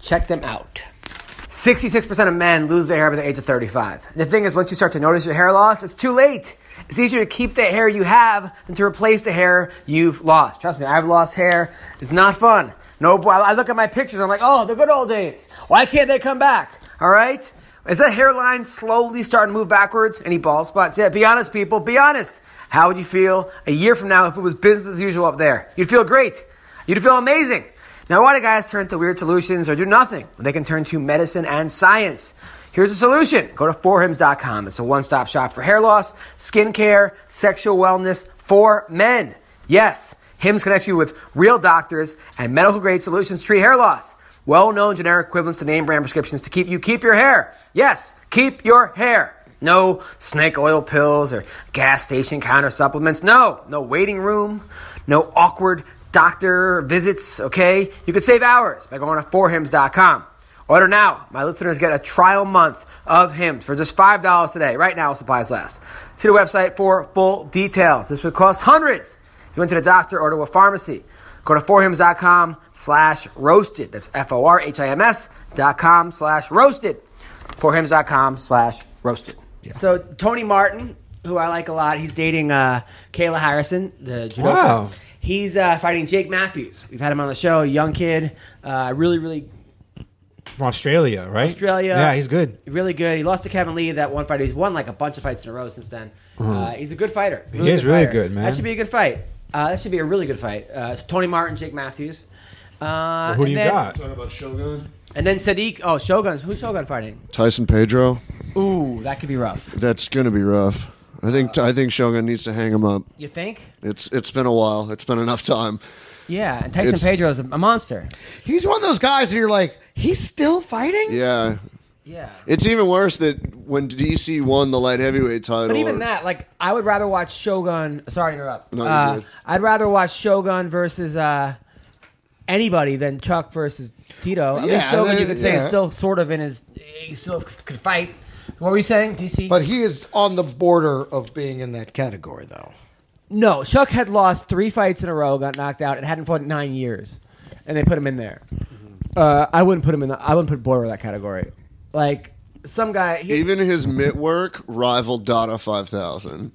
Check them out. 66% of men lose their hair by the age of 35. And the thing is, once you start to notice your hair loss, it's too late. It's easier to keep the hair you have than to replace the hair you've lost. Trust me, I've lost hair. It's not fun. No, boy, I look at my pictures, I'm like, oh, the good old days. Why can't they come back? All right? Is that hairline slowly starting to move backwards? Any bald spots? Yeah, be honest, people. Be honest. How would you feel a year from now if it was business as usual up there? You'd feel great. You'd feel amazing. Now, why do guys turn to weird solutions or do nothing? They can turn to medicine and science. Here's a solution. Go to forhims.com. It's a one-stop shop for hair loss, skincare, sexual wellness for men. Yes, Hims connects you with real doctors and medical-grade solutions to treat hair loss. Well-known generic equivalents to name brand prescriptions to keep you keep your hair. Yes, keep your hair. No snake oil pills or gas station counter supplements. No, no waiting room, no awkward doctor visits, okay? You could save hours by going to forhims.com. Order now. My listeners get a trial month of Hims for just $5 today, right now, while supplies last. See the website for full details. This would cost hundreds. If you went to the doctor or to a pharmacy. Go to forhims.com slash roasted. That's F-O-R-H-I-M-S dot com slash roasted. Forhims.com slash roasted. So Tony Martin, who I like a lot, he's dating uh, Kayla Harrison, the judoka. Wow. He's uh, fighting Jake Matthews. We've had him on the show, young kid, uh, really, really From Australia, right? Australia. Yeah, he's good. really good. He lost to Kevin Lee that one fight. He's won like a bunch of fights in a row since then. Uh, he's a good fighter. Uh-huh. He is really fighter. good, man. That should be a good fight. Uh, that should be a really good fight. Uh, Tony Martin, Jake Matthews. Uh, Who do and you then, got? Talking about Shogun. And then Sadiq. Oh, Shogun's. Who's Shogun fighting? Tyson Pedro. Ooh, that could be rough. That's gonna be rough. I think I think Shogun needs to hang him up. You think? It's it's been a while. It's been enough time. Yeah, and Tyson It's- Pedro's a, a monster. He's one of those guys that you're like, he's still fighting. Yeah. Yeah. It's even worse that when DC won the light heavyweight title. But even or- that, like, I would rather watch Shogun. Sorry to interrupt. No, you're uh, good. I'd rather watch Shogun versus uh, anybody than Chuck versus Tito. At least Yeah, Shogun, they- you could say, is yeah. still sort of in his. He still c- could fight. What were you saying, DC? But he is on the border of being in that category, though. no, Chuck had lost three fights in a row, got knocked out, and hadn't fought in nine years, and they put him in there. Mm-hmm. Uh, I wouldn't put him in. The, I wouldn't put Border in that category. Like some guy. He, Even his mitt work rivaled Dada 5000.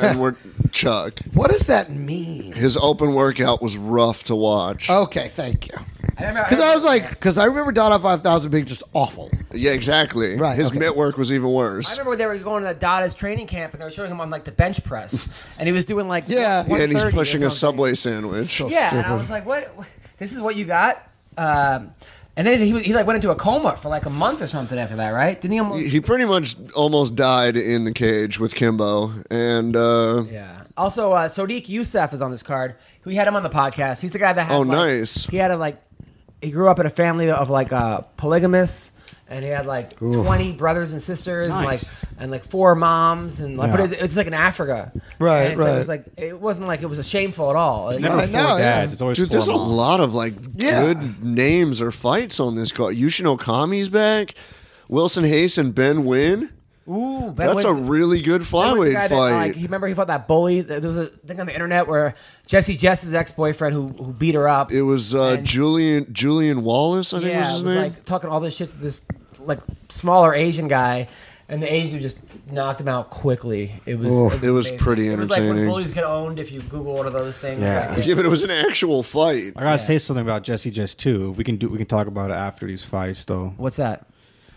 and we're Chuck. What does that mean? His open workout was rough to watch. Okay, thank you. remember- Because I was like, because I remember Dada Five Thousand being just awful. Yeah, exactly. Right, His okay. mitt work was even I worse. remember when they were going to the Dada's training camp and they were showing him on like the bench press, and he was doing like Yeah. Yeah, and he's 130 or pushing a something. Subway sandwich. Yeah, and I was like, what? what- This is what you got? Um, and then he, was- he like went into a coma for like a month or something after that, right? Didn't he almost? He pretty much almost died in the cage with Kimbo. And, uh, Yeah. Also, uh, Sadiq Youssef is on this card. We had him on the podcast. He's the guy that had Oh, like- nice. He had a like he grew up in a family of like uh, polygamists. And he had like twenty brothers and sisters, Nice. and like and like four moms, and like, Yeah. but it, it's like in Africa, And Right, it's like- it right. was like it wasn't like it was shameful at all. Like, Never Right four now, yeah. dads. It's always Dude, four there's a moms. lot of like Yeah. good names or fights on this card. Yushino Kami's back, Wilson Hayes and Ben Wynn. Ooh, Ben That's a Winston- really good There was a guy flyweight that, like, fight. he remember he fought that bully. There was a thing on the internet where Jesse Jess's ex boyfriend who who beat her up. it was uh, and- Julian Julian Wallace, I think yeah, was his it was, name. like talking all this shit to this like smaller Asian guy, and the Asian just knocked him out quickly. It was it was amazing. pretty It was like when entertaining. bullies get owned if you Google one of those things. Yeah. Like, [LAUGHS] yeah, but it was an actual fight. I gotta say something about Jesse Jess too. We can do. We can talk about it after these fights, though. What's that?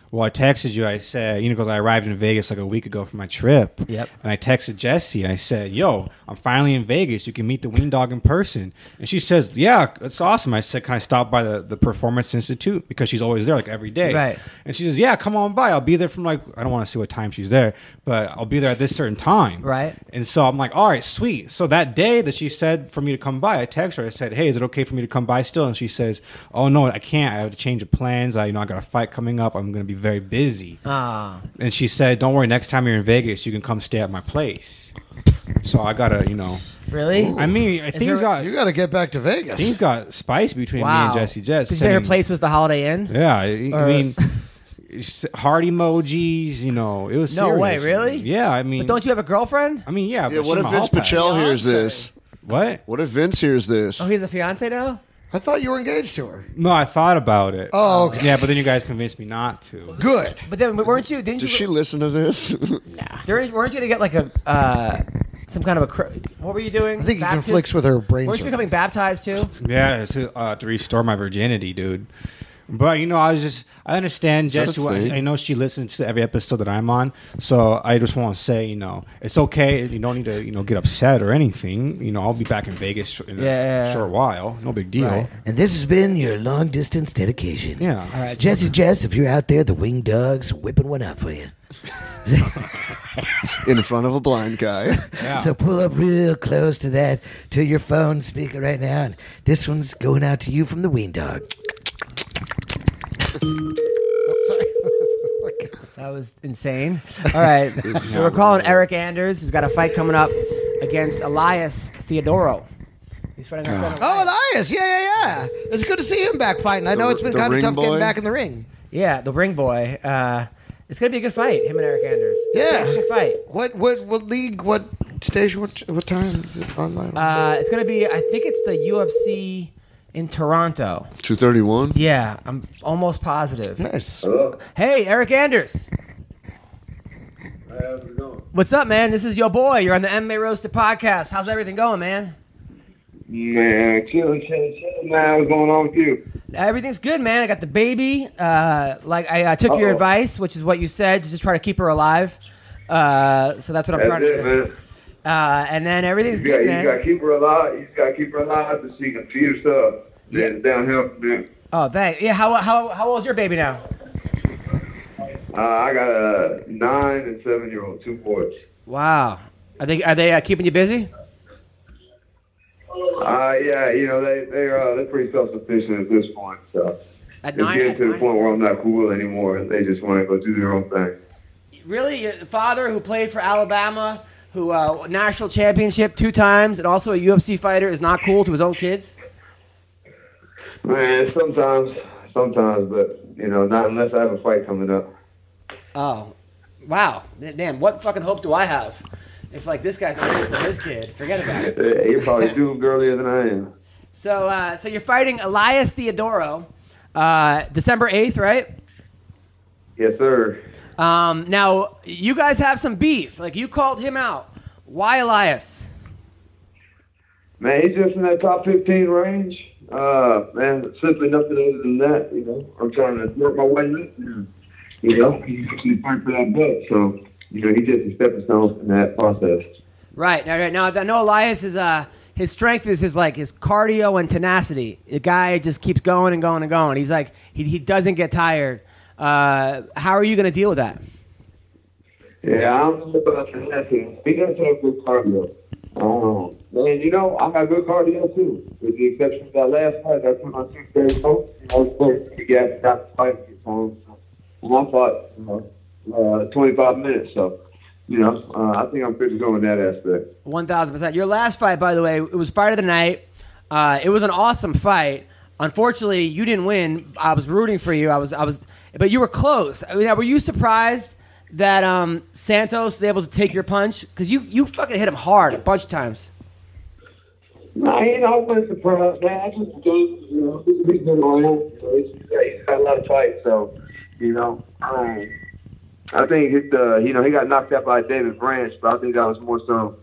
Well, I texted you. I said, you know, because I arrived in Vegas like a week ago from my trip. Yep. And I texted Jesse. I said, "Yo, I'm finally in Vegas. You can meet the Ween Dog in person." And she says, "Yeah, it's awesome." I said, "Can I stop by the, the Performance Institute because she's always there, like every day?" Right. And she says, "Yeah, come on by. I'll be there from like I don't want to see what time she's there, but I'll be there at this certain time." Right. And so I'm like, all right, sweet. So that day that she said for me to come by, I text her. I said, hey, is it okay for me to come by still? And she says, oh no, I can't. I have to change of plans. I, you know, I got a fight coming up. I'm going to be very busy. Ah, And she said, don't worry. Next time you're in Vegas, you can come stay at my place. So I gotta, you know. really? I mean, things there- got You got to get back to Vegas. things got spicy between me wow. and Jesse Jess. Did you say her sending- place was the Holiday Inn? Yeah, I, Or- [LAUGHS] I mean, heart emojis. You know, it was No way, serious. really? Yeah, I mean, But don't you have a girlfriend? I mean, yeah. Yeah, what but she's if my Vince hall pass. Pichel hears this? What? What if Vince hears this? Oh, he's Oh, a fiance now. I thought you were engaged to her. No, I thought about it. Um, Oh, okay. yeah, but then you guys convinced me not to. Good. But then weren't you? Didn't Does you? she listen to this? [LAUGHS] There, weren't you to get like a uh, some kind of a? cr- What were you doing? I think it conflicts with her brain Weren't you circuit. becoming baptized too? Yeah, it's, uh, to restore my virginity, dude. But you know, I was just—I understand that Jess. a who I, thing? I know she listens to every episode that I'm on, so I just want to say, you know, it's okay. You don't need to, you know, get upset or anything. You know, I'll be back in Vegas in a Yeah, yeah, short while. No big deal. Right. And this has been your long distance dedication. Yeah. All right. Jesse Jess, if you're out there, the winged dog's whipping one up for you. In front of a blind guy. Yeah. So pull up real close to that, to your phone speaker right now. And this one's going out to you from the winged dog. That was insane. All right. so we're calling Eric Anders. He's got a fight coming up against Elias Theodoro. He's fighting our friend. Oh, Elias. Yeah, yeah, yeah. It's good to see him back fighting. I know The- it's been the kind of ring tough boy? getting back in the ring. Yeah, the ring boy. Uh, it's gonna be a good fight. Him and Eric Anders. It's an Yeah. interesting fight. What what what league? What station? What what time is it online? Uh, it's gonna be. I think it's the UFC in Toronto. 231? Yeah, I'm almost positive. nice. Hey, Eric Anders. How's it going? What's up, man? This is your boy. You're on the MMA Roasted podcast. How's everything going, man? Man, chilling, chilling, chilling, man. What's going on with you? Everything's good, man. I got the baby. Uh, like I, I took your Uh-oh. advice, which is what you said, to just try to keep her alive. Uh, so that's what I'm That's trying to it, do. man. Uh, and then everything's You got, good, you got to man. keep her alive. You got to keep her alive so she can feed herself. Then it's downhill from there. Oh, thanks. Yeah, how how how old's your baby now? Uh, I got a nine and seven year old, two boys. Wow. Are they are they uh, keeping you busy? Uh, yeah, you know they they're uh, they're pretty self sufficient at this point. So At it's nine- getting at to the nine point and where I'm not cool anymore. They just want to go do their own thing. Really, your father who played for Alabama, who uh, national championship two times, and also a UFC fighter, is not cool to his own kids. Man, sometimes, sometimes, but you know, not unless I have a fight coming up. Oh, wow. Damn, what fucking hope do I have? If like this guy's not good for his kid, forget about it. Uh, You're probably too girlier than I am. So, uh, so you're fighting Elias Theodoro, uh, December eighth, right? Yes, sir. Um, now you guys have some beef. Like you called him out. Why Elias? Man, he's just in that top 15 range. Uh, man, simply nothing other than that. You know, I'm trying to work my way up. and, You know, he's actually fighting for that belt, so you know, he's just a stepping stone in that process. Right now, right now, I know Elias is uh, his strength is his like his cardio and tenacity. The guy just keeps going and going and going. He's like he he doesn't get tired. Uh, how are you going to deal with that? Yeah, I don't know about the lesson. He does have good cardio. Um, man, you know, I got good cardio too, with the exception of that last fight. I put on six days post, and I was supposed to get that fight gets home. So, and I fought, you know, uh, 25 minutes. So, you know, uh, I think I'm good to go in that aspect. One thousand percent. Your last fight, by the way, it was fight of the night. Uh, it was an awesome fight. Unfortunately, you didn't win. I was rooting for you. I was, I was, but you were close. I mean, now, were you surprised that um, Santos was able to take your punch? Because you, you fucking hit him hard a bunch of times. Nah, you know, I wasn't surprised, man. I just enjoyed, you know, he's been around. So he's, he's got a lot of fights, so, you know, um, I think hit the, you know, he got knocked out by David Branch, but I think that was more so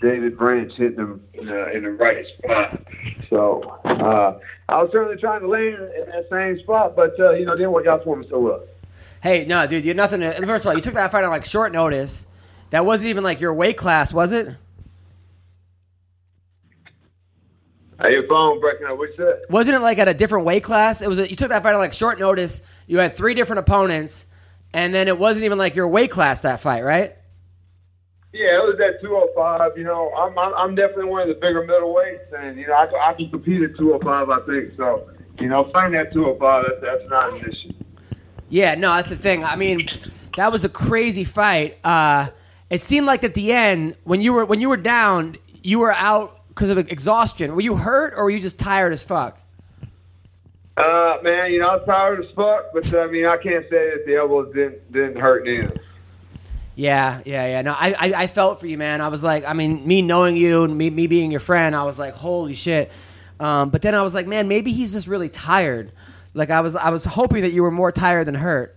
David Branch hitting him in the, in the right spot. So, uh, I was certainly trying to land in that same spot, but, uh, you know, didn't work out for him so well. Hey, no, dude, you had nothing. To, first of all, you took that fight on like short notice. That wasn't even like your weight class, was it? Hey, your phone breaking up. What's that? Wasn't it like at a different weight class? It was. A, you took that fight on like short notice. You had three different opponents, and then it wasn't even like your weight class that fight, right? Yeah, it was at 205. You know, I'm I'm, I'm definitely one of the bigger middleweights, and you know, I I can compete at 205. I think so. You know, fighting at 205, that's, that's not an issue. Yeah, no, that's the thing. I mean, that was a crazy fight. Uh, it seemed like at the end when you were when you were down, you were out because of exhaustion. Were you hurt or were you just tired as fuck? Uh, man, you know, I'm tired as fuck, but I mean, I can't say that the elbows didn't didn't hurt neither. Yeah, yeah, yeah. No, I, I, I felt for you, man. I was like, I mean, me knowing you and me, me being your friend, I was like, holy shit. Um, but then I was like, man, maybe he's just really tired. Like I was, I was hoping that you were more tired than hurt.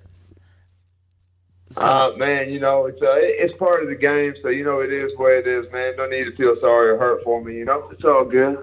Uh, man, you know it's uh, it- it's part of the game, so you know it is what it is, man. Don't need to feel sorry or hurt for me, you know. It's all good.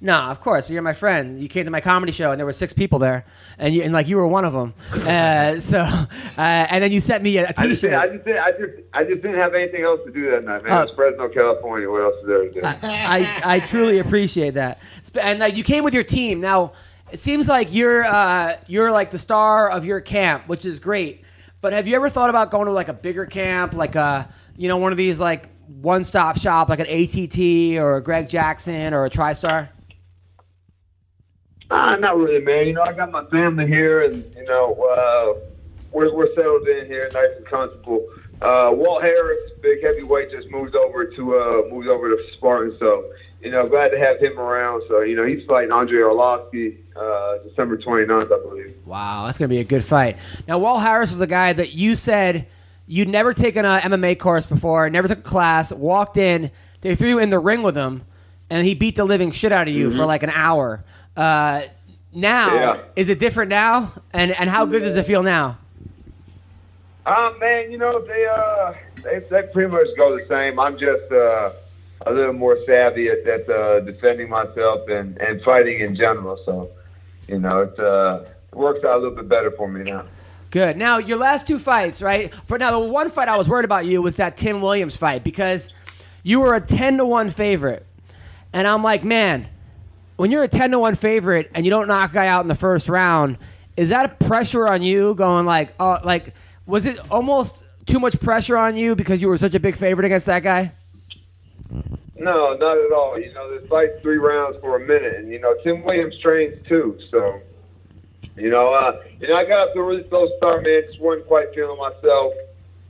Nah, of course. But you're my friend. You came to my comedy show, and there were six people there, and you and like you were one of them. Uh, [LAUGHS] so, uh, and then you sent me a a I T-shirt. just, didn't- I just, didn't- I just, I just didn't have anything else to do that night, man. Uh, it's Fresno, California. What else is there to do? I, I truly appreciate that. Sp- And like you came with your team. Now it seems like you're uh, you're like the star of your camp, which is great. But have you ever thought about going to like a bigger camp, like a you know one of these like one stop shop, like an ATT or a Greg Jackson or a TriStar? Ah, not really, man. You know, I got my family here, and you know, uh, we're we're settled in here, nice and comfortable. Uh, Walt Harris, big heavyweight, just moved over to uh, moved over to Spartan, so you know, glad to have him around. So you know, he's fighting Andre Orlovsky uh, December 29th, I believe. Wow, that's gonna be a good fight. Now, Walt Harris was a guy that you said you'd never taken a MMA course before, never took a class, walked in, they threw you in the ring with him, and he beat the living shit out of you for like an hour. Uh, now, Yeah. is it different now? And and how good does it feel now? Uh, man, you know they uh they they pretty much go the same. I'm just uh, a little more savvy at, at uh, defending myself and and fighting in general. So you know it uh, it works out a little bit better for me now. Good. Now, your last two fights, right? For now, the one fight I was worried about you was that Tim Williams fight because you were a 10 to 1 favorite. And I'm like, man, when you're a 10 to 1 favorite and you don't knock a guy out in the first round, is that a pressure on you going like, oh, like, was it almost too much pressure on you because you were such a big favorite against that guy? No, not at all. You know, this fight's three rounds for a minute, and you know Tim Williams trains too. So, you know, uh, you know, I got up to a really slow start, man. Just wasn't quite feeling myself.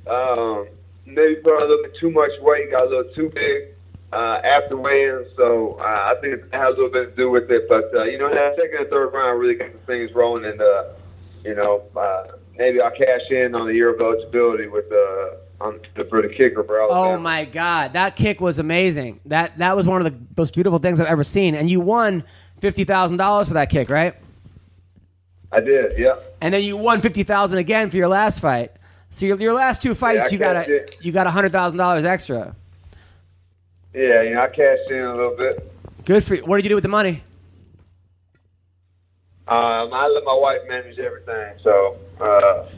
Um, maybe put on a little bit too much weight, got a little too big uh, after weighing. So uh, I think it has a little bit to do with it. But uh, you know, that second and third round really got the things rolling, and uh, you know, uh, maybe I'll cash in on the year of eligibility with uh, on the, for the kicker, bro. Oh my god, that kick was amazing. That that was one of the most beautiful things I've ever seen. And you won fifty thousand dollars for that kick, right? I did, yeah. and then you won fifty thousand again for your last fight. So your, your last two fights, I you got cashed a, it. you got hundred thousand dollars extra. Yeah, you know, I cashed in a little bit. Good for you. What did you do with the money? Um, I let my wife manage everything, so [LAUGHS] uh,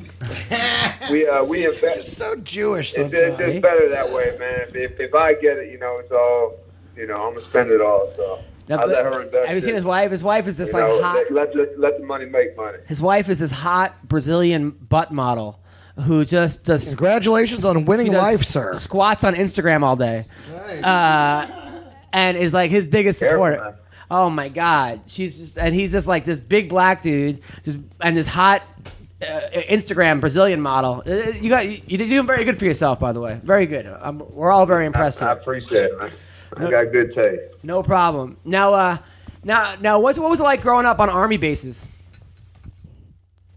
we uh, we invest. So Jewish It's, it's sometimes. just better that way, man. If, if I get it, you know, it's all you know. I'm gonna spend it all. So Now, I let but- her invest. have you seen it, his wife? His wife is this you like know, hot. let, let, let, let the money make money. His wife is this hot Brazilian butt model who just does Congratulations on winning she does life, sir. Squats on Instagram all day, uh, and is like his biggest Careful, supporter. man. Oh my god, she's just and he's just like this big black dude, just and this hot uh, Instagram Brazilian model. Uh, You got you, you're doing very good for yourself, by the way. Very good. Um we're all very impressed. I here. appreciate it, man. I got good taste. No problem. Now, uh, now, now, what's, what was it like growing up on army bases?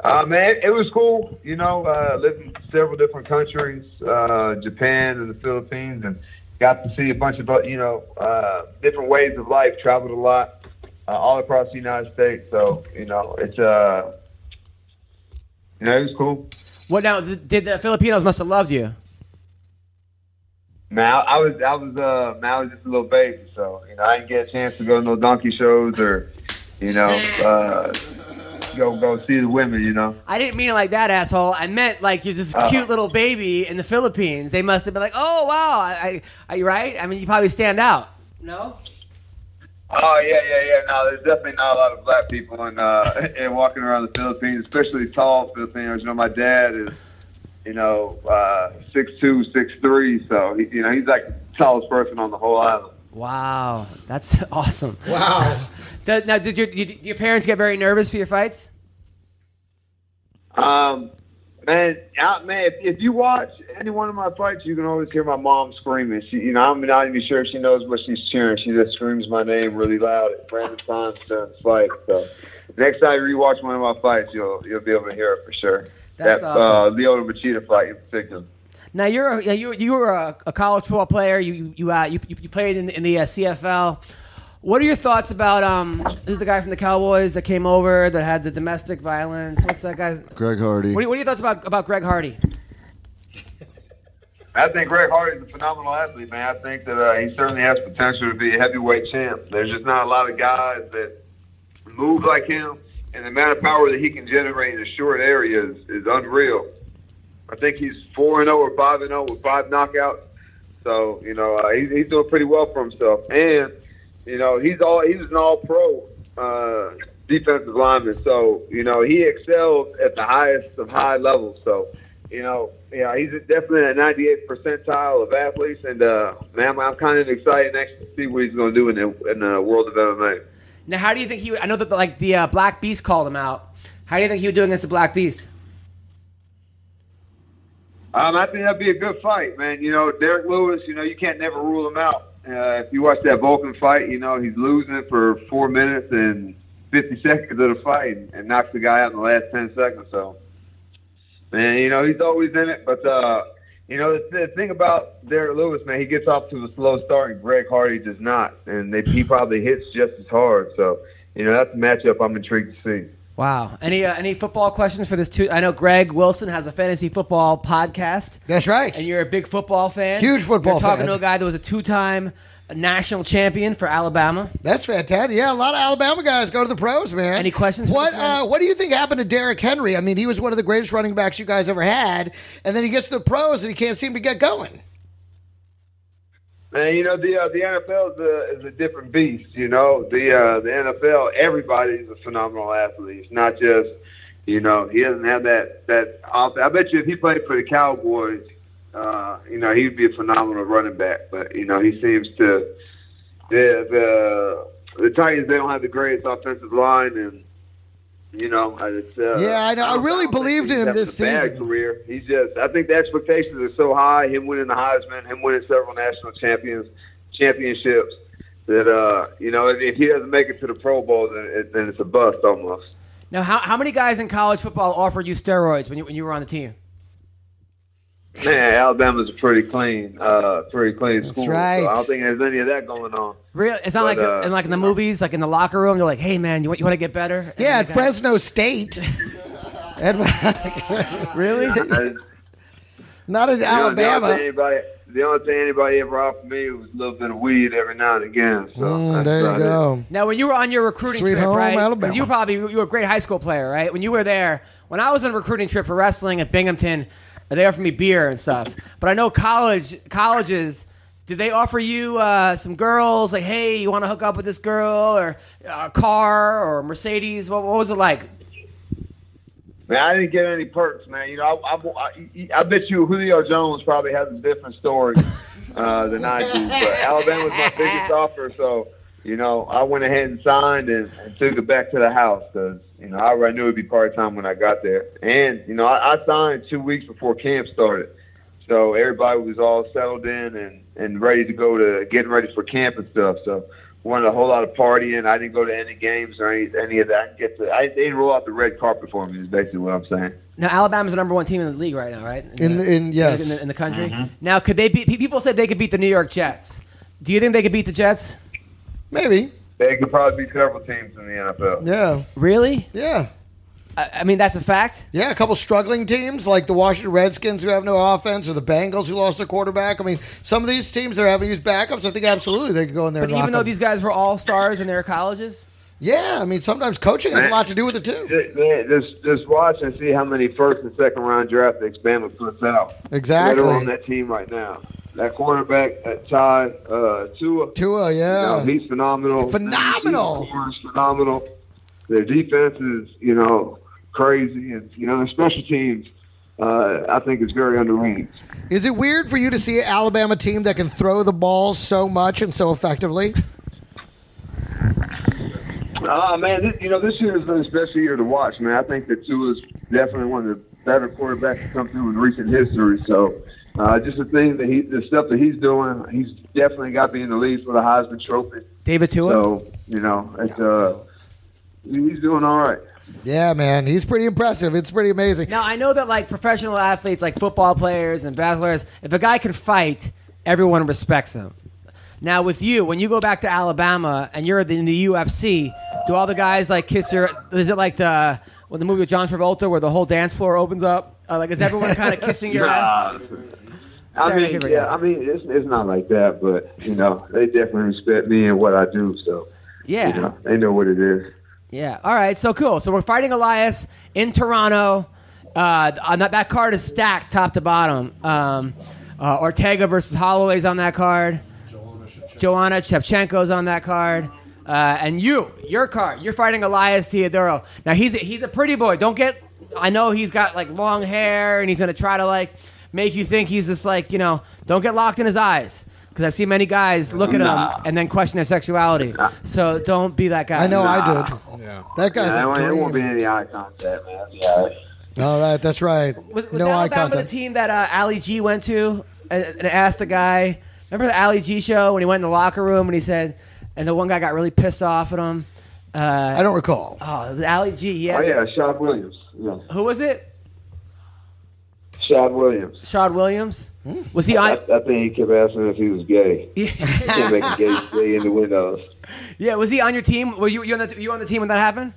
Uh, man, it was cool. You know, uh, lived in several different countries, uh, Japan and the Philippines, and got to see a bunch of you know uh, different ways of life. Traveled a lot, uh, all across the United States. So you know, it's uh, you know, it was cool. What now? th- Did the Filipinos must have loved you? Man, I, I was I was uh, man, I was just a little baby, so you know, I didn't get a chance to go to no donkey shows or you know, uh, go go see the women. You know. I didn't mean it like that, asshole. I meant like you're just a Uh. cute little baby in the Philippines. They must have been like, oh wow, I, I, I right? I mean, you probably stand out. No. Oh yeah, yeah, yeah. No, there's definitely not a lot of black people in uh [LAUGHS] in walking around the Philippines, especially tall Filipinos. You know, my dad is, you know, uh six two, six three, so he, you know he's like the tallest person on the whole island. Wow, that's [LAUGHS] awesome. Wow. [LAUGHS] Does, now, did your did your parents get very nervous for your fights? Um, man, I, man, if, if you watch any one of my fights, you can always hear my mom screaming. She, you know, I'm not even sure if she knows what she's cheering. She just screams my name really loud at random times during the fight. So next time you rewatch one of my fights, you'll you'll be able to hear it for sure. That's that, awesome. Uh, Leo Machida fight in particular. Now you're a, you you were a, a college football player. You you uh, you, you played in, in the uh, CFL. What are your thoughts about um? Who's the guy from the Cowboys that came over that had the domestic violence? What's that guy's? What Greg Hardy. are, what are your thoughts about about Greg Hardy? I think Greg Hardy's a phenomenal athlete, man. I think that uh, he certainly has potential to be a heavyweight champ. There's just not a lot of guys that move like him, and the amount of power that he can generate in a short area is, is unreal. I think he's four and zero or five and zero with five knockouts. So you know uh, he's, he's doing pretty well for himself, and you know he's all he's an all pro uh, defensive lineman. So you know he excels at the highest of high levels. So you know yeah he's definitely at 98th percentile of athletes, and uh, man, I'm kind of excited next to see what he's going to do in the, in the world of MMA. Now, how do you think he? I know that like the uh, Black Beast called him out. How do you think he would do against the Black Beast? Um, I think that'd be a good fight, man. You know, Derek Lewis. You know, you can't never rule him out. Uh, if you watch that Vulcan fight, you know he's losing for four minutes and fifty [LAUGHS] seconds of the fight, and, and knocks the guy out in the last ten seconds. So, man, you know he's always in it. But uh, you know the, the thing about Derek Lewis, man, he gets off to a slow start, and Greg Hardy does not, and they, he probably hits just as hard. So, you know that's a matchup I'm intrigued to see. Wow. Any uh, any football questions for this? Two. I know Greg Wilson has a fantasy football podcast. That's right. and you're a big football fan. Huge football You're talking fan. to a guy that was a two-time national champion for Alabama. That's fantastic. Yeah, a lot of Alabama guys go to the pros, man. Any questions for What this man? uh, What do you think happened to Derrick Henry? I mean, he was one of the greatest running backs you guys ever had, and then he gets to the pros and he can't seem to get going. Man, you know the uh, the NFL is a is a different beast. You know the uh, the NFL, everybody's a phenomenal athlete. It's not just you know he doesn't have that that. Off- I bet you if he played for the Cowboys, uh, you know he'd be a phenomenal running back. But you know he seems to the the the Titans they don't have the greatest offensive line and. You know, it's, uh, Yeah, I know. I don't- really don't think believed he's in him having this a bad season. career. He's just, I think the expectations are so high. Him winning the Heisman, him winning several national champions, championships. That uh, you know, if, if he doesn't make it to the Pro Bowl, then, it, then it's a bust almost. Now, how, how many guys in college football offered you steroids when you, when you were on the team? Man, Alabama's a pretty clean, uh, pretty clean school. so right. I don't think there's any of that going on. Real? It's not like But, uh, in like in the you know. movies, like in the locker room. They're like, "Hey, man, you want you want to get better?" And then Yeah, the at guy- [LAUGHS] Fresno State. At- Really? And not in The only, thing Alabama. anybody, the only thing anybody ever offered me was a little bit of weed every now and again. So Mm, that's there you about it. go. Now, when you were on your recruiting Sweet trip, home, right? 'cause Alabama. You were probably you were a great high school player, right? When you were there, when I was on a recruiting trip for wrestling at Binghamton, they offered me beer and stuff. But I know college colleges. Did they offer you uh, some girls? Like, hey, you want to hook up with this girl, or uh, a car, or a Mercedes? What, what was it like? Man, I didn't get any perks, man. You know, I, I, I, I bet you Julio Jones probably has a different story uh, than I do. But Alabama's my biggest offer, so you know, I went ahead and signed and, and took it back to the house because you know I already knew it'd be part time when I got there. And you know, I, I signed two weeks before camp started, so everybody was all settled in and and ready to go to getting ready for camp and stuff. So. Wanted a whole lot of partying. I didn't go to any games or any any of that. I didn't get to. I, they didn't roll out the red carpet for me. Is basically what I'm saying. Now Alabama's the number one team in the league right now, right? In the- in- yes. Mm-hmm. in the, in the country. Now, could they beat? pe- People said they could beat the New York Jets. Do you think they could beat the Jets? Maybe. They could probably be several teams in the NFL. Yeah. Really? Yeah. I, I mean, that's a fact. Yeah, a couple struggling teams like the Washington Redskins who have no offense or the Bengals who lost their quarterback. I mean, some of these teams that are having to use backups, I think absolutely they could go in there But and rock even though 'em. these guys were all stars in their colleges, Yeah, I mean, sometimes coaching has a lot to do with it too. Just, man, just just watch and see how many first and second round draft picks Bama puts out. Exactly. They're on that team right now. That cornerback, that Ty uh, Tua. Tua, yeah. You know, he's phenomenal. Phenomenal. He's phenomenal. Their defense is, you know, crazy, and you know their special teams. Uh, I think is very underrated. Is it weird for you to see an Alabama team that can throw the ball so much and so effectively? Ah man, this, you know this year has been a special year to watch, man. I think that Tua's definitely one of the better quarterbacks to come through in recent history. So, uh, just the thing that he, the stuff that he's doing, he's definitely got to be in the lead for the Heisman Trophy. David Tua. So, you know, it's, uh, he's doing all right. Yeah, man, he's pretty impressive. It's pretty amazing. Now I know that like professional athletes, like football players and basketball players, if a guy can fight, everyone respects him. Now with you, when you go back to Alabama and you're in the UFC, do all the guys like kiss your? Is it like the well, the movie with John Travolta where the whole dance floor opens up? Uh, like [LAUGHS] is everyone kind of kissing your ass? Nah. I Sorry, I mean, keep yeah, forgetting. I mean, it's, it's not like that, but you know, they definitely respect me and what I do, so Yeah. you know, they know what it is. Yeah. All right. So cool. So we're fighting Elias in Toronto. Uh, on that, that card is stacked top to bottom. Um, uh, Ortega versus Holloway's on that card. Joanna Shevchenko's on that card. Uh, and you, your card, you're fighting Elias Teodoro. Now he's a, he's a pretty boy. Don't get. I know he's got like long hair, and he's gonna try to like make you think he's just like you know. Don't get locked in his eyes, because I've seen many guys look at Nah. him and then question their sexuality. So don't be that guy. I know I did. Yeah. That guy's Yeah, a there won't be dream. any eye contact, man. Yeah. All right, that's right. Was, was no eye Alabama contact. the team that uh, Ali G went to and, and asked the guy? Remember the Ali G show when he went in the locker room and he said, and the one guy got really pissed off at him. I don't recall. Oh, the Ali G. He Oh asked- yeah, Shad Williams. Yeah, Who was it? Shad Williams. Shad Williams. Was he I, on? I think he kept asking if he was [LAUGHS] gay. He kept making gay stay in the windows. Yeah, was he on your team? Were you you on the, you on the team when that happened?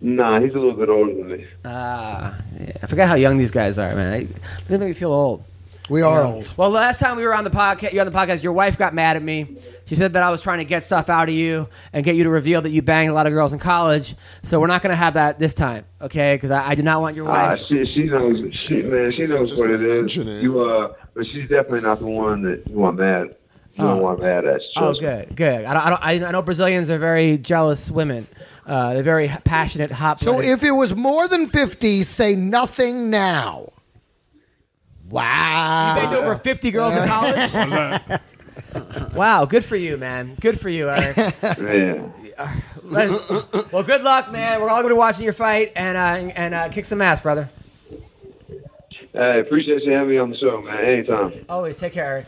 Nah, he's a little bit older than me. Ah, yeah. I forgot how young these guys are, man. I, they make me feel old. We are old. Well, last time we were on the podcast, you on the podcast, your wife got mad at me. She said that I was trying to get stuff out of you and get you to reveal that you banged a lot of girls in college. So we're not going to have that this time, okay? Because I, I do not want your Ah, wife. she she knows. She man, she knows Just what it is. mention it. You uh, but she's definitely not the one that you want mad. You don't want mad at. trust [LAUGHS] Oh, me. good, good. I, don't, I, don't, I- I know Brazilians are very jealous women. Uh, they're very passionate, hot. So if it was more than 50, say nothing now. Wow. banged over 50 girls uh, in [LAUGHS] college, wow, good for you, man. Good for you, Eric. Uh, Man. Let's- well, good luck, man. We're all going to be watching your fight and uh, and- and uh, kick some ass, brother. Hey, appreciate you having me on the show, man. Anytime. Always take care, Eric.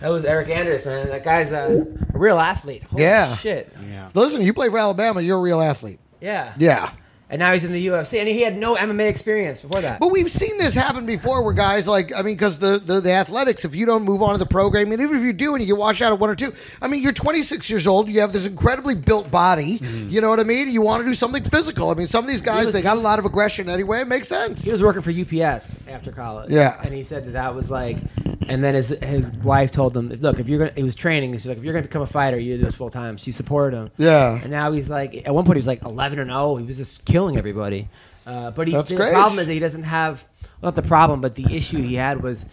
That was Eric Anders, man. That guy's a real athlete. Holy Yeah. shit. Listen, you play for Alabama, you're a real athlete. Yeah. Yeah. And now he's in the UFC, and he had no MMA experience before that. But we've seen this happen before where guys like, I mean, because the, the, the athletics, if you don't move on to the program, and even if you do and you get washed out at one or two, I mean, you're 26 years old, you have this incredibly built body, Mm-hmm. you know what I mean? You want to do something physical. I mean, some of these guys, they got a lot of aggression anyway. It makes sense. He was working for UPS after college. Yeah. And he said that that was like, and then his his wife told him, look, if you're gonna, he was training. She's like, if you're gonna become a fighter, you do this full time. She supported him. Yeah. And now he's like, at one point he was like 11 and 0. He was just killing everybody. Uh, but he, That's the great. problem is that he doesn't have well, not the problem, but the issue he had was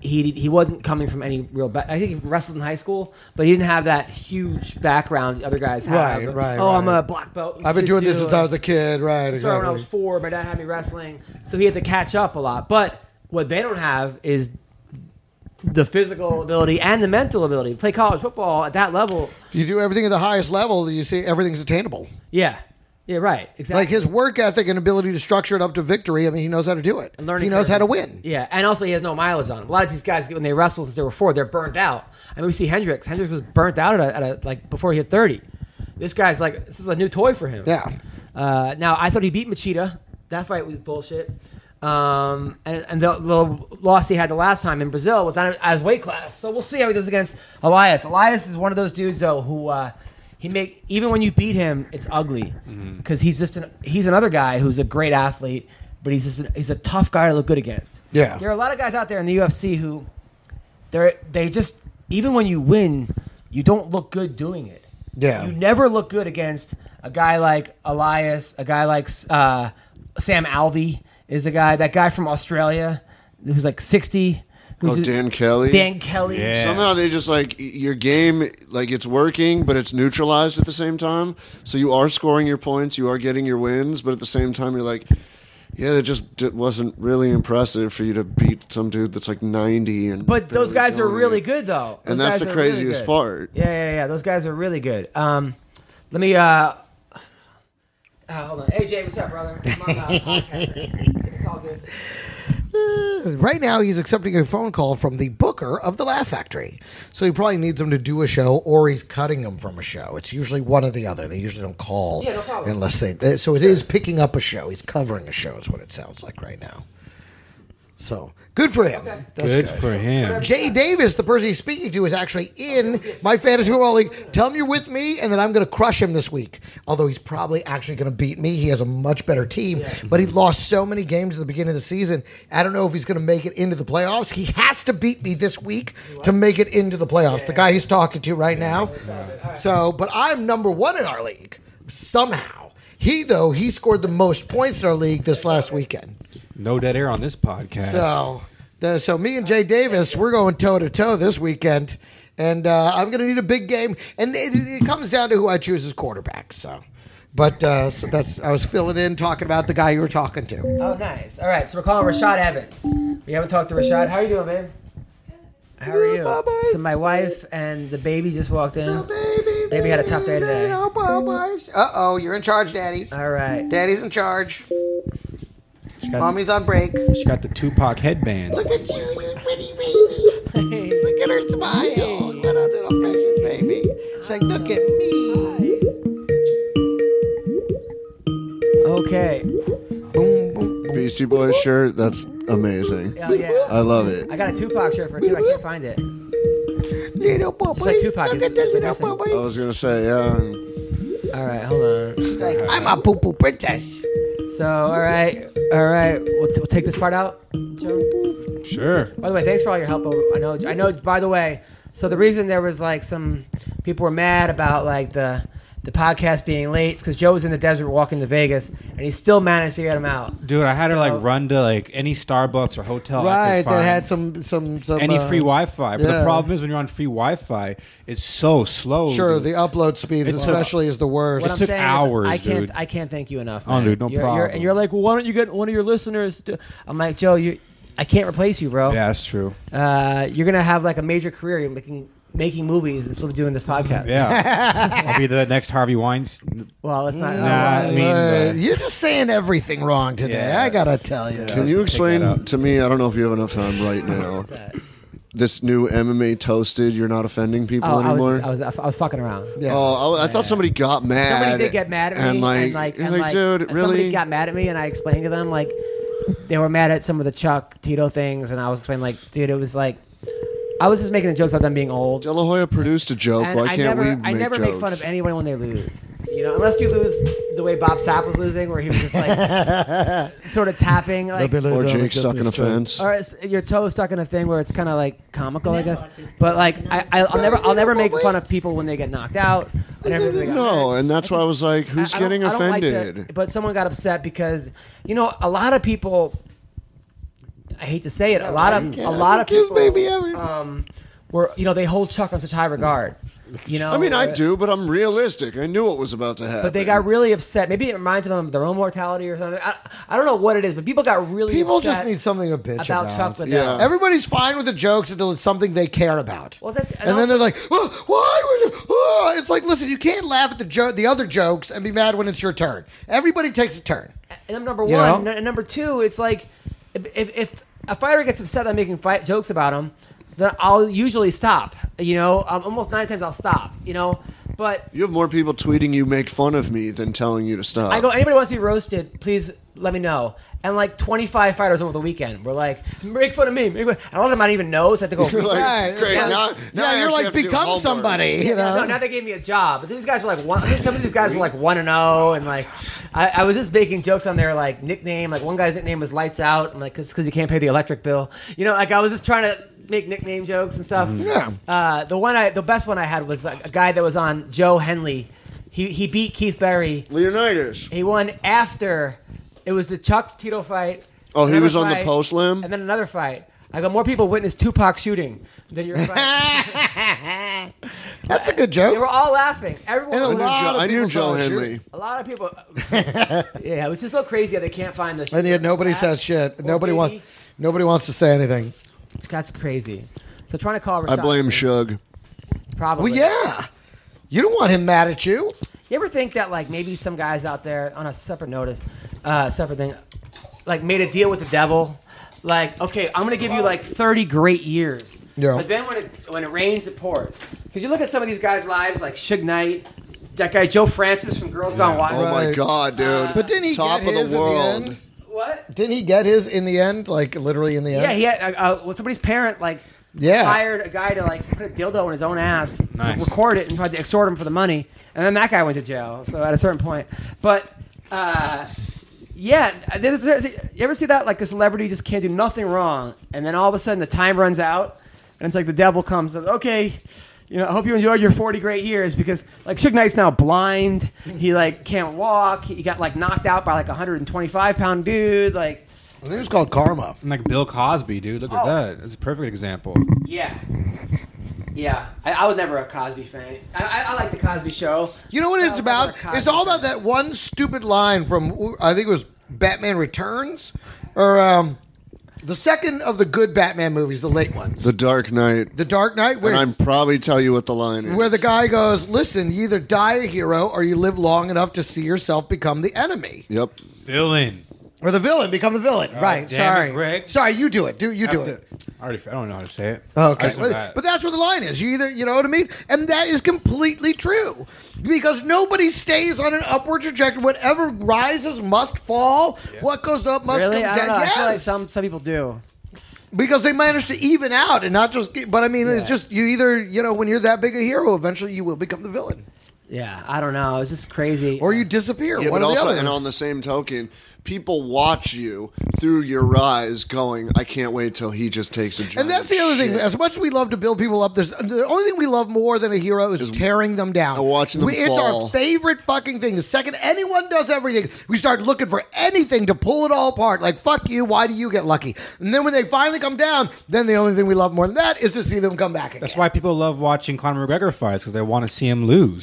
he he wasn't coming from any real. Ba- I think he wrestled in high school, but he didn't have that huge background the other guys have. Right, right, Oh, I'm right. a black belt. in I've been doing this jiu-jitsu, since I was and- a kid, right? started when I was Exactly. four. My dad had me wrestling, so he had to catch up a lot. But what they don't have is the physical ability and the mental ability. Play college football at that level, If you do everything at the highest level, you see everything's attainable. yeah, yeah, right, exactly. Like his work ethic and ability to structure it up to victory. I mean, he knows how to do it. And learning he knows curve. how to win. Yeah, and also he has no mileage on him. A lot of these guys, when they wrestle since they were four, they're burnt out. I mean, we see Hendricks. Hendricks was burnt out at, a, at a, like before he hit thirty. This guy's like, this is a new toy for him. Yeah. Uh, now I thought he beat Machida. That fight was bullshit. Um, and, and the, the loss he had the last time in Brazil was not as weight class. So we'll see how he does against Elias. Elias is one of those dudes though who uh, he make even when you beat him, it's ugly because he's just an, he's another guy who's a great athlete, but he's just an, he's a tough guy to look good against. Yeah. there are a lot of guys out there in the UFC who they they just even when you win, you don't look good doing it. Yeah. you never look good against a guy like Elias, a guy like uh, Sam Alvey is a guy that guy from Australia who's like sixty. who's Oh, just- Dan Kelly? Dan Kelly. Yeah. Somehow they just like y- your game, like it's working, but it's neutralized at the same time. So you are scoring your points, you are getting your wins, but at the same time, you're like, yeah, it just d- wasn't really impressive for you to beat some dude that's like 90. And But those barely guys are doing really it. good though. And Those that's guys the are really craziest good. part. Yeah, yeah, yeah. Those guys are really good. Um, let me. Uh, uh, hold on, AJ, what's up, brother? Come [LAUGHS] on, uh, podcaster. it's all good. Right now, he's accepting a phone call from the booker of the Laugh Factory. So he probably needs him to do a show, or he's cutting him from a show. It's usually one or the other. They usually don't call Yeah, no problem. unless they. uh, So it is picking up a show. He's covering a show, is what it sounds like right now. So good for him. That's Good good. for him. Jay Davis, the person he's speaking to, is actually in my fantasy football league. Tell him you're with me, and then I'm going to crush him this week. Although he's probably actually going to beat me. He has a much better team, but he lost so many games at the beginning of the season. I don't know if he's going to make it into the playoffs. He has to beat me this week to make it into the playoffs. The guy he's talking to right now. So, but I'm number one in our league somehow. He though he scored the most points in our league this last weekend. No dead air on this podcast. So, the, so me and Jay Davis, we're going toe to toe this weekend, and uh, I'm going to need a big game. And it, it comes down to who I choose as quarterback. So, but uh, so that's I was filling in talking about the guy you were talking to. Oh, nice. All right, so we're calling Rashad Evans. We haven't talked to Rashad. How are you doing, babe? How are Good, you? Bubba. So my wife and the baby just walked in. baby, Baby had a tough day today. Uh oh, you're in charge, Daddy. All right. Daddy's in charge. she, got Mommy's on break. the, she got the Tupac headband. Look at you, you pretty [LAUGHS] baby. Look at her smile. What a little precious baby. She's like, look at me. Okay. Boom, boom, boom. Beastie Boys shirt. That's amazing. Oh, yeah. I love it. I got a Tupac shirt for two. I can't find it. Little bubble. like Tupac, Look it's- at this it's little missing. I bubble. was gonna say yeah. All right, hold on. Like, I'm a poo poo princess. So, all right, all right. We'll, we'll take this part out. Joe. Sure. By the way, thanks for all your help. Over, I know. I know. By the way, so the reason there was like some people were mad about like the the podcast being late because Joe was in the desert walking to Vegas, and he still managed to get him out. Dude, I had her So- like run to like any Starbucks or hotel. I Right, could find. that had some some some any uh, free Wi-Fi. But yeah. the problem is when you're on free Wi-Fi, it's so slow. Sure, the dude. upload speed, It's a- especially, is the worst. What I'm took saying is hours, I can't. dude. I can't thank you enough. Oh, man. dude, no You're- you're- problem. and you're like, well, why don't you get one of your listeners? To, I'm like, Joe, you. I can't replace you, bro. yeah, that's true. [LAUGHS] Uh, you're gonna have like a major career. You're making making movies and still doing this podcast. Yeah, I'll be the next Harvey Weinstein. Well, let's not. Nah, I mean, Uh, uh, you're just saying everything wrong today. Yeah. I gotta tell you. Can you that explain out. to me? I don't know if you have enough time right now. This new MMA toasted. You're not offending people Oh, I anymore. was, I was I was fucking around. Yeah. Oh, I, I thought somebody got mad. Somebody did get mad at me, and like, and like, you're and like, dude, and really? somebody got mad at me, and I explained to them like they were mad at some of the Chuck Tito things, and I was explaining like, dude, it was like I was just making the jokes about them being old, De La Hoya produced a joke. and Why I can't never, we I make never jokes? make fun of anyone when they lose, you know, unless you lose the way Bob Sapp was losing, where he was just [LAUGHS] like sort of tapping, like. or Jake stuck in a fence. Or it's, your toe stuck in a thing where it's kind of like comical, I guess. But like, I, I- I'll never, I'll never make fun of people when they get knocked out. I never make fun of- No, and that's why I was like, who's I- I don't- getting I don't like that, offended? but someone got upset because you know a lot of people. I hate to say it. A lot of a lot of Kiss people. baby every- um, were you know they hold Chuck on such high regard. You know. I mean, I or- do, but I'm realistic. I knew what was about to happen. But they got really upset. Maybe it reminds them of their own mortality or something. I, I don't know what it is, but people got really People upset just need something to bitch about. about Chuck Liddell. Yeah. Everybody's fine with the jokes until it's something they care about. Well, that's- and and, then also- they're like, oh, "Why would you?" Oh. It's like, listen, you can't laugh at the jo- the other jokes and be mad when it's your turn. Everybody takes a turn. And I'm number You one. know? And number two, it's like if, if, if a fighter gets upset I'm making fight jokes about him, then I'll usually stop. You know, um, almost nine times I'll stop. You know, but You have more people tweeting you make fun of me than telling you to stop. I go, anybody wants to be roasted, please let me know. And like 25 fighters over the weekend were like, make fun of me. Make fun. And a lot of them I didn't even know, so I had to go. [LAUGHS] You're like, Right. great. Now, Yeah. now I yeah, you're actually like have to do become homework. somebody. You know, no, now they gave me a job. But these guys were like one. I think some of these guys were like one and zero, and like I, I was just making jokes on their like nickname. Like one guy's nickname was Lights Out. I'm like, because you can't pay the electric bill. You know, like I was just trying to make nickname jokes and stuff. Mm-hmm. Yeah. Uh, the one I, the best one I had was like a guy that was on Joe Henley. He he beat Keith Berry. Leonidas. He won after it was the Chuck Tito fight. Oh, he another was on the post limb? and then another fight. I got more people witness Tupac shooting than your [LAUGHS] fight. [LAUGHS] that's a good they were joke. all laughing. Everyone And a I was knew, lot Joe, of I knew people Joe saw it. Henley. A lot of people. [LAUGHS] yeah, it was just so crazy that they can't find the. And yet nobody That- says shit. or Nobody Biggie. wants. Nobody wants to say anything. That's crazy. So trying to call. I Rashad blame Evans, Shug. Probably. Well, yeah. You don't want him mad at you. You ever think that like maybe some guys out there on a separate notice, uh, separate thing, like made a deal with the devil, like okay, I'm gonna give you like 30 great years, Yeah. but then when it when it rains, it pours. Because you look at some of these guys' lives, like Suge Knight, that guy Joe Francis from Girls Gone Wild. Oh my Right. God, dude! But didn't he top get of his the at the world? end? What? Didn't he get his in the end? Like literally in the end. Yeah, he had uh, uh, well, somebody's parent like Yeah. hired a guy to like put a dildo in his own ass, Nice. record it, and tried to extort him for the money, and then that guy went to jail. So at a certain point, but uh, yeah, there's, there's, you ever see that like a celebrity just can't do nothing wrong, and then all of a sudden the time runs out, and it's like the devil comes. And, okay. You know, I hope you enjoyed your 40 great years because, like, Suge Knight's now blind. He like can't walk. He got like knocked out by like a 125 pound dude. Like, I think it was called Karma. And uh, like Bill Cosby, dude. Look Oh. at that. That's a perfect example. Yeah. Yeah. I, I was never a Cosby fan. I, I, I like the Cosby show. You know what That it's was about? another Cosby It's all about thing. that one stupid line from I think it was Batman Returns or um, the second of the good Batman movies, the late ones, The Dark Knight. The Dark Knight, where and I'm probably tell you what the line is. where the guy goes, "Listen, you either die a hero or you live long enough to see yourself become the enemy Yep. Villain. or the villain become the villain." right? damn Sorry, it, Greg. Sorry, you do it. Do you do I it? already. I don't know how to say it. I Okay, just know but, that. but that's where the line is. You either, you know what I mean, and that is completely true because nobody stays on an upward trajectory. Whatever rises must fall. What goes up must Really? come I don't down. know. I feel like Yes. some, some people do. because they manage to even out and not just. Get, but I mean, it's just you either, you know, when you're that big a hero, eventually you will become the villain Yeah. I don't know. It's just crazy. or you disappear. Yeah, one but or the also, other. and on the same token, people watch you through your rise, going, "I can't wait till he just takes a giant." And that's the other thing. shit." As much as we love to build people up, there's the only thing we love more than a hero is tearing them down. and watching them we, It's fall. our favorite fucking thing. The second anyone does everything, we start looking for anything to pull it all apart. Like fuck you. Why do you get lucky? And then when they finally come down, then the only thing we love more than that is to see them come back. Again. That's why people love watching Conor McGregor fights because they want to see him lose.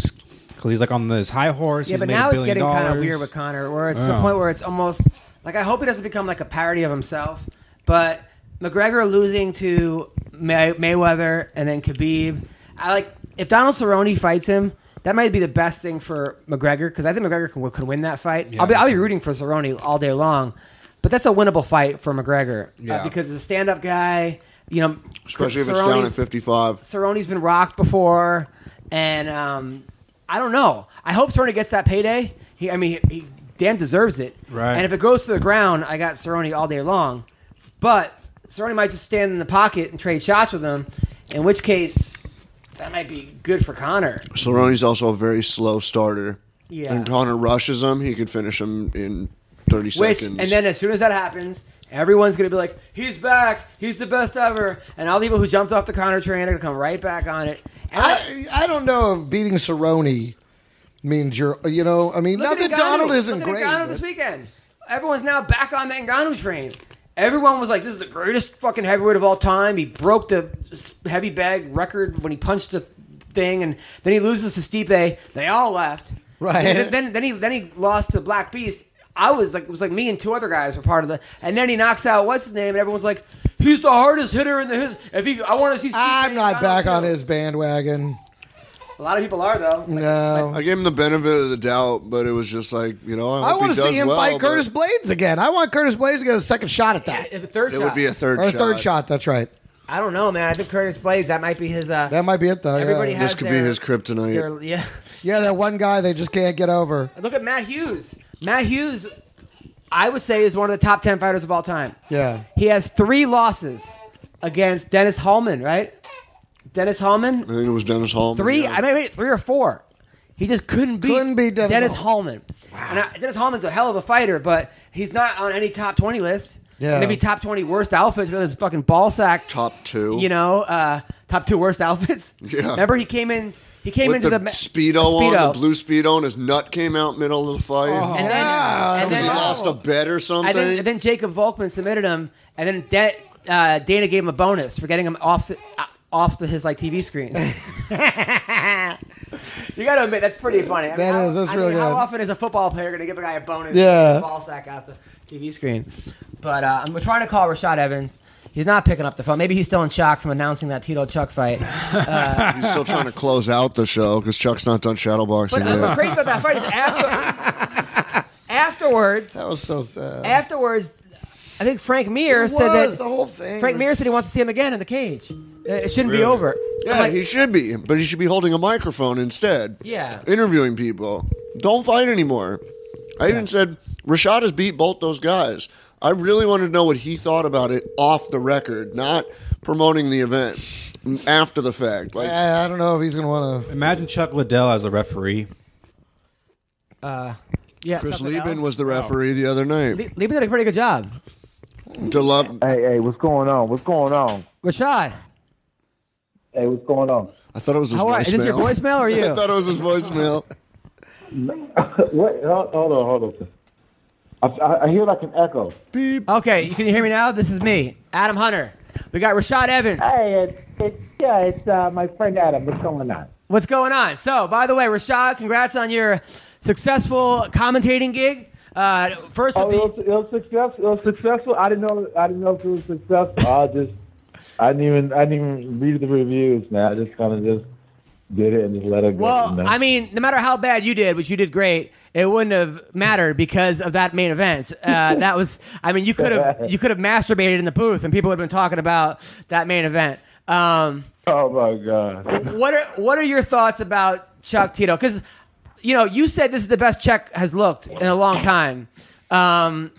Because he's like on this high horse. yeah, he's but made a now it's billion getting kind dollars. of weird with Connor, where it's to the Yeah. point where it's almost like I hope he doesn't become like a parody of himself. But McGregor losing to May- Mayweather and then Khabib, I like if Donald Cerrone fights him. That might be the best thing for McGregor because I think McGregor can, can win that fight. I'll, be, I'll be rooting for Cerrone all day long, but that's a winnable fight for McGregor uh, Yeah. because he's a stand-up guy. You know, especially if it's down at Cerrone's- fifty-five. Cerrone's been rocked before, and um, I don't know. I hope Cerrone gets that payday. He, I mean, he, he damn deserves it. Right. And if it goes to the ground, I got Cerrone all day long. But Cerrone might just stand in the pocket and trade shots with him, in which case that might be good for Connor. Cerrone's also a very slow starter. Yeah. And Connor rushes him; he could finish him in thirty Which, seconds. and then as soon as that happens, everyone's gonna be like, "He's back! He's the best ever!" And all the people who jumped off the Connor train are gonna come right back on it. And I, I don't know if beating Cerrone means you're, you know, I mean, Look not at that Ngannou. Donald isn't Look great. At Ngannou but- this weekend. Everyone's now back on the Ngannou train. Everyone was like, "This is the greatest fucking heavyweight of all time." He broke the s- heavy bag record when he punched the thing, and then he loses to Stipe. They all left. Right. And then then he then he lost to Black Beast. I was like, it was like me and two other guys were part of the, and then he knocks out what's his name, and everyone's like, "He's the hardest hitter in the his." If he, I want to see. Stipe I'm and not Ngannou back too. on his bandwagon. A lot of people are though. Like, No. I gave him the benefit of the doubt, but it was just like you know, I, I hope want he to does see him well, fight but Curtis Blades again. I want Curtis Blades to get a second shot at that. a third It shot. would be a third or a shot. third shot, that's right. I don't know, man. I think Curtis plays. That might be his. Uh, That might be it, though. Everybody yeah. has- This could be their- his kryptonite. their- yeah. yeah, that one guy they just can't get over. [LAUGHS] Look at Matt Hughes. Matt Hughes, I would say, is one of the top ten fighters of all time. Yeah. He has three losses against Dennis Hallman, right? Dennis Hallman, I think it was Dennis Hall. three. I mean, wait, three or four. He just couldn't beat, Couldn't beat Dennis Hallman. And I, Dennis Hallman's a hell of a fighter, but he's not on any top twenty list. Yeah. Maybe top twenty worst outfits with his fucking ball sack. top two. you know, uh, top two worst outfits. Yeah. Remember he came in he came with into the, the, ma- speedo, on, the blue speedo, and his nut came out middle of the fight. Ah, And then, and Because then, he lost a bet or something. and then, and then Jacob Volkman submitted him, and then De- uh, Dana gave him a bonus for getting him off the, uh, off the, his like TV [LAUGHS] screen. you got to admit that's pretty funny. I mean, That how, is, that's I really mean, How good. often is a football player going to give a guy a bonus? Yeah. for ball sack off the TV screen. But uh, I'm trying to call Rashad Evans. He's not picking up the phone. Maybe he's still in shock from announcing that Tito Chuck fight. [LAUGHS] He's still trying to close out the show because Chuck's not done shadow boxing But uh, what's yet. crazy about that fight is [LAUGHS] after, afterwards, That was so sad. afterwards, I think Frank Mir It said was, that the whole thing. Frank Mir said he wants to see him again in the cage. Uh, It shouldn't be over. Yeah, he should be, but he should be holding a microphone instead. Yeah. interviewing people. Don't fight anymore. I even said Rashad has beat both those guys. I really wanted to know what he thought about it off the record, not promoting the event after the fact. Like, I, I don't know if he's gonna want to. Imagine Chuck Liddell as a referee. Yeah, Chris something Lieben else. was the referee the other night. Le- Lieben did a pretty good job. To love, Hey, hey, what's going on? What's going on? Rashad, Hey, what's going on? I thought it was his how voicemail. are is this your voicemail or [LAUGHS] I you? thought it was his voicemail. What? Hold, hold on, hold on. I, I- I hear like an echo. Okay, you can you hear me now? This is me, Adam Hunter. We got Rashad Evans. Hey, it, it, yeah, it's uh, my friend Adam. What's going on? What's going on? So, by the way, Rashad, congrats on your successful commentating gig. Uh, first Oh, with it the was, it was successful. It was successful. I didn't know. I didn't know if it was successful. I just, I didn't even, I didn't even read the reviews, man. I just kind of just did it and just let it go. Well, you know? I mean, no matter how bad you did, which you did great, it wouldn't have mattered because of that main event. [LAUGHS] Uh, that was, I mean, you could have you could have masturbated in the booth, and people would have been talking about that main event. Um, [LAUGHS] oh my god. what are what are your thoughts about Chuck Tito? Because you know, you said this is the best Chuck has looked in a long time. Um,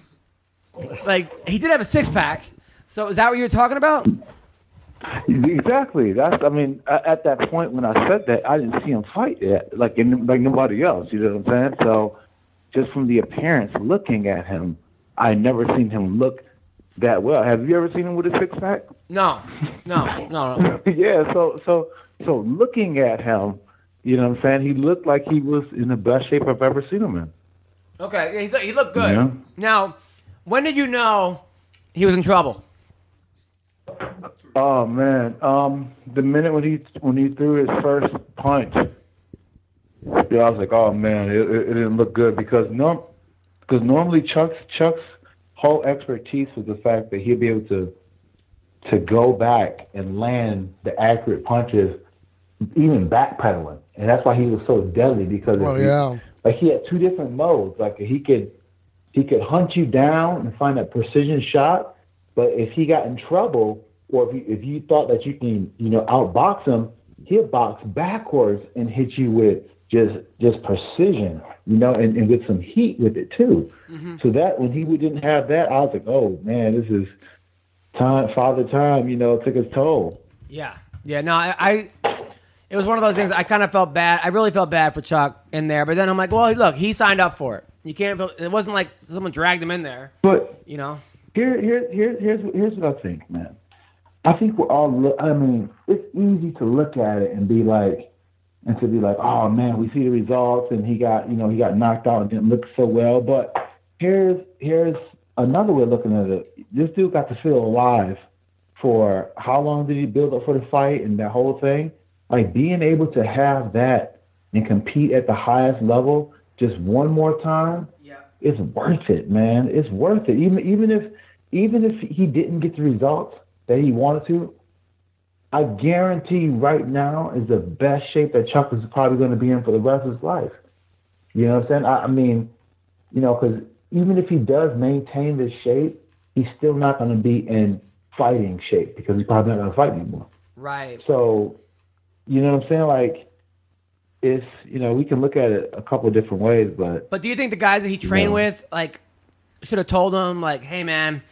like he did have a six pack. So is that what you were talking about? Exactly. That's. I mean, a- at that point when I said that, I didn't see him fight yet, like in, like nobody else. You know what I'm saying? So, just from the appearance, looking at him, I never seen him look that well. Have you ever seen him with a six pack? No, no, no, no. [LAUGHS] yeah, so so so looking at him, you know what I'm saying, he looked like he was in the best shape I've ever seen him in. Okay, yeah, he, look, he looked good. Yeah. Now, when did you know he was in trouble? Oh man. Um the minute when he when he threw his first punch, yeah, I was like, Oh man, it, it, it didn't look good because norm because normally Chuck's Chuck's whole expertise was the fact that he'd be able to to go back and land the accurate punches even backpedaling. And that's why he was so deadly because Oh if he- yeah. like he had two different modes. Like he could he could hunt you down and find that precision shot, but if he got in trouble or if you, if you thought that you can you know outbox him, he'll box backwards and hit you with just just precision, you know, and, and with some heat with it too. So that when he didn't have that, I was like, oh man, this is time father time, you know, took its toll. Yeah, yeah. No, I, I it was one of those things. I kind of felt bad. I really felt bad for Chuck in there, but then I'm like, well, look, he signed up for it. You can't. feel- It wasn't like someone dragged him in there. But You know. here, here, here, here's here's what I think, man. I think we're all. Look, I mean, it's easy to look at it and be like, and to be like, oh man, we see the results, and he got, you know, he got knocked out and didn't look so well. But here's here's another way of looking at it. This dude got to feel alive for how long did he build up for the fight and that whole thing? Like being able to have that and compete at the highest level just one more time it's worth it, man. It's worth it. Even even if even if he didn't get the results that he wanted to, I guarantee right now is the best shape that Chuck is probably going to be in for the rest of his life. You know what I'm saying? I, I mean, you know, because even if he does maintain this shape, he's still not going to be in fighting shape because he's probably not going to fight anymore. Right. So, you know what I'm saying? Like, it's you know we can look at it a couple of different ways, but But do you think the guys that he trained with, like, should have told him, like, hey, man,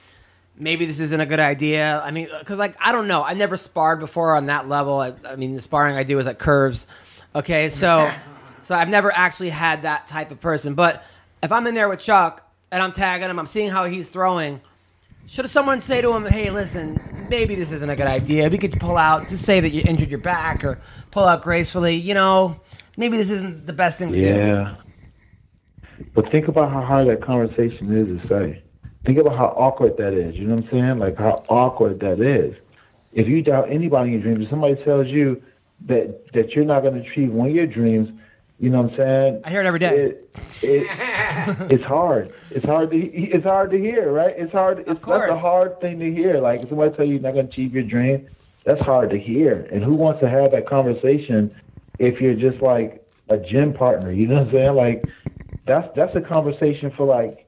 maybe this isn't a good idea? I mean, because, like, I don't know. I never sparred before on that level. I, I mean, the sparring I do is at curves. Okay, so, so I've never actually had that type of person. But if I'm in there with Chuck and I'm tagging him, I'm seeing how he's throwing. Should someone say to him, "Hey, listen, maybe this isn't a good idea. We could pull out. Just say that you injured your back, or pull out gracefully. You know, maybe this isn't the best thing to do." Yeah. But think about how hard that conversation is to say. Think about how awkward that is. You know what I'm saying? Like how awkward that is. If you doubt anybody in your dreams, if somebody tells you that that you're not going to achieve one of your dreams, you know what I'm saying? I hear it every day. It, [LAUGHS] it, it's hard. It's hard to it's hard to hear, right? It's hard. It's that's course. a hard thing to hear. Like if somebody tell you you're not going to achieve your dream, that's hard to hear. And who wants to have that conversation if you're just like a gym partner? You know what I'm saying? Like that's that's a conversation for like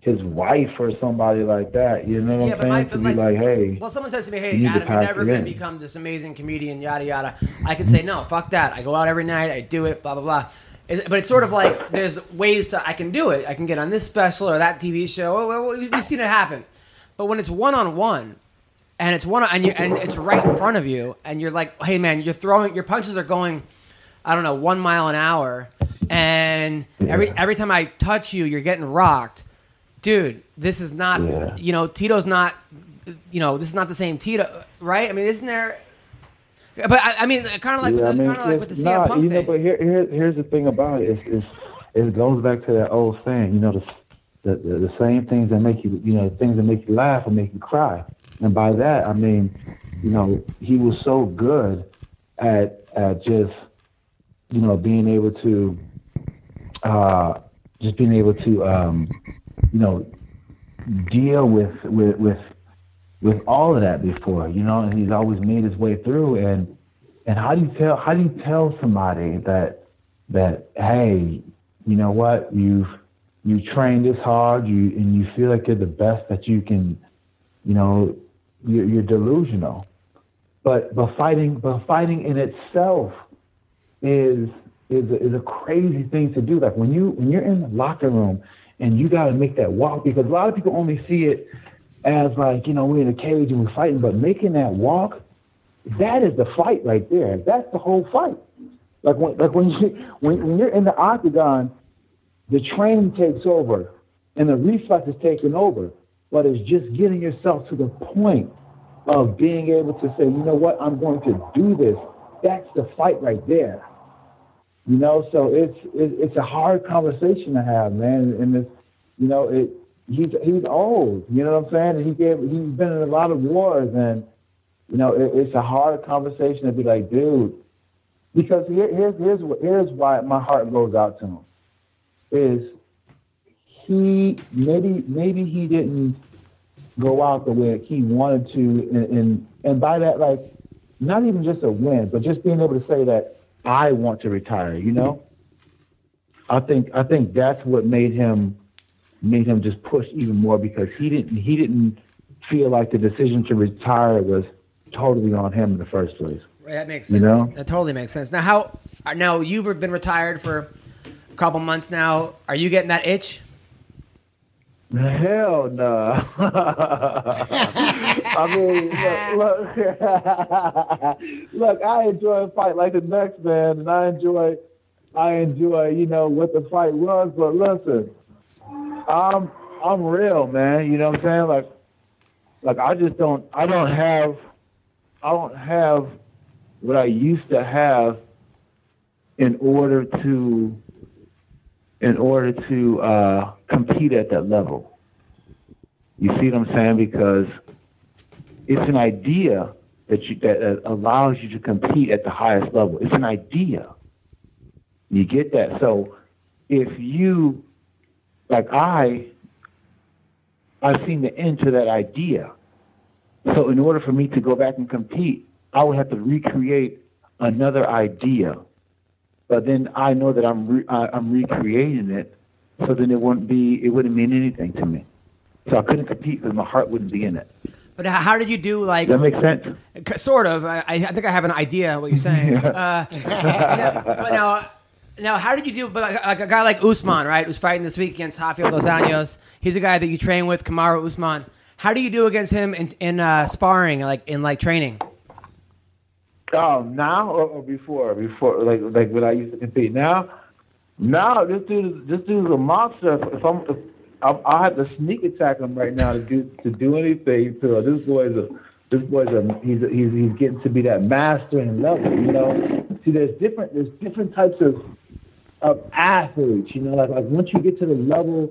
his wife or somebody like that. You know what Yeah, I'm but saying? my- to but be like- like, hey, Well, someone says to me, You "Hey, need to Adam, you're pack never it going in. to become this amazing comedian." Yada yada. I could say, "No, fuck that. I go out every night. I do it. Blah blah blah." Is- But it's sort of like there's ways to I can do it. I can get on this special or that TV show. Oh, well, we- We've seen it happen. But when it's one on one, and it's one and you and it's right in front of you, and you're like, hey man, you're throwing your punches are going, I don't know, one mile an hour, and every every time I touch you, you're getting rocked, dude. This is not Yeah. you know Tito's not you know this is not the same Tito, right? I mean, isn't there? But I, I mean, kind of like, yeah, I mean, kind of like with it's the CM not, Punk you know, thing. but here, here, here's the thing about it. It's, it's, it goes back to that old saying, you know, the, the, the, the same things that make you, you know, things that make you laugh will make you cry. And by that, I mean, you know, he was so good at, at just, you know, being able to, uh, just being able to, um, you know, deal with, with, with, with all of that before, you know, and he's always made his way through and, and how do you tell how do you tell somebody that that hey you know what you've you trained this hard you and you feel like you're the best that you can you know you're, you're delusional but but fighting but fighting in itself is is a, is a crazy thing to do like when you when you're in the locker room and you got to make that walk because a lot of people only see it as like you know we're in a cage and we're fighting but making that walk that is the fight right there. That's the whole fight. Like when, like when you when, when you're in the octagon, the training takes over and the reflex is taken over. But it's just getting yourself to the point of being able to say, you know what, I'm going to do this. That's the fight right there. You know, so it's it, it's a hard conversation to have, man. And it's you know, it he's he's old. You know what I'm saying? He gave he's been in a lot of wars and you know, it, it's a hard conversation to be like, dude, because here, here's here's wh- here's why my heart goes out to him is he maybe maybe he didn't go out the way he wanted to, and and, and by that like not even just a win, but just being able to say that I want to retire, you know. I think I think that's what made him made him just push even more because he didn't he didn't feel like the decision to retire was totally on him in the first place. Right, that makes You sense. know? That totally makes sense. Now, how? uh, Now you've been retired for a couple months now. Are you getting that itch? Hell [LAUGHS] no. I mean, look, [LAUGHS] look, look, I enjoy a fight like the next man, and I enjoy, I enjoy, you know, what the fight was. But listen, I'm, I'm real, man. You know what I'm saying? Like, like I just don't, I don't have, I don't have what I used to have in order to in order to uh, compete at that level. You see what I'm saying? Because it's an idea that you, that uh, allows you to compete at the highest level. It's an idea. You get that? So if you like I I've seen the end to that idea. So in order for me to go back and compete, I would have to recreate another idea but then I know that I'm re- I, I'm recreating it, so then it wouldn't be it wouldn't mean anything to me. So I couldn't compete because my heart wouldn't be in it. But how, how did you do? Like, Does that make sense? c- sort of. I, I I think I have an idea what you're [LAUGHS] saying. uh, now- but now, now, how did you do? But like, like a guy like Usman, right, who's fighting this week against Rafael dos Anjos. He's a guy that you train with, Kamaru Usman. How do you do against him in, in uh, sparring, like in like training? Oh, now or, or before? Before, like like when I used to compete. Now, now this dude this dude's a monster. If, if I'm if, I, I have to sneak attack him right now to do to do anything. To this boy's a this boy's a he's a, he's he's getting to be that master and level. You know, see, there's different there's different types of of athletes. You know, like like once you get to the level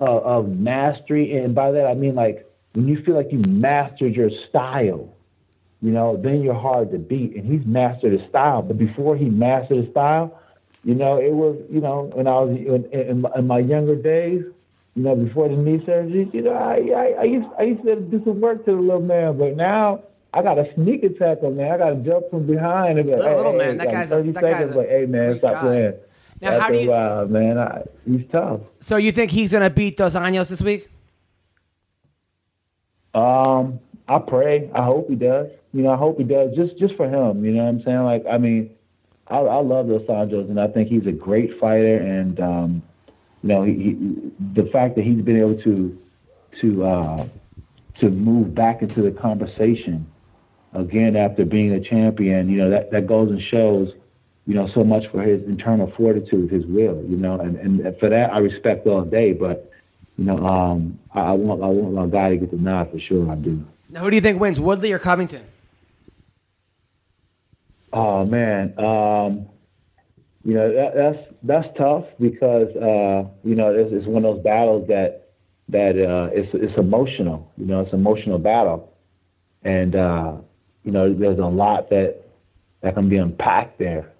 of, of mastery, and by that I mean like when you feel like you mastered your style you know, then you're hard to beat. And he's mastered his style. But before he mastered his style, you know, it was, you know, when I was in, in, my- in my younger days, you know, before the knee surgery, you know, I, I, I used I used to do some work to the little man, but now I got to sneak attack him, man. I got to jump from behind and be like, Little- hey, little hey, man, that like guy's a- 30 that guy's seconds, a like, hey, man, great stop guy. playing. Now, After how do a you- while, man, I, he's tough. So you think he's gonna beat dos Anjos this week? Um, I pray. I hope he does. You know, I hope he does. Just just for him. You know what I'm saying? Like, I mean, I, I love Dos Anjos, and I think he's a great fighter. And um, you know, he, he, the fact that he's been able to to uh, to move back into the conversation again after being a champion, you know, that, that goes and shows, you know, so much for his internal fortitude, his will, you know, and, and for that I respect all day. But you know, um, I, I want I want my guy to get the nod for sure. I do. Now, who do you think wins, Woodley or Covington? Oh man, um, you know that, that's that's tough because uh, you know it's, it's one of those battles that that uh, it's it's emotional. You know, it's an emotional battle, and uh, you know there's a lot that that can be unpacked there.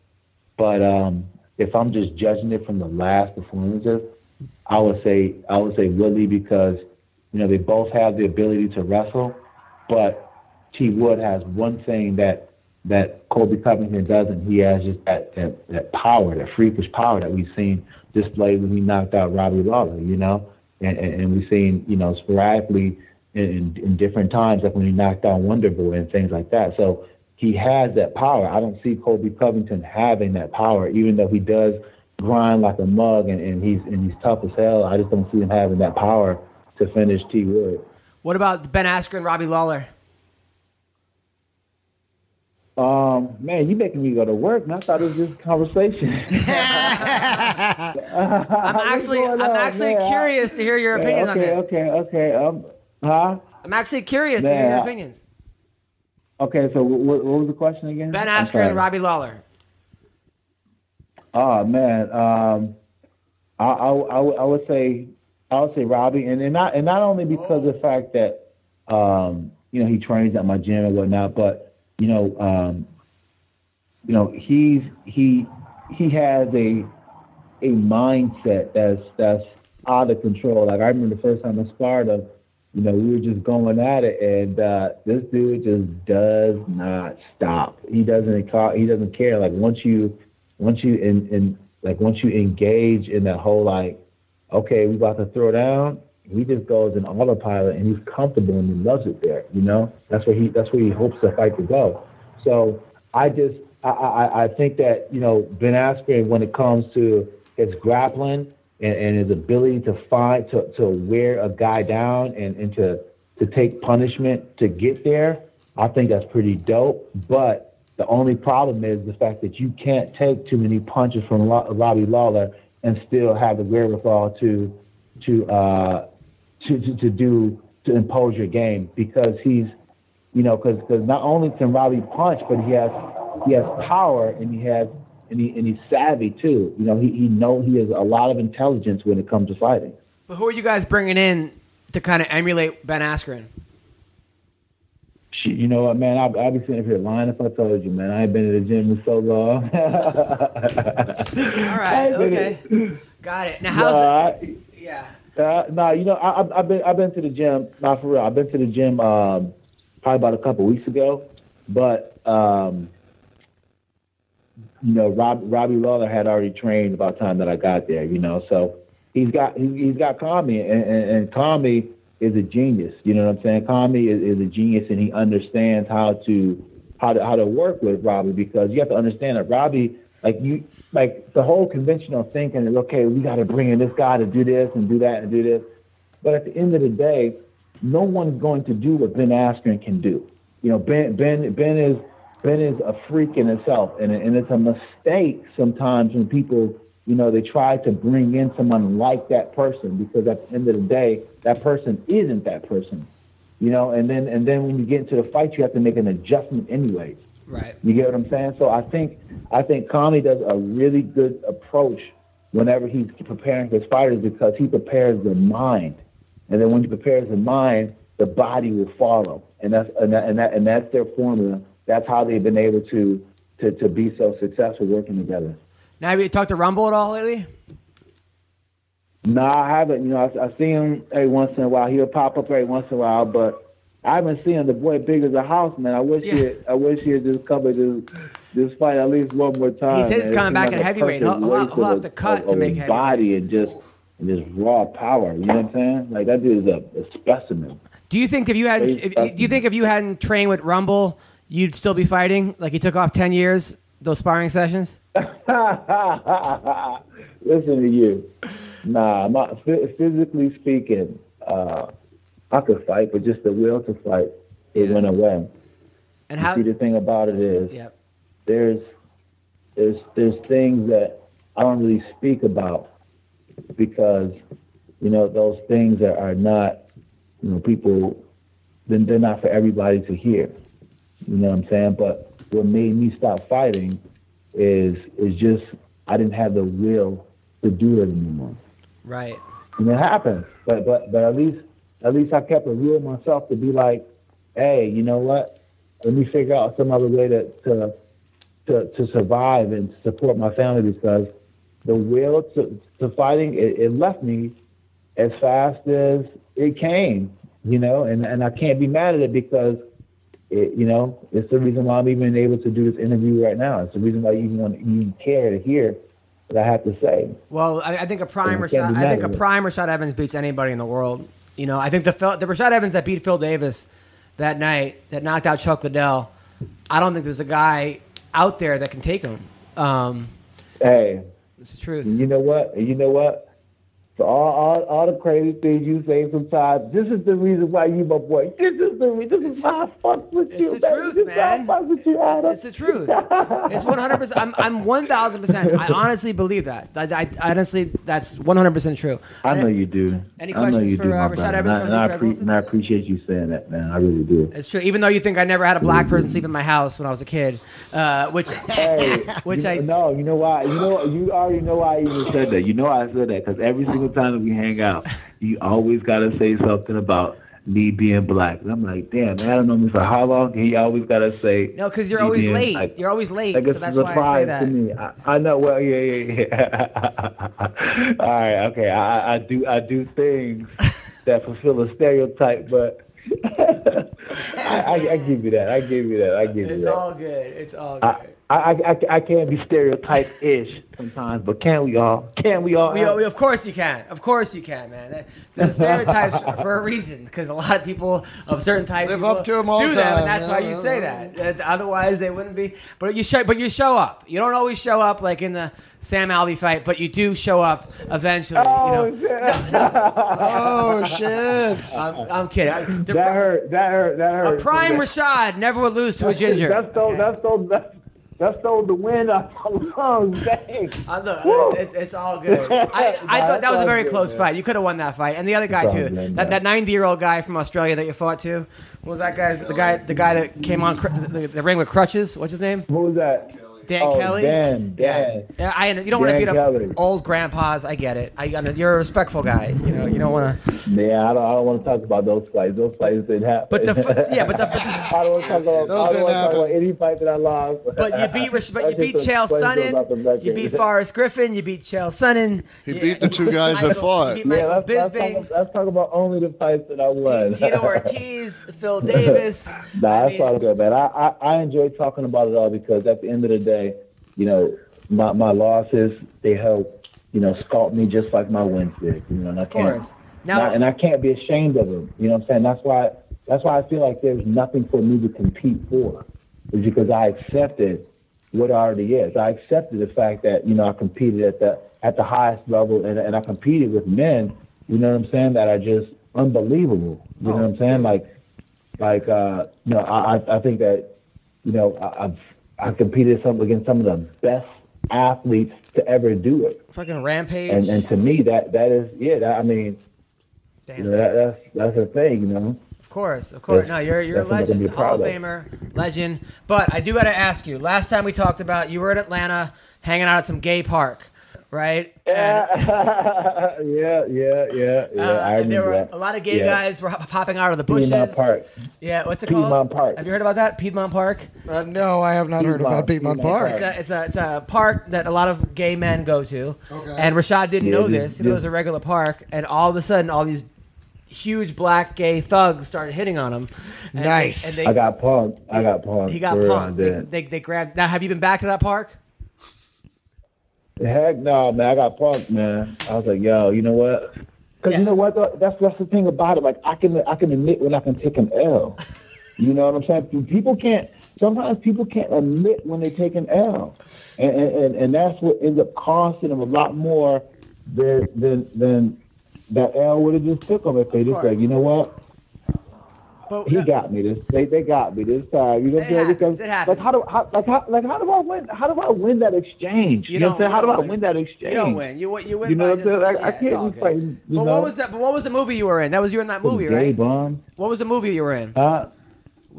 But um, if I'm just judging it from the last performances, I would say I would say Woodley because you know they both have the ability to wrestle, but T Wood has one thing that that Colby Covington doesn't. He has just that, that, that power, that freakish power that we've seen displayed when he knocked out Robbie Lawler, you know, and, and, and we've seen, you know, sporadically in, in, in different times, like when he knocked out Wonder Boy and things like that. So he has that power. I don't see Colby Covington having that power, even though he does grind like a mug and, and he's and he's tough as hell. I just don't see him having that power to finish T Wood. What about Ben Askren, Robbie Lawler? Um, man, you making me go to work, and I thought it was just [LAUGHS] a conversation. [LAUGHS] I'm actually, I'm actually curious to hear your opinions okay, on this. okay, okay. Um, huh? I'm actually curious to Man, hear your I- opinions. Okay, so what, what was the question again? Ben I'm sorry. Askren, Robbie Lawler. Oh man, um, I, I, I would- I would say I would say Robbie, and, and not and not only because of the fact that um, you know he trains at my gym and whatnot, but you know um, you know he's he he has a a mindset that's that's out of control. Like I remember the first time I sparred him, you know, we were just going at it, and uh, this dude just does not stop. He doesn't ca- he doesn't care. Like once you once you in, in like once you engage in that whole like, okay, we about to throw down. He just goes in autopilot, and he's comfortable and he loves it there. You know, that's where he that's where he hopes the fight to go. So I just I, I, I- I think that you know Ben Askren when it comes to his grappling and, and his ability to find to, to wear a guy down and, and to to take punishment to get there, I think that's pretty dope. But the only problem is the fact that you can't take too many punches from Lo- Robbie Lawler and still have the wherewithal to to uh, to, to to do to impose your game because he's you know, because not only can Robbie punch, but he has he has power and he has and he and he's savvy too. You know, he he know he has a lot of intelligence when it comes to fighting. But who are you guys bringing in to kind of emulate Ben Askren? Shit, You know what, man? I'd, I'd be sitting here lying if I told you, man. I ain't been to the gym in so long. [LAUGHS] All right, okay, got it. Now, how's it? Yeah. Uh, nah, you know, I, I- I've been I've been to the gym. Not for real. I've been to the gym um, probably about a couple weeks ago, but um, you know, Rob, Robbie Lawler had already trained by the time that I got there. You know, so he's got he, he's got Kami, and, and, and Kami is a genius. You know what I'm saying? Kami is, is a genius, and he understands how to how to how to work with Robbie because you have to understand that Robbie, like you, like the whole conventional thinking is okay. We got to bring in this guy to do this and do that and do this. But at the end of the day, no one's going to do what Ben Askren can do. You know, Ben Ben Ben is Ben is a freak in itself, and and it's a mistake sometimes when people you know they try to bring in someone like that person because at the end of the day, that person isn't that person. You know, and then and then when you get into the fight, you have to make an adjustment anyways. Right. You get what I'm saying? So I think I think Conley does a really good approach whenever he's preparing his fighters because he prepares the mind, and then when he prepares the mind, the body will follow, and that's and that, and, that, and that's their formula. That's how they've been able to to to be so successful working together. Now, have you talked to Rumble at all lately? No, I haven't. You know, I, I see him every once in a while. He'll pop up every once in a while, but I haven't seen the boy big as a house, man. I wish Yeah. he, I wish he had just covered this this fight at least one more time. He says he's man. It coming seemed back like at a heavyweight. perfect He'll- he'll- weight he'll have of- to cut of- to of make his body and just and just raw power. You know what I'm saying? Like that dude is a, a specimen. Do you think if you had, He's if, do you think if you hadn't trained with Rumble, you'd still be fighting? Like he took off ten years those sparring [LAUGHS] sessions? Listen to you. Nah, my, phy- physically speaking, uh, I could fight, but just the will to fight, it went away. And how? See, the thing about it is, Yep. there's there's there's things that I don't really speak about because you know those things that are not you know people then they're not for everybody to hear. You know what I'm saying? But what made me stop fighting is is just I didn't have the will to do it anymore. Right. And it happens. But but but at least at least I kept it real myself to be like, hey, you know what? Let me figure out some other way to to to, to survive and support my family because the will to, to fighting it, it left me as fast as it came, you know, and, and I can't be mad at it because it, you know, it's the reason why I'm even able to do this interview right now. It's the reason why you even want to, you even care to hear what I have to say. Well, I, I think a primer can't shot. be I mad think a at it. primer shot Evans beats anybody in the world. You know, I think the Phil, the Rashad Evans that beat Phil Davis that night that knocked out Chuck Liddell. I don't think there's a guy out there that can take him. Um, Hey, it's the truth. And you know what? And you know what? For all, all all the crazy things you say sometimes, this is the reason why you my boy. This is the re- this is why I fuck with you. It's the baby. truth, This is why I man. fuck with you, Adam. It's the truth. It's 100. percent I'm I'm 1,000. percent I honestly believe that. I, I honestly that's 100 percent true. I know you do. Any I know questions you for, do, uh, my Rashad brother. Evans and, from Deep I, and, I Red appre- Wilson? and I appreciate you saying that, man. I really do. It's true. Even though you think I never had a black person sleep in my house when I was a kid, uh, [LAUGHS] which [LAUGHS] which you, I no, you know why? You know you already know why I even said that. You know why I said that because every single time that we hang out, you always gotta say something about me being black. And I'm like, damn, man, I don't know me for how long. He always gotta say no because you're me always being, late. like, you're always late, Like so it's that's a why I say surprise to that. me. I, I know. Well, yeah, yeah, yeah. [LAUGHS] All right, okay. I, I do, I do [LAUGHS] things that fulfill a stereotype, but [LAUGHS] I, I, I give you that. I give you that. I give you It's that. all good. It's all good. I, I, I, I can be stereotype ish sometimes, but can we all? Can we all? We, we- of course you can. Of course you can, man. That- The [LAUGHS] stereotypes are for a reason, because a lot of people of certain types Live people up to 'em all do the that, time. and that's why you say that. That- Otherwise, they wouldn't be. But you show. But you show up. You don't always show up like in the Sam Alvey fight, but you do show up eventually. oh, you know, shit. Oh shit! I'm, I'm kidding. I- the that pri- hurt. That hurt. That a hurt. prime Rashad never would lose to a ginger. That stole. okay? That stole. That, that stole the wind out of my lungs. Dang. I know, Woo. Uh, it's, it's all good. I, I [LAUGHS] Nah, thought that was a it's very all good, close man. fight. You could have won that fight, and the other guy It's all too. good, That man. that ninety year old guy from Australia that you fought to. What was that guy's the guy the guy that came on cr- the, the ring with crutches? What's his name? Who was that? Dan Oh, Kelly. Dan, Dan. Yeah. Yeah, I you don't want to Dan beat up Kelly. old grandpas. I get it. I you're a respectful guy. You know you don't want to. Yeah, I don't, I don't want to talk about those fights. Those fights didn't happen. But the fu- yeah, but the- but- [LAUGHS] I don't want to talk Those about, I don't didn't want to talk happen. about any fight that I lost. But you beat Rich- [LAUGHS] but That's you beat just a Chael place about the Sonnen. record. You beat Forrest Griffin. You beat Chael Sonnen. He you- beat the two guys that Michael- fought. You beat Yeah, Michael let's, let's, talk, Bisping. about- let's talk about only the fights that I won. Tito [LAUGHS] Ortiz, Phil Davis. Nah, I that's mean- all good, man. I, I, I enjoy talking about it all because at the end of the day, you know, my, my losses, they help, you know, sculpt me just like my wins did. You know, and I course. can't, Now- and I can't be ashamed of them. You know what I'm saying? That's why that's why I feel like there's nothing for me to compete for. Is because I accepted what I already is. I accepted the fact that, you know, I competed at the at the highest level and, and I competed with men, you know what I'm saying, that are just unbelievable. You know what I'm saying? Like like uh, you know, I I- I think that you know I, I've I competed some against some of the best athletes to ever do it, Fucking Rampage. and and to me that that is yeah. That, I mean, you Damn. know, that, that's that's a thing, you know. Of course, of course. No, you're you're a That's something to legend, be Hall of proud of. Famer, legend. But I do got to ask you. Last time we talked about you were in Atlanta hanging out at some gay park, right? And- [LAUGHS] yeah, yeah, yeah, yeah. uh, I and there remember were that. a lot of gay Yeah. guys were hop- popping out of the bushes. Piedmont Park. Yeah, what's it called? Piedmont Park. Have you heard about that? Piedmont Park. Uh, no, I have not heard about Piedmont Piedmont, Piedmont Park. Park. It's a, it's a it's a park that a lot of gay men go to. Okay. And Rashad didn't Yeah, know dude, this. He thought it yeah. was a regular park, and all of a sudden, all these huge black gay thugs started hitting on him. And- Nice. And they, I got punked. I got punked. he got for real, I punked. did. They, they, they grabbed. Now, have you been back to that park? Heck no, man. I got punked, man. I was like, yo, you know what? Because Yeah. you know what? though? That's that's the [LAUGHS] thing about it. Like I can I can admit when I can take an L. you know what I'm saying? People can't. sometimes people can't admit when they take an L, and and, and that's what ends up costing them a lot more than than than that L would have just took them if they just said, you know what. But he got me this. They they got me this time. You know what I'm saying? Because, it Like how do how, like how like how do I win? How do I win that exchange? You, know what I'm saying? How do I don't win. that exchange? You don't win. You win. You win You know by what I'm just, saying? Like, yeah, I it's all can't be good. fighting. you But know, what was that? But what was the movie you were in? That was you were in that with movie, gay right? bum, What was the movie you were in? Uh,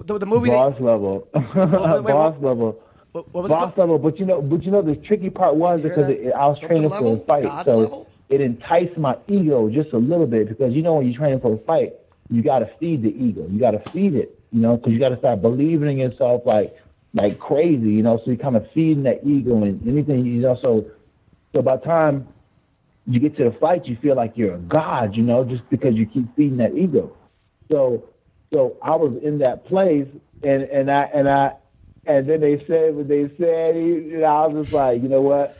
the, the movie. boss level, [LAUGHS] wait, wait, boss level. What, what was it boss level, but you know, but you know, the tricky part was You hear because that? it, I was Something training for level? a fight, God's so level? it enticed my ego just a little bit because you know when you're training for a fight, you got to feed the ego, you got to feed it, you know, because you got to start believing in yourself like like crazy, you know. So you kind of feeding that ego and anything, you know. So so by the time you get to the fight, you feel like you're a god, you know, just because you keep feeding that ego. So so I was in that place, and and I and I and then they said what they said. You know, I was just like, you know what?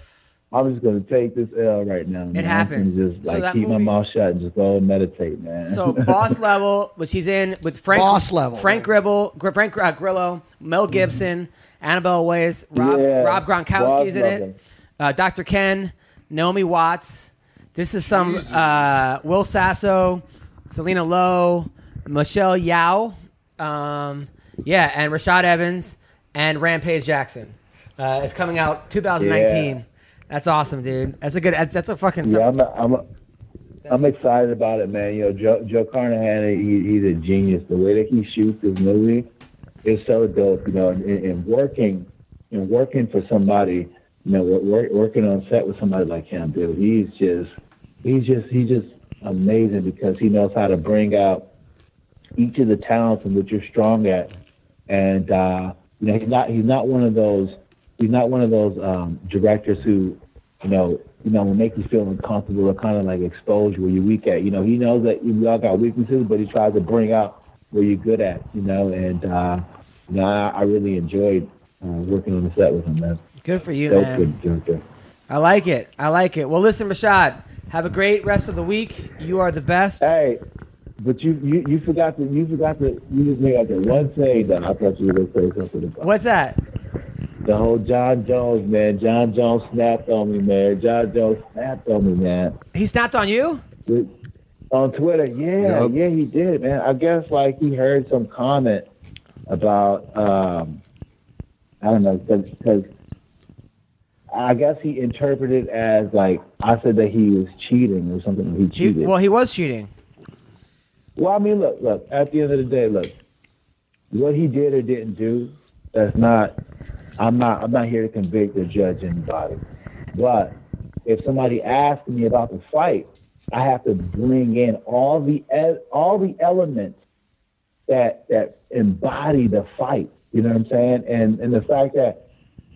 I'm just gonna take this L right now. It happens. Just So like that keep my movie- mouth shut and just go and meditate, man. So [LAUGHS] Boss Level, which he's in with Frank Boss Level. Frank Gribble, Gr- Frank uh, Grillo, Mel Gibson, Annabelle Ways, Rob Mm-hmm. Yeah, Rob Gronkowski's Boss in it, Level. uh, Dr. Ken, Naomi Watts. This is some uh, Will Sasso, Selena Lowe, Michelle Yao, um, yeah, and Rashad Evans and Rampage Jackson. Uh, it's coming out 2019. Yeah. That's awesome, dude. That's a good. That's that's a fucking. yeah, I'm I'm I'm excited about it, man. You know, Joe Joe Carnahan, he, he's a genius. The way that he shoots his movie is so dope. You know, and, and working and working for somebody, you know, wor- wor- working on set with somebody like him, dude. He's just he's just he's just amazing because he knows how to bring out each of the talents and what you're strong at. And uh, you know, he's not he's not one of those he's not one of those um, directors who, you know, you know, will make you feel uncomfortable or kind of like expose you where you're weak at. You know, he knows that we all got weaknesses, but he tries to bring out where you're good at. You know, and uh, you know, I, I really enjoyed uh, working on the set with him, man. Good for you, So man. good director. I like it. I like it. Well, listen, Rashad, have a great rest of the week. You are the best. Hey, but you, you you forgot to you forgot to you just made like the one thing that I thought you were gonna say something about. What's that? The whole John Jones, man. John Jones snapped on me, man. John Jones snapped on me, man. He snapped on you? With- On Twitter, yeah, Yup. yeah, he did, man. I guess like he heard some comment about, um, I don't know, because I guess he interpreted as like I said that he was cheating or something. He He, cheated. well, he was cheating. Well, I mean, look, look. At the end of the day, look, what he did or didn't do, that's not. I'm not. I'm not here to convict or judge anybody. But if somebody asks me about the fight, I have to bring in all the e- all the elements that that embody the fight. You know what I'm saying? And and the fact that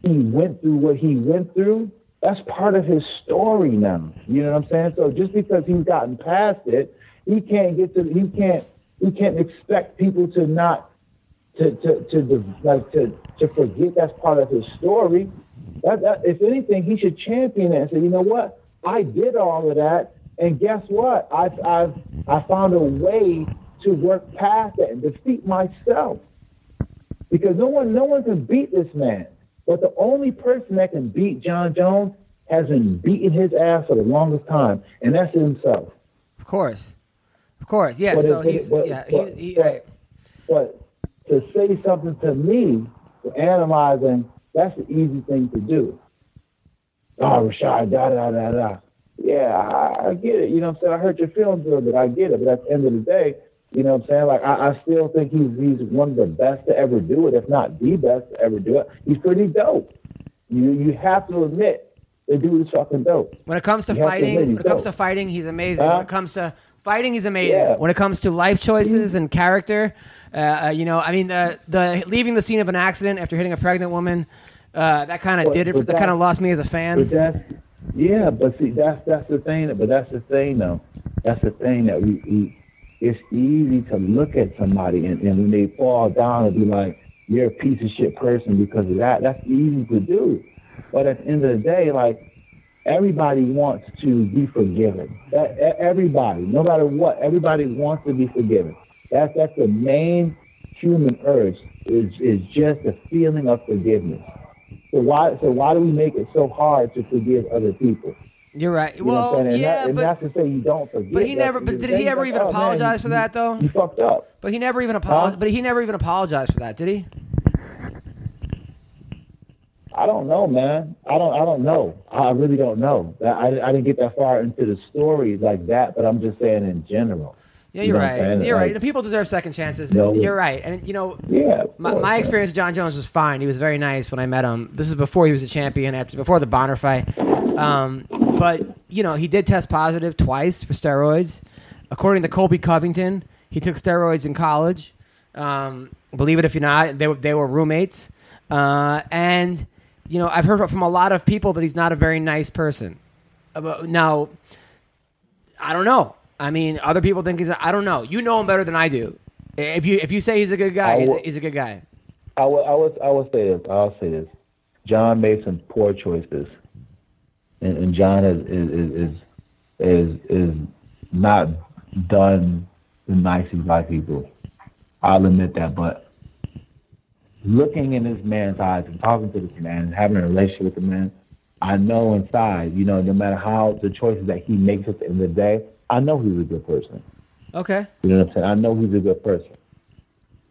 he went through what he went through, that's part of his story now. You know what I'm saying? So just because he's gotten past it, he can't get to he can't he can't expect people to not to to to de- like to to forget that's part of his story. That, that if anything, he should champion it and say, you know what, I did all of that, and guess what, I I I found a way to work past it and defeat myself because no one no one can beat this man. But the only person that can beat John Jones has been beating his ass for the longest time, and that's himself. Of course. Of course. Yeah, But it- so but it- he's, but- yeah, but- he, he, but- right. But to say something to me, analyzing, that's the easy thing to do. Oh, Rashad, da da da da. Yeah, I, I get it. You know what I'm saying? I hurt your feelings a little bit. I get it. But at the end of the day, you know what I'm saying? Like, I, I still think he's, he's one of the best to ever do it, if not the best to ever do it. He's pretty dope. You, you have to admit, the dude is fucking dope. When it comes to You have to fighting, admit when he's it comes to dope. fighting, he's amazing. Huh? When it comes to fighting, he's amazing. Yeah. When it comes to life choices and character, uh, uh, you know, I mean, the the leaving the scene of an accident after hitting a pregnant woman, uh, that kind of But- did it. For, but that kind that- of lost me as a But fan. that's yeah, but see that's that's the thing. But that's the thing though. That's the thing that we, we it's easy to look at somebody and, and when they fall down and be like, You're a piece of shit person because of that. That's easy to do. But at the end of the day, like everybody wants to be forgiven. e-, That, e- everybody, no matter what, everybody wants to be forgiven. That's that's the main human urge is is just a feeling of forgiveness. So why so why do we make it so hard to forgive other people? You're right. You know what well, I'm saying? And, yeah, that, and but not to say you don't forgive. but he That's- never. But it's did he things ever like, even oh, man, apologize you- for that though? You fucked up. But he never even apologized. But he never even apologized for that, did he? I don't know, man. I don't. I don't know. I really don't know. I, I, I didn't get that far into the story like that, but I'm just saying in general. Yeah, You you're know what I'm right. saying? You're right. Like- The people deserve second chances. No. You're right. And you know, Yeah. of my, course, my man. experience with John Jones was fine. He was very nice when I met him. This is before he was a champion, after before the Bonner fight. Um, but you know, he did test positive twice for steroids. According to Colby Covington, he took steroids in college. Um, believe it if you're not, they were they were roommates. Uh, and you know, I've heard from a lot of people that he's not a very nice person. Uh, but Now, I don't know. I mean, other people think he's. I don't know. You know him better than I do. If you if you say he's a good guy, I he's, a, will- he's a good guy. I will, I will, I will say this. I'll say this. John made some poor choices, and, and John is is, is is is is not done the nicest by people. I'll admit that, but looking in this man's eyes and talking to this man and having a relationship with the man, I know inside, you know, no matter how the choices that he makes at the end of the day, I know he's a good person. Okay. You know what I'm saying? I know he's a good person.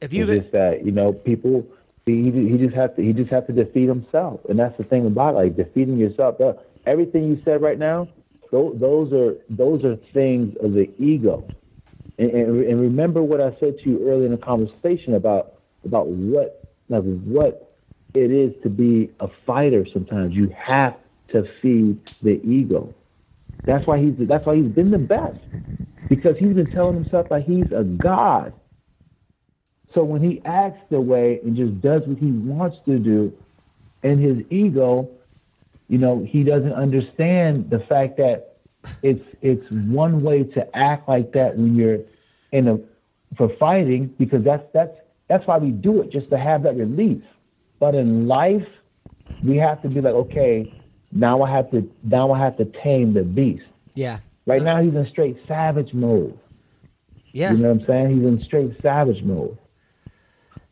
If It's you just that you know people. He, he he just have to he just have to defeat himself, and that's the thing about it, like defeating yourself. that- everything you said right now, tho- those are those are things of the ego. And, and, and remember what I said to you earlier in the conversation about about what like what it is to be a fighter. Sometimes you have to feed the ego. That's why he's that's why he's been the best because he's been telling himself like he's a god. So when he acts the way and just does what he wants to do, and his ego, you know, he doesn't understand the fact that it's it's one way to act like that when you're in a for fighting because that's that's that's why we do it just to have that release. But in life, we have to be like, okay, now I have to now I have to tame the beast. yeah Right now he's in straight savage mode. yeah You know what I'm saying? He's in straight savage mode.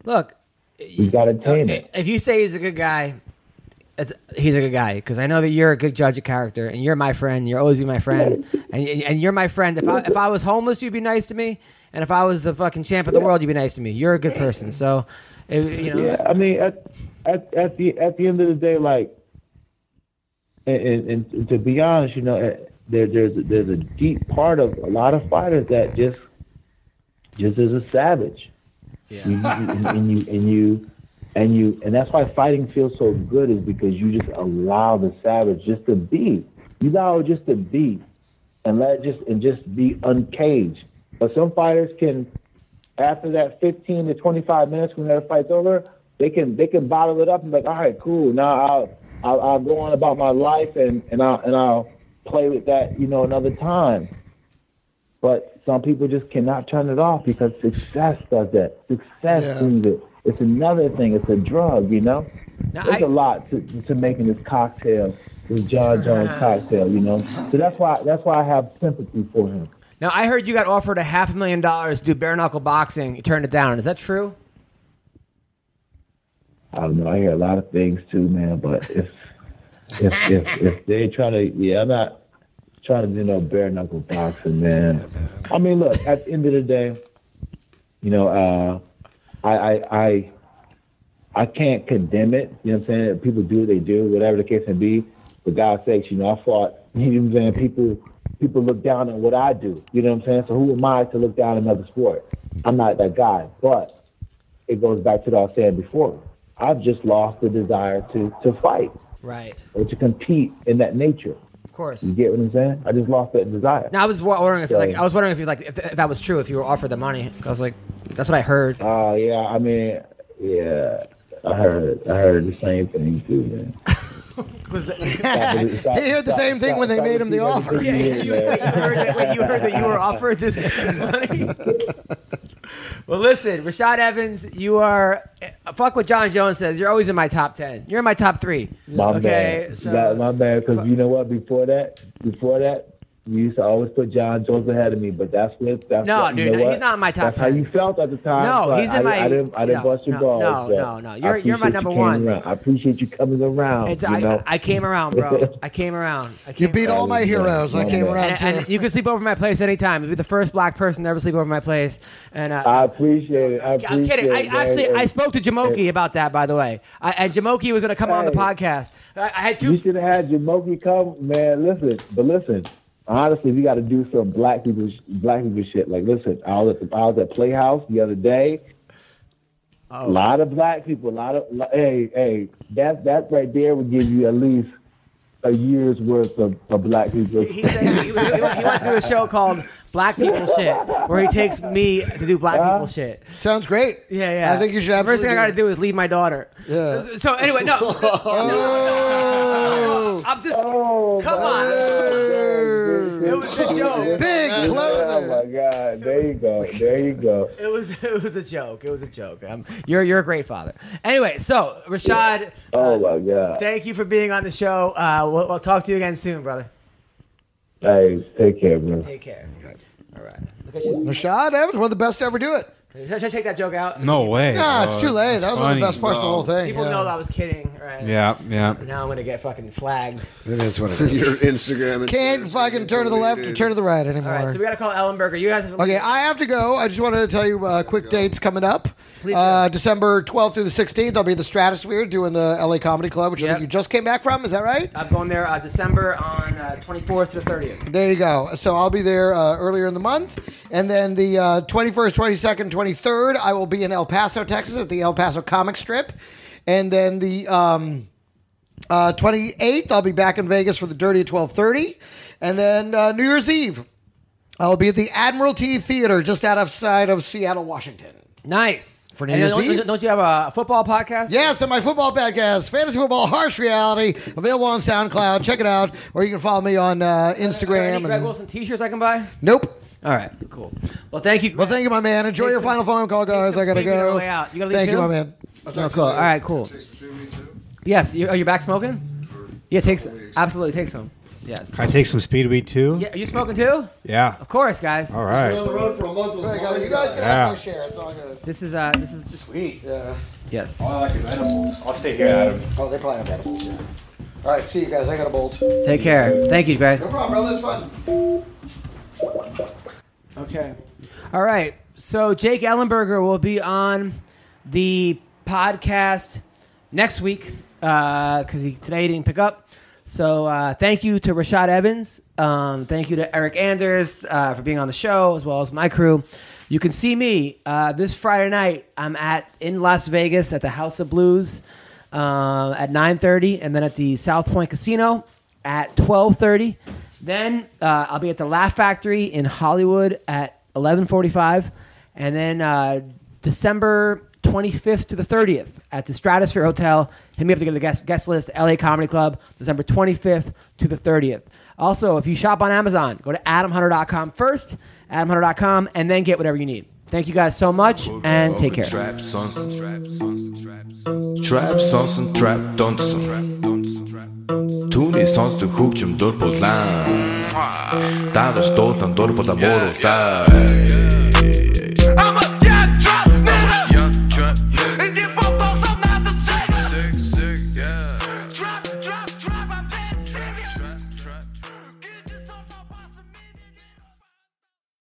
look, We gotta Uh, tame it. if you say he's a good guy, it's, he's a good guy because I know that you're a good judge of character and you're my friend. You're always be my [LAUGHS] friend, and and you're my friend. If I if I was homeless, you'd be nice to me, and if I was the fucking champ of the world, you'd be nice to me. You're a good person, so it, you know. Yeah, I mean, at, at at the at the end of the day, like, and, and, and to be honest, you know, eh, there there's there's a deep part of a lot of fighters that just just is a savage. Yeah. and, and you and you and you and that's why fighting feels so good is because you just allow the savage just to be. You allow it just to be, and let it just and just be uncaged. But some fighters can after that 15 to 25 minutes when their fight's over, they can they can bottle it up and be like, all right, cool. Now I'll I'll, I'll go on about my life and and I'll and I'll play with that, you know, another time. But some people just cannot turn it off because success does that. Success Yeah. brings it. It's another thing. It's a drug, you know. Now, There's I- a lot to, to making this cocktail, this John [LAUGHS] Jones cocktail, you know. So that's why that's why I have sympathy for him. Now I heard you got offered a half a million dollars to do bare knuckle boxing. You turned it down. Is that true? I don't know. I hear a lot of things too, man. But if if if, if they try to, yeah, I'm not trying to do no bare knuckle boxing, man. I mean, look, at the end of the day, you know, uh, I I I I can't condemn it. You know what I'm saying? If people do what they do, whatever the case may be. For God's sakes, you know, I fought. [LAUGHS] You know what I'm saying? People people look down on what I do. You know what I'm saying? So who am I to look down on another sport? I'm not that guy, but it goes back to what I was saying before. I've just lost the desire to to fight Right. or to compete in that nature. Of course. You get what I'm saying? I just lost that desire. Now I was wa- wondering if So- like I was wondering if you like if, if that was true if you were offered the money. I was like, that's what I heard. Oh yeah, I mean, yeah, I heard I heard the same thing too, man. [LAUGHS] Was that- [LAUGHS] He heard the same thing when they made him the offer. Yeah, you, wait, you heard that, wait, you heard that you were offered this [LAUGHS] money. well, listen, Rashad Evans, you are fuck what John Jones says. You're always in my top ten. You're in my top three. My okay, bad. so That- my bad, because you know what? Before that, before that, You used to always put John Jones ahead of me, but that's what. That's No, what, you dude, know no, what? he's not in my top That's how 10. you felt at the time. No, but he's I, in my- I didn't. I didn't no, bust your no, balls. no, but no, no. I You're- you're my appreciate you number came one. Around. I appreciate you coming around. It's, you I, know? I came [LAUGHS] around, bro. I came around. I came You [LAUGHS] beat all around. my heroes. I came around And, too. and you can sleep over my place anytime. You'll be the first black person to ever sleep over my place. And uh, I appreciate it. I appreciate I'm kidding. I It, man. actually And I spoke to Jamoki about that, by the way. I, and Jamoki was going to come on the Hey. podcast. I, I had You two. should have had Jamoki come, man. Listen, but listen. Honestly, we got to do some black people, sh- black people shit. Like, listen, I was at the, I was at Playhouse the other day. Oh. A lot of black people. A lot of li- hey, hey. That that right there would give you at least a year's worth of, of black people. He said he, he, he went through a show called Black People Shit, where he takes me to do black people shit. Sounds great. Yeah, yeah. I think you should The first absolutely. thing I got to do is leave my daughter. Yeah. So anyway, no. no, [LAUGHS] no, no, no. I'm just. Oh, Come on. It was a joke. Big Oh closer. my God! There you go. There you go. It was it was a joke. It was a joke. Um, you're you're a great father. Anyway, so Rashad, uh, Oh my God! thank you for being on the show. Uh, we'll, we'll talk to you again soon, brother. Hey, take care, bro. Take care. All right. Look at you. Rashad Evans, one of the best to ever do it. Should I should I take that joke out? No way. Nah, Oh, it's too late. that's That was one of the funny. best parts of the whole thing. People yeah. know I was kidding, right? Yeah, yeah. Now I'm gonna get fucking flagged. It is what it is. Your Instagram and Can't Twitter's fucking getting turn to the left or deleted. turn to the right anymore. All right, so we gotta call Ellenberger. You guys. Have Okay, I have to go. I just wanted to tell you uh, quick dates coming up. Please uh, do. December 12th through the 16th, I'll be at the Stratosphere doing the LA Comedy Club, which I Yep. think you just came back from. Is that right? I'm going there uh, December on uh, 24th to the 30th. There you go. So I'll be there uh, earlier in the month. And then the uh, 21st, 22nd, 23rd, I will be in El Paso, Texas at the El Paso Comic Strip. And then the um, uh, 28th, I'll be back in Vegas for the Dirty at 1230. And then uh, New Year's Eve, I'll be at the Admiralty Theater just outside of Seattle, Washington. Nice. For New Year's Eve? don't, don't you have a football podcast? Yes, and my football podcast, Fantasy Football Harsh Reality, available on SoundCloud. Check it out. Or you can follow me on uh, Are there any Instagram. Greg And, Wilson T-shirts I can buy? nope. All right. Cool. Well, thank you. Well, thank you, my man. Enjoy Take your some- final phone call, take guys. some I gotta speed on go. the way out. You gotta leave Thank you, too? my man. Oh, cool. All right. Cool. Take some treatment, too. Yes. You, are you back smoking? Yeah. Take some. Absolutely. Take some. Yes. I take some speedweed too. Yeah. Are you smoking too? Yeah. Of course, guys. All right. Been on the road for a month with Mario. You guys can Yeah. have my share. It's all good. This is uh. This is sweet. Yeah. Yes. I'll stay here, Adam. Oh, they probably have that. All right. See you guys. I got a bolt. No Take care. Thank you, Greg. problem, brother. It's fun. Okay. All right. So Jake Ellenberger will be on the podcast next week because he today he didn't pick up. So uh, thank you to Rashad Evans. Um, thank you to Eric Anders uh, for being on the show as well as my crew. You can see me uh, this Friday night. I'm at in Las Vegas at the House of Blues uh, at 9:30, and then at the South Point Casino at 12:30. Then uh, I'll be at the Laugh Factory in Hollywood at 11:45, and then uh, December 25th to the 30th at the Stratosphere Hotel. Hit me up to get the guest guest list. LA Comedy Club, December 25th to the 30th. Also, if you shop on Amazon, go to AdamHunter.com first, AdamHunter.com, and then get whatever you need. Thank you guys so much, and take care. Trap sons and trap sons trap sons Trap sons and trap dunson Түүний сонсдог хөгжим дур булаан Даалж дуулан дур булаан мууруулаа